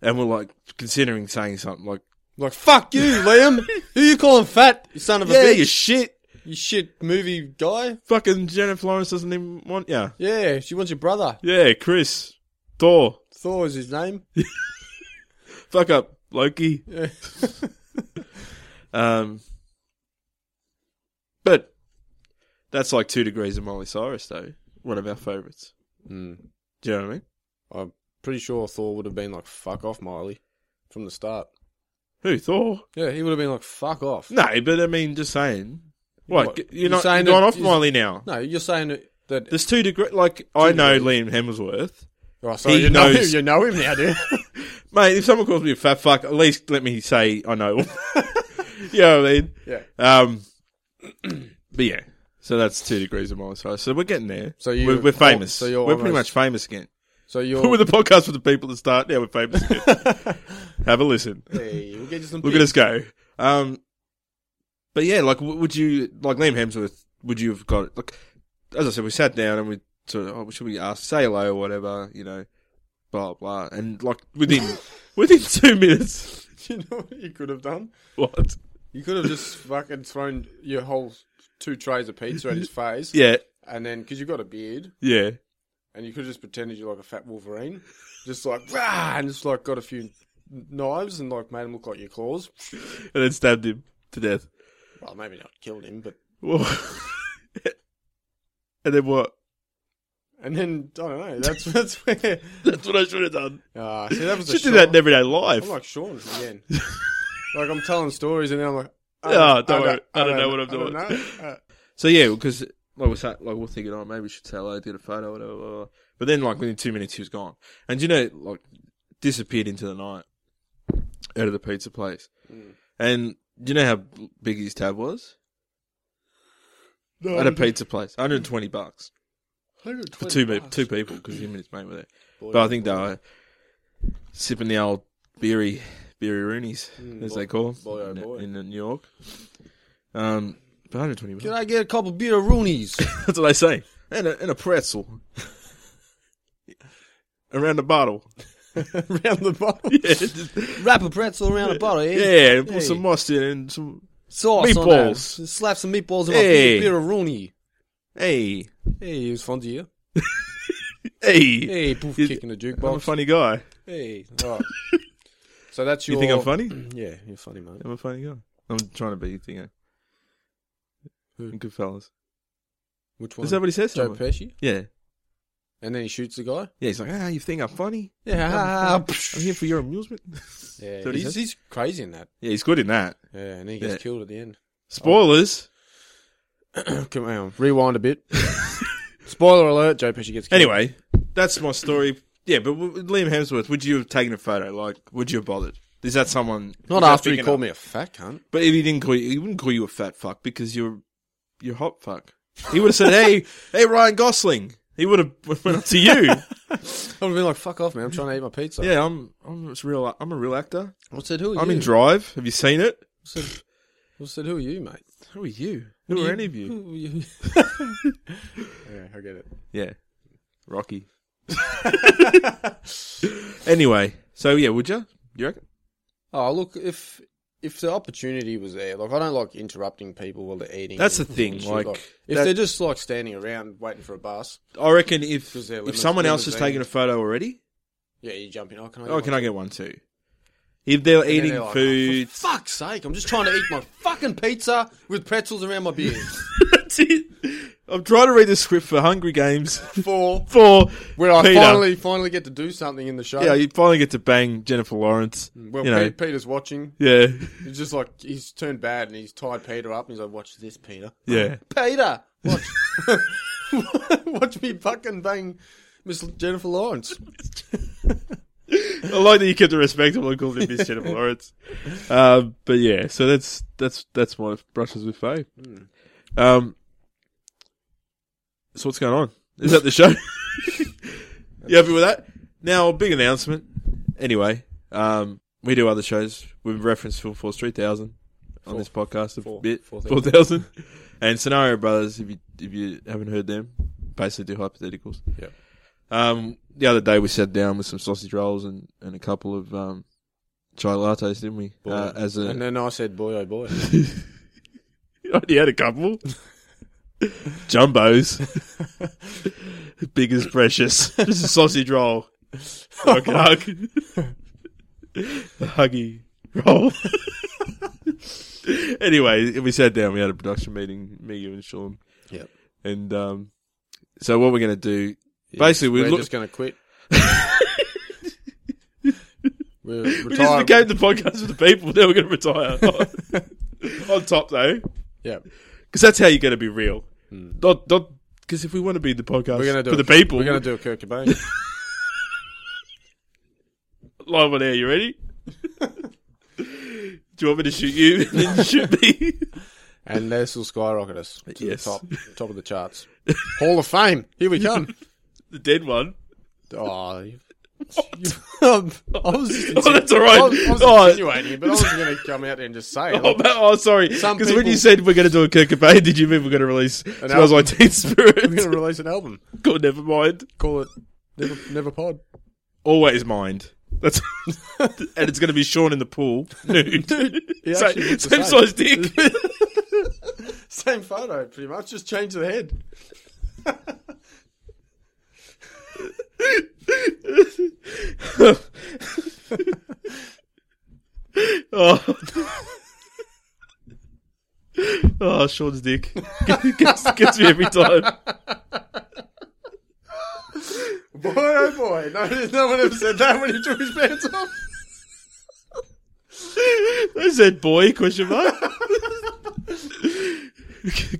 [SPEAKER 2] and we're like considering saying something like,
[SPEAKER 5] Like fuck you, Liam. Who you calling fat? You son of a
[SPEAKER 2] "Yeah,
[SPEAKER 5] bitch.
[SPEAKER 2] you shit,
[SPEAKER 5] you shit movie guy.
[SPEAKER 2] fucking Jennifer Lawrence doesn't even want yeah,
[SPEAKER 5] Yeah, she wants your brother.
[SPEAKER 2] yeah, Chris, Thor,
[SPEAKER 5] Thor is his name.
[SPEAKER 2] fuck up, Loki."
[SPEAKER 5] Yeah.
[SPEAKER 2] Um, but that's like two degrees of Miley Cyrus, though. One of our favorites. Hmm.
[SPEAKER 5] Mm.
[SPEAKER 2] Do you know what I mean?
[SPEAKER 5] I'm pretty sure Thor would have been like, "Fuck off, Miley," from the start.
[SPEAKER 2] Who Thor?
[SPEAKER 5] Yeah, he would have been like, "Fuck off."
[SPEAKER 2] No, but I mean, just saying. What,
[SPEAKER 5] What?
[SPEAKER 2] you're,
[SPEAKER 5] You're
[SPEAKER 2] not
[SPEAKER 5] saying
[SPEAKER 2] you're going
[SPEAKER 5] that-
[SPEAKER 2] off Miley now?
[SPEAKER 5] No, you're saying that. that
[SPEAKER 2] There's two degrees. Like I know
[SPEAKER 5] degrees.
[SPEAKER 2] Liam Hemsworth,
[SPEAKER 5] oh, sorry,
[SPEAKER 2] he
[SPEAKER 5] you know
[SPEAKER 2] knows.
[SPEAKER 5] him. You know him now, dude.
[SPEAKER 2] mate. If someone calls me a fat fuck, at least let me say I know. you know what I mean?
[SPEAKER 5] yeah.
[SPEAKER 2] Um, but yeah, so that's two degrees of Miley Cyrus. So we're getting there.
[SPEAKER 5] So you-
[SPEAKER 2] we're, we're famous.
[SPEAKER 5] so
[SPEAKER 2] we're
[SPEAKER 5] you're
[SPEAKER 2] pretty much
[SPEAKER 5] almost-
[SPEAKER 2] famous again.
[SPEAKER 5] So you're.
[SPEAKER 2] We're the podcast for the people that start. Now we're famous. Again. Have a listen.
[SPEAKER 5] hey, we'll get you some.
[SPEAKER 2] Look at us go. Um, but yeah, like, w- would you like Liam Hemsworth? Would you have got like? As I said, we sat down and we sort of, oh, should we ask, say hello or whatever, you know, blah blah, and like within within two minutes,
[SPEAKER 5] pics. You know what you could have done?
[SPEAKER 2] what?
[SPEAKER 5] You could have just fucking thrown your whole two trays of pizza at his face,
[SPEAKER 2] Yeah,
[SPEAKER 5] and then because you got a beard,
[SPEAKER 2] yeah,
[SPEAKER 5] and you could have just pretended you're like a fat Wolverine, just like rah, and just like got a few knives and like made him look like your claws.
[SPEAKER 2] and then stabbed him to death.
[SPEAKER 5] Well, maybe not killed him, but
[SPEAKER 2] Whoa. and then what?
[SPEAKER 5] and then I don't know. That's that's where.
[SPEAKER 2] That's what I should have done.
[SPEAKER 5] Ah, see, that was a
[SPEAKER 2] Should do
[SPEAKER 5] shot.
[SPEAKER 2] that in everyday life.
[SPEAKER 5] I'm like Sean again. like I'm telling stories, and then I'm like,
[SPEAKER 2] Ah, don't worry. I don't know what I'm doing.
[SPEAKER 5] I don't know. Uh,
[SPEAKER 2] So yeah, because like we sat, like we're thinking, oh, maybe we should say hello, get a photo, whatever. Blah, blah, blah. But then, like within two minutes, he was gone, and you know, like disappeared into the night out of the pizza place.
[SPEAKER 5] Hmm.
[SPEAKER 2] And do you know how big his tab was
[SPEAKER 5] no,
[SPEAKER 2] at a pizza place? 120 bucks for two pe-
[SPEAKER 5] bucks.
[SPEAKER 2] two people because him and his mate were there.
[SPEAKER 5] Boy,
[SPEAKER 2] But I think they were sipping the old beery beery roonies, as they call 'em
[SPEAKER 5] boy, oh,
[SPEAKER 2] in-
[SPEAKER 5] boy.
[SPEAKER 2] in, New York. Um, but 120 bucks.
[SPEAKER 5] Can I get a couple beer roonies?
[SPEAKER 2] That's what they say. And a, and a pretzel. Around the bottle.
[SPEAKER 5] around the bottle.
[SPEAKER 2] Yeah, just-
[SPEAKER 5] Wrap a pretzel around a bottle, eh?
[SPEAKER 2] yeah, and put
[SPEAKER 5] Hey.
[SPEAKER 2] some mustard and some.
[SPEAKER 5] Sauce on
[SPEAKER 2] Meatballs.
[SPEAKER 5] that. Slap some meatballs in
[SPEAKER 2] Hey.
[SPEAKER 5] my beer of Rooney.
[SPEAKER 2] Hey,
[SPEAKER 5] Hey, it was fun to you.
[SPEAKER 2] hey.
[SPEAKER 5] Hey, poof,
[SPEAKER 2] Is-
[SPEAKER 5] kicking the
[SPEAKER 2] I'm a
[SPEAKER 5] jukebox.
[SPEAKER 2] funny guy.
[SPEAKER 5] Hey, all right. So that's
[SPEAKER 2] You
[SPEAKER 5] your...
[SPEAKER 2] think I'm funny?
[SPEAKER 5] Yeah, you're funny, mate.
[SPEAKER 2] I'm a funny guy. I'm trying to be you think
[SPEAKER 5] Who?
[SPEAKER 2] Good fellas.
[SPEAKER 5] Which one?
[SPEAKER 2] Is that what he says?
[SPEAKER 5] Joe
[SPEAKER 2] Simon?
[SPEAKER 5] Pesci?
[SPEAKER 2] yeah.
[SPEAKER 5] And then he shoots the guy?
[SPEAKER 2] Yeah, he's like, ah, you think I'm funny?
[SPEAKER 5] Yeah.
[SPEAKER 2] I'm, I'm here for your amusement.
[SPEAKER 5] yeah
[SPEAKER 2] So he
[SPEAKER 5] he's,
[SPEAKER 2] says-
[SPEAKER 5] he's crazy in that.
[SPEAKER 2] yeah, he's good in that.
[SPEAKER 5] Yeah, and he gets
[SPEAKER 2] Yeah.
[SPEAKER 5] killed at the end.
[SPEAKER 2] Spoilers.
[SPEAKER 5] Come on, rewind a bit. Spoiler alert, Joe Pesci gets killed.
[SPEAKER 2] Anyway, that's my story. Yeah, but with Liam Hemsworth, would you have taken a photo? Like, would you have bothered? Is that someone?
[SPEAKER 5] Not
[SPEAKER 2] is that
[SPEAKER 5] after he
[SPEAKER 2] big
[SPEAKER 5] called
[SPEAKER 2] enough?
[SPEAKER 5] me a fat cunt.
[SPEAKER 2] But if he didn't call you, he wouldn't call you a fat fuck because you're you're hot fuck. He would have said, "Hey, hey, Ryan Gosling." He would have went up to you.
[SPEAKER 5] I would have been like, fuck off, man. I'm trying to eat my pizza.
[SPEAKER 2] yeah, I'm I'm a real I'm a real actor.
[SPEAKER 5] I said, who are
[SPEAKER 2] I'm
[SPEAKER 5] you?
[SPEAKER 2] in Drive. Have you seen it?
[SPEAKER 5] I said, I said, who are you, mate?
[SPEAKER 2] Who are you? Who are any of you?
[SPEAKER 5] yeah, I get it.
[SPEAKER 2] Yeah, Rocky. Anyway, so yeah, would you? You reckon?
[SPEAKER 5] Oh, look, if if the opportunity was there, like I don't like interrupting people while they're eating.
[SPEAKER 2] That's
[SPEAKER 5] and
[SPEAKER 2] the thing,
[SPEAKER 5] shit,
[SPEAKER 2] like,
[SPEAKER 5] if
[SPEAKER 2] that-
[SPEAKER 5] they're just like standing around waiting for a bus,
[SPEAKER 2] I reckon if
[SPEAKER 5] Because they're
[SPEAKER 2] if
[SPEAKER 5] limous-
[SPEAKER 2] someone else has
[SPEAKER 5] limousine.
[SPEAKER 2] taken a photo already,
[SPEAKER 5] yeah, you jump in. Oh, can I?
[SPEAKER 2] oh,
[SPEAKER 5] get
[SPEAKER 2] can
[SPEAKER 5] one?
[SPEAKER 2] I get one too? If they're
[SPEAKER 5] And then
[SPEAKER 2] eating
[SPEAKER 5] they're like,
[SPEAKER 2] food,
[SPEAKER 5] Oh, for fuck's sake! I'm just trying to eat my fucking pizza with pretzels around my beard.
[SPEAKER 2] that's it. I'm trying to read the script for Hungry Games
[SPEAKER 5] Four.
[SPEAKER 2] for
[SPEAKER 5] Where I
[SPEAKER 2] Peter.
[SPEAKER 5] finally finally get to do something in the show.
[SPEAKER 2] Yeah, you finally get to bang Jennifer Lawrence.
[SPEAKER 5] well,
[SPEAKER 2] you know,
[SPEAKER 5] Pe- Peter's watching.
[SPEAKER 2] yeah,
[SPEAKER 5] He's just like he's turned bad and he's tied Peter up and he's like, "Watch this, Peter.
[SPEAKER 2] yeah.
[SPEAKER 5] Peter, watch, watch me fucking bang Miss Jennifer Lawrence."
[SPEAKER 2] I like that you kept it respectable and called it Miss Jennifer Lawrence. Um, but yeah, so that's that's that's my brushes with Faye.
[SPEAKER 5] Hmm.
[SPEAKER 2] Um, so what's going on? Is that the show? you happy with that? Now, a big announcement. Anyway, um, we do other shows. We've referenced Film Force Three Thousand on this podcast a
[SPEAKER 5] four-
[SPEAKER 2] bit.
[SPEAKER 5] four
[SPEAKER 2] Four thousand. And Scenario Brothers, if you if you haven't heard them, basically do hypotheticals.
[SPEAKER 5] Yeah.
[SPEAKER 2] Um, the other day we sat down with some sausage rolls and, and a couple of um, chai lattes, didn't we? Uh, as a,
[SPEAKER 5] And then I said, "Boy, oh boy."
[SPEAKER 2] You already had a couple. Jumbos. Big as precious. Just a sausage roll. Hug, hug. a huggy roll. anyway, we sat down. We had a production meeting, me, you, and Sean.
[SPEAKER 5] Yep.
[SPEAKER 2] And um, so what we're going to do, basically, we
[SPEAKER 5] We're
[SPEAKER 2] look,
[SPEAKER 5] just going to quit. We're
[SPEAKER 2] we just
[SPEAKER 5] retired.
[SPEAKER 2] became the podcast of the people. Now we're going to retire. On top, though.
[SPEAKER 5] yeah, Hmm.
[SPEAKER 2] Because that's how you're going to be real. Not, not because if we want to be the podcast
[SPEAKER 5] we're going to do
[SPEAKER 2] for the
[SPEAKER 5] a-
[SPEAKER 2] people,
[SPEAKER 5] We're going to do a Kurt Cobain.
[SPEAKER 2] live on air. You ready? do you want me to shoot you and then you shoot me?
[SPEAKER 5] and this will skyrocket us to
[SPEAKER 2] Yes.
[SPEAKER 5] the top, top of the charts. Hall of Fame, here we come.
[SPEAKER 2] the dead one.
[SPEAKER 5] Oh, you- Um, I was just
[SPEAKER 2] Oh, that's all
[SPEAKER 5] I
[SPEAKER 2] right.
[SPEAKER 5] was, I was
[SPEAKER 2] oh,
[SPEAKER 5] insinuating, but I was going to come out there and just say it.
[SPEAKER 2] oh, ma- oh, sorry.
[SPEAKER 5] Some
[SPEAKER 2] Because when
[SPEAKER 5] people-
[SPEAKER 2] you said we're going to do a Kirk Cobain, did you mean we're going to release Smells
[SPEAKER 5] album.
[SPEAKER 2] Like Teen
[SPEAKER 5] We're
[SPEAKER 2] Spirit?
[SPEAKER 5] going to release an album.
[SPEAKER 2] God, never mind.
[SPEAKER 5] Call it Never, Never Pod.
[SPEAKER 2] Always mind. That's and it's going to be Sean in the pool. Nude.
[SPEAKER 5] he
[SPEAKER 2] Sa-
[SPEAKER 5] actually
[SPEAKER 2] same
[SPEAKER 5] looks the
[SPEAKER 2] size dick.
[SPEAKER 5] Same photo, pretty much. Just change the head.
[SPEAKER 2] Oh. oh, Sean's dick. gets, gets me every time.
[SPEAKER 5] Boy, oh boy. No, no one ever said that when he took his pants off.
[SPEAKER 2] I said boy, question mark.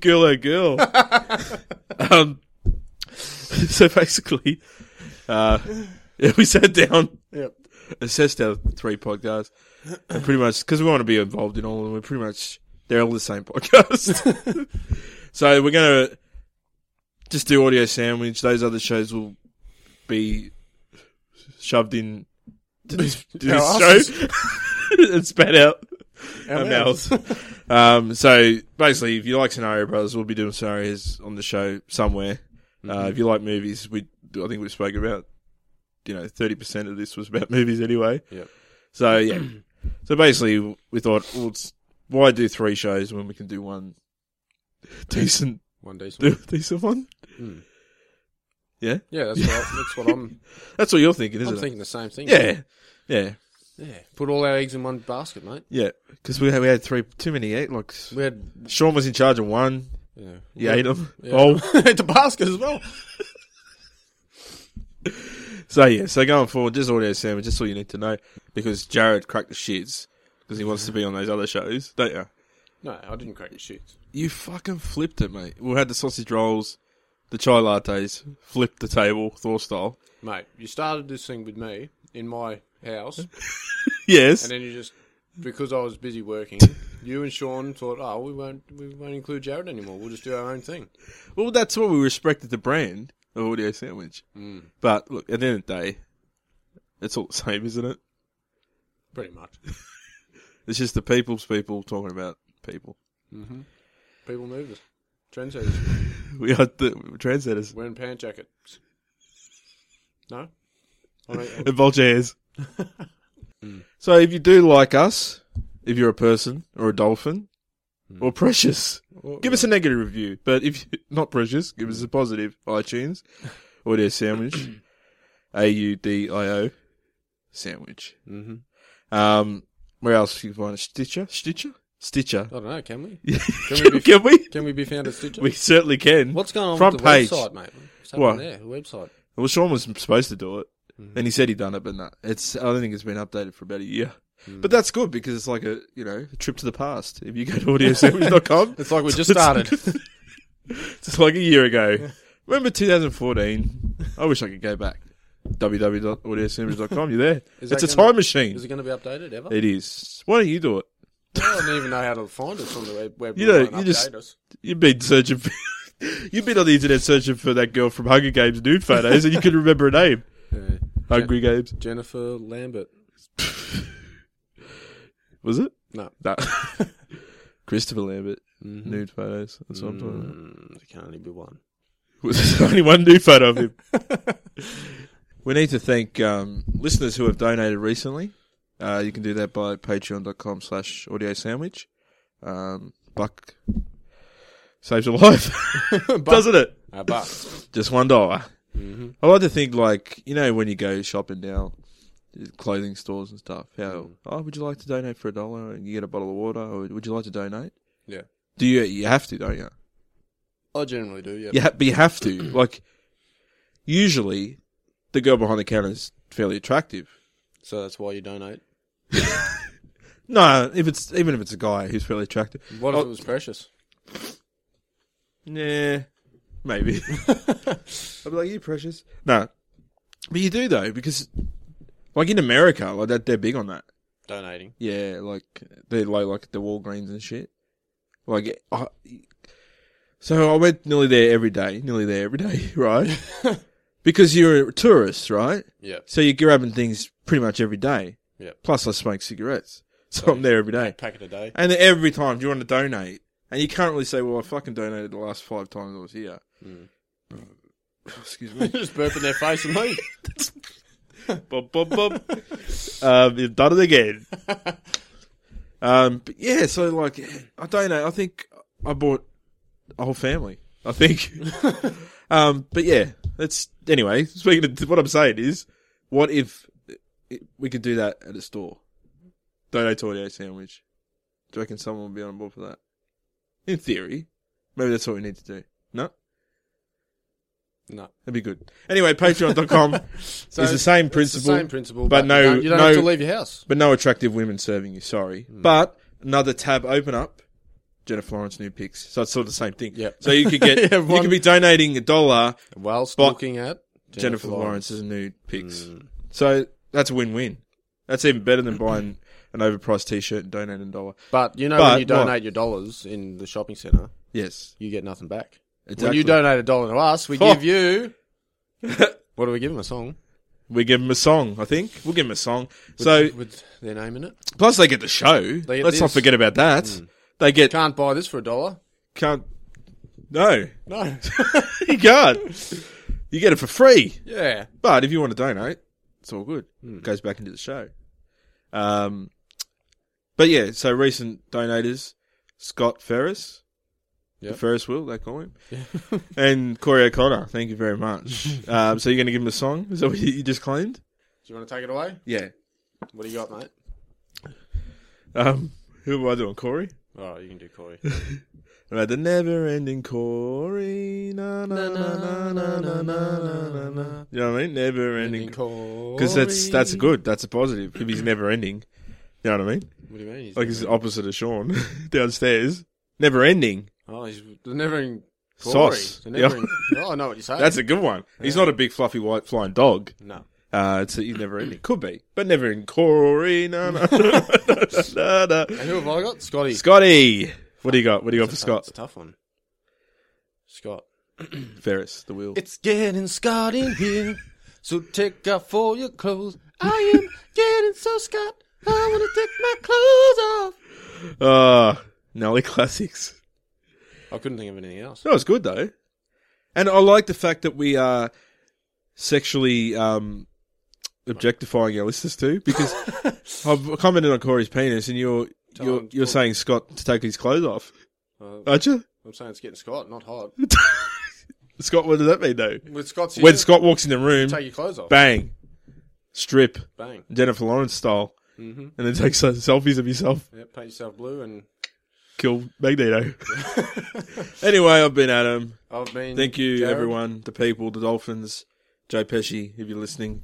[SPEAKER 2] girl, oh girl. um, so basically, uh, yeah, we sat down,
[SPEAKER 5] Yep.
[SPEAKER 2] assessed our three podcasts, and pretty much, because we want to be involved in all of them, we're pretty much, they're all the same podcast. so we're going to just do audio sandwich. Those other shows will be shoved in to this, to
[SPEAKER 5] Our
[SPEAKER 2] this show and spat out
[SPEAKER 5] Our
[SPEAKER 2] our mouths. um, so basically, if you like Scenario Brothers, we'll be doing scenarios on the show somewhere.
[SPEAKER 5] Mm-hmm.
[SPEAKER 2] Uh, if you like movies, we I think we spoke about you know thirty percent of this was about movies anyway.
[SPEAKER 5] Yep.
[SPEAKER 2] So yeah, so basically, we thought, well, it's, why do three shows when we can do one decent,
[SPEAKER 5] One decent.
[SPEAKER 2] do a decent one?
[SPEAKER 5] Hmm.
[SPEAKER 2] Yeah,
[SPEAKER 5] Yeah, that's what, I- that's what I'm,
[SPEAKER 2] that's what you're thinking, isn't
[SPEAKER 5] I'm
[SPEAKER 2] it?
[SPEAKER 5] thinking the same thing.
[SPEAKER 2] yeah, yeah,
[SPEAKER 5] Yeah. Put all our eggs in one basket, mate.
[SPEAKER 2] yeah. Because we had, we had three too many eight. Like
[SPEAKER 5] We had,
[SPEAKER 2] Sean was in charge of one.
[SPEAKER 5] you know,
[SPEAKER 2] You ate them.
[SPEAKER 5] yeah.
[SPEAKER 2] Oh.
[SPEAKER 5] at the basket as well.
[SPEAKER 2] So yeah, so going forward, just audio sandwich, just all you need to know, because Jared cracked the shits because he wants to be on those other shows, don't you?
[SPEAKER 5] No, I didn't crack the shit.
[SPEAKER 2] You fucking flipped it, mate. We had the sausage rolls, the chai lattes, flipped the table, Thor style.
[SPEAKER 5] Mate, you started this thing with me in my house, and
[SPEAKER 2] Yes,
[SPEAKER 5] then you just because I was busy working, you and Sean thought, "Oh, we won't, we won't include Jared anymore. We'll just do our own thing."
[SPEAKER 2] well, that's what we respected the brand of audio sandwich. But look, at the end of the day, it's all the same, isn't it?
[SPEAKER 5] Pretty much,
[SPEAKER 2] It's just the people's people talking about people.
[SPEAKER 5] people movers, trendsetters,
[SPEAKER 2] We are the translators.
[SPEAKER 5] wearing pant jackets. No? I don't,
[SPEAKER 2] and vultures. so if you do like us, if you're a person or a dolphin or precious, give us a negative review. But if you not precious, give us a positive. iTunes, audio sandwich, A U D I O, sandwich.
[SPEAKER 5] Mhm.
[SPEAKER 2] Um, where else can you find a Stitcher? Stitcher? Stitcher.
[SPEAKER 5] I don't know, can we?
[SPEAKER 2] Can,
[SPEAKER 5] we be-
[SPEAKER 2] we?
[SPEAKER 5] Can we be found at Stitcher?
[SPEAKER 2] We certainly can.
[SPEAKER 5] What's going on
[SPEAKER 2] Front
[SPEAKER 5] with the
[SPEAKER 2] page.
[SPEAKER 5] website, mate? What's happening
[SPEAKER 2] What?
[SPEAKER 5] there? The website.
[SPEAKER 2] Well, Sean was supposed to do it,
[SPEAKER 5] Mm-hmm.
[SPEAKER 2] and he said he'd done it, but no, it's. I don't think it's been updated for about a year.
[SPEAKER 5] Mm.
[SPEAKER 2] But that's good because it's like a you know a trip to the past. If you go to audiosandwich.com,
[SPEAKER 5] It's like we just
[SPEAKER 2] it's-
[SPEAKER 5] started.
[SPEAKER 2] it's like a year ago. Remember 2014? I wish I could go back. www.audiosandwich.com. You're there.
[SPEAKER 5] Is that
[SPEAKER 2] it's a
[SPEAKER 5] gonna-
[SPEAKER 2] time machine.
[SPEAKER 5] Is it going to be updated ever?
[SPEAKER 2] it is. Why don't you do it?
[SPEAKER 5] I don't even know how to find us on the web. web
[SPEAKER 2] You know,
[SPEAKER 5] and
[SPEAKER 2] you
[SPEAKER 5] update
[SPEAKER 2] just-
[SPEAKER 5] us.
[SPEAKER 2] You've been searching. For, you've been on the internet searching for that girl from Hunger Games nude photos, and you can remember her name.
[SPEAKER 5] Yeah.
[SPEAKER 2] Hungry Games
[SPEAKER 5] Jennifer Lambert.
[SPEAKER 2] was it?
[SPEAKER 5] No.
[SPEAKER 2] No. Christopher Lambert,
[SPEAKER 5] Mhm.
[SPEAKER 2] nude photos. That's what I'm talking about.
[SPEAKER 5] Mm, there can only be one.
[SPEAKER 2] There's only one nude photo of him. we need to thank um, listeners who have donated recently. Uh, you can do that by patreon.com slash audio sandwich. Um, buck saves a life, doesn't it?
[SPEAKER 5] Ah, but
[SPEAKER 2] Just one I like to think, like, you know, when you go shopping now, clothing stores and stuff, how, oh, would you like to donate for a dollar? And you get a bottle of water, or would you like to donate?
[SPEAKER 5] Yeah.
[SPEAKER 2] Do you, you have to, don't you?
[SPEAKER 5] I generally do, yeah.
[SPEAKER 2] You ha- but you have to. like, usually, the girl behind the counter is fairly attractive.
[SPEAKER 5] So that's why you donate.
[SPEAKER 2] No, if it's even if it's a guy who's fairly attractive,
[SPEAKER 5] What
[SPEAKER 2] Oh.
[SPEAKER 5] if it was precious?
[SPEAKER 2] nah, maybe. I'd be like, you precious. No, but you do though because, like in America, like that they're big on that.
[SPEAKER 5] Donating.
[SPEAKER 2] Yeah, like they like like the Walgreens and shit. Like, I, so I went nearly there every day, nearly there every day, right? because you're a tourist, right?
[SPEAKER 5] Yeah.
[SPEAKER 2] So you're grabbing things pretty much every day.
[SPEAKER 5] Yep.
[SPEAKER 2] Plus, I smoke cigarettes, so I'm there every day.
[SPEAKER 5] Packet a day.
[SPEAKER 2] And every time you want to donate, and you can't really say, "Well, I fucking donated the last five times I was here." Excuse me.
[SPEAKER 5] just burp in their face and leave.
[SPEAKER 2] bum, bum, bum. um, you've done it again. um, but yeah, so like, I don't know. I think I bought a whole family. I think. um, but yeah, that's anyway. Speaking of what I'm saying is, what if it- we could do that at a store? Donate to audio sandwich. Do you reckon someone would be on board for that? In theory, maybe that's what we need to do. No,
[SPEAKER 5] No.
[SPEAKER 2] that'd be good. Anyway, Patreon.com is the same
[SPEAKER 5] It's the
[SPEAKER 2] principle.
[SPEAKER 5] same principle,
[SPEAKER 2] but
[SPEAKER 5] but,
[SPEAKER 2] no-
[SPEAKER 5] you don't, you don't
[SPEAKER 2] no-
[SPEAKER 5] have to leave your house.
[SPEAKER 2] But no attractive women serving you, sorry.
[SPEAKER 5] Hmm.
[SPEAKER 2] But another tab open up, Jennifer Lawrence new pics. So it's sort of the same thing.
[SPEAKER 5] Yep.
[SPEAKER 2] So you could get
[SPEAKER 5] Yeah,
[SPEAKER 2] you
[SPEAKER 5] one-
[SPEAKER 2] could be donating a dollar
[SPEAKER 5] Whilst
[SPEAKER 2] But-
[SPEAKER 5] looking at
[SPEAKER 2] Jennifer, Lawrence's nude pics.
[SPEAKER 5] Hmm.
[SPEAKER 2] So that's a win win. That's even better than buying an overpriced t shirt and donating a dollar.
[SPEAKER 5] But you know
[SPEAKER 2] But
[SPEAKER 5] when you donate
[SPEAKER 2] what?
[SPEAKER 5] your dollars in the shopping centre,
[SPEAKER 2] Yes.
[SPEAKER 5] you get nothing back. When
[SPEAKER 2] Exactly.
[SPEAKER 5] you donate a dollar to us, we
[SPEAKER 2] Oh.
[SPEAKER 5] give you. what do we give them? A song
[SPEAKER 2] We give them a song, I think. We'll give them a song. so
[SPEAKER 5] with their name in it.
[SPEAKER 2] plus they get the show.
[SPEAKER 5] They get
[SPEAKER 2] Let's not
[SPEAKER 5] this. Hmm.
[SPEAKER 2] forget about that. They get can't,
[SPEAKER 5] Can't buy this for a dollar.
[SPEAKER 2] No.
[SPEAKER 5] No.
[SPEAKER 2] You can't. You get it for free.
[SPEAKER 5] yeah.
[SPEAKER 2] But if you want to donate, it's all good. It goes back into the show. Um, but yeah, so recent donators, Scott Ferris,
[SPEAKER 5] Yep.
[SPEAKER 2] the Ferris wheel, they call him, and Corey O'Connor. Thank you very much. um, so you're going to give him a song? Is that what you you just claimed?
[SPEAKER 5] Do you want to take it away?
[SPEAKER 2] Yeah.
[SPEAKER 5] What do you got, mate?
[SPEAKER 2] Um, who am I doing, Corey?
[SPEAKER 5] All right, you can do Corey.
[SPEAKER 2] Like the never ending Corey. Na, na, na, na, na, na, na, na, na. You know what I mean? Never ending Corey. Because that's, that's good. That's a positive. If he's never ending. You know what I mean?
[SPEAKER 5] What do you mean? He's
[SPEAKER 2] Like it's the opposite of Sean downstairs. Never ending.
[SPEAKER 5] oh, he's the nevering Corey.
[SPEAKER 2] Sauce.
[SPEAKER 5] The
[SPEAKER 2] Yeah.
[SPEAKER 5] nevering. Oh, I know what you're saying.
[SPEAKER 2] That's a good one. He's not a big fluffy white flying dog.
[SPEAKER 5] no.
[SPEAKER 2] Uh, it's he's never ending. Could be, but never in Corey. No, no, no, no, no, no.
[SPEAKER 5] And who have I got? Scotty.
[SPEAKER 2] Scotty, what do you got? What do you got for
[SPEAKER 5] Scott.
[SPEAKER 2] Scott
[SPEAKER 5] It's a tough one. Scott.
[SPEAKER 2] Ferris? The wheel.
[SPEAKER 5] It's getting Scott in here, so take off all your clothes. I am getting so Scott, I want to take my clothes
[SPEAKER 2] Ah, Nelly classics.
[SPEAKER 5] off. I couldn't think of anything else.
[SPEAKER 2] No, it's good though, and I like the fact that we are sexually um, objectifying our listeners too? Because I've commented on Corey's penis, and you're you're
[SPEAKER 5] him,
[SPEAKER 2] you're
[SPEAKER 5] tell
[SPEAKER 2] saying Scott to take his clothes off,
[SPEAKER 5] Uh,
[SPEAKER 2] aren't you?
[SPEAKER 5] I'm saying it's getting Scott, not hot.
[SPEAKER 2] Scott, what does that mean though?
[SPEAKER 5] With Scott's here,
[SPEAKER 2] When Scott walks in the room,
[SPEAKER 5] take your clothes off.
[SPEAKER 2] bang, strip,
[SPEAKER 5] Bang.
[SPEAKER 2] Jennifer Lawrence style,
[SPEAKER 5] hmm
[SPEAKER 2] and then take some selfies of yourself,
[SPEAKER 5] Yeah, paint yourself blue, and
[SPEAKER 2] kill Magneto. anyway, I've been Adam.
[SPEAKER 5] I've been.
[SPEAKER 2] Thank you,
[SPEAKER 5] Jared,
[SPEAKER 2] everyone, the people, the Dolphins, Joe Pesci, if you're listening.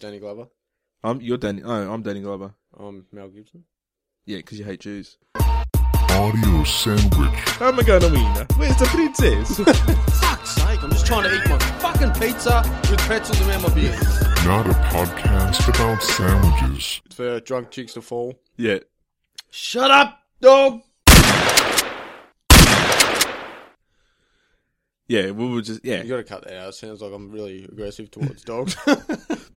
[SPEAKER 5] Danny Glover.
[SPEAKER 2] I'm you're Danny. Oh, I'm Danny Glover.
[SPEAKER 5] I'm Mel Gibson.
[SPEAKER 2] Yeah, because you hate Jews.
[SPEAKER 3] Audio sandwich.
[SPEAKER 2] I'm a gonna win. Where's the princess?
[SPEAKER 7] Fuck's sake, I'm just trying to eat my fucking pizza with pretzels around my beer.
[SPEAKER 3] Not a podcast about sandwiches.
[SPEAKER 5] It's for drunk chicks to fall.
[SPEAKER 2] yeah.
[SPEAKER 7] Shut up, dog!
[SPEAKER 2] Yeah, we were just yeah.
[SPEAKER 5] You got to cut that out. It sounds like I'm really aggressive towards dogs.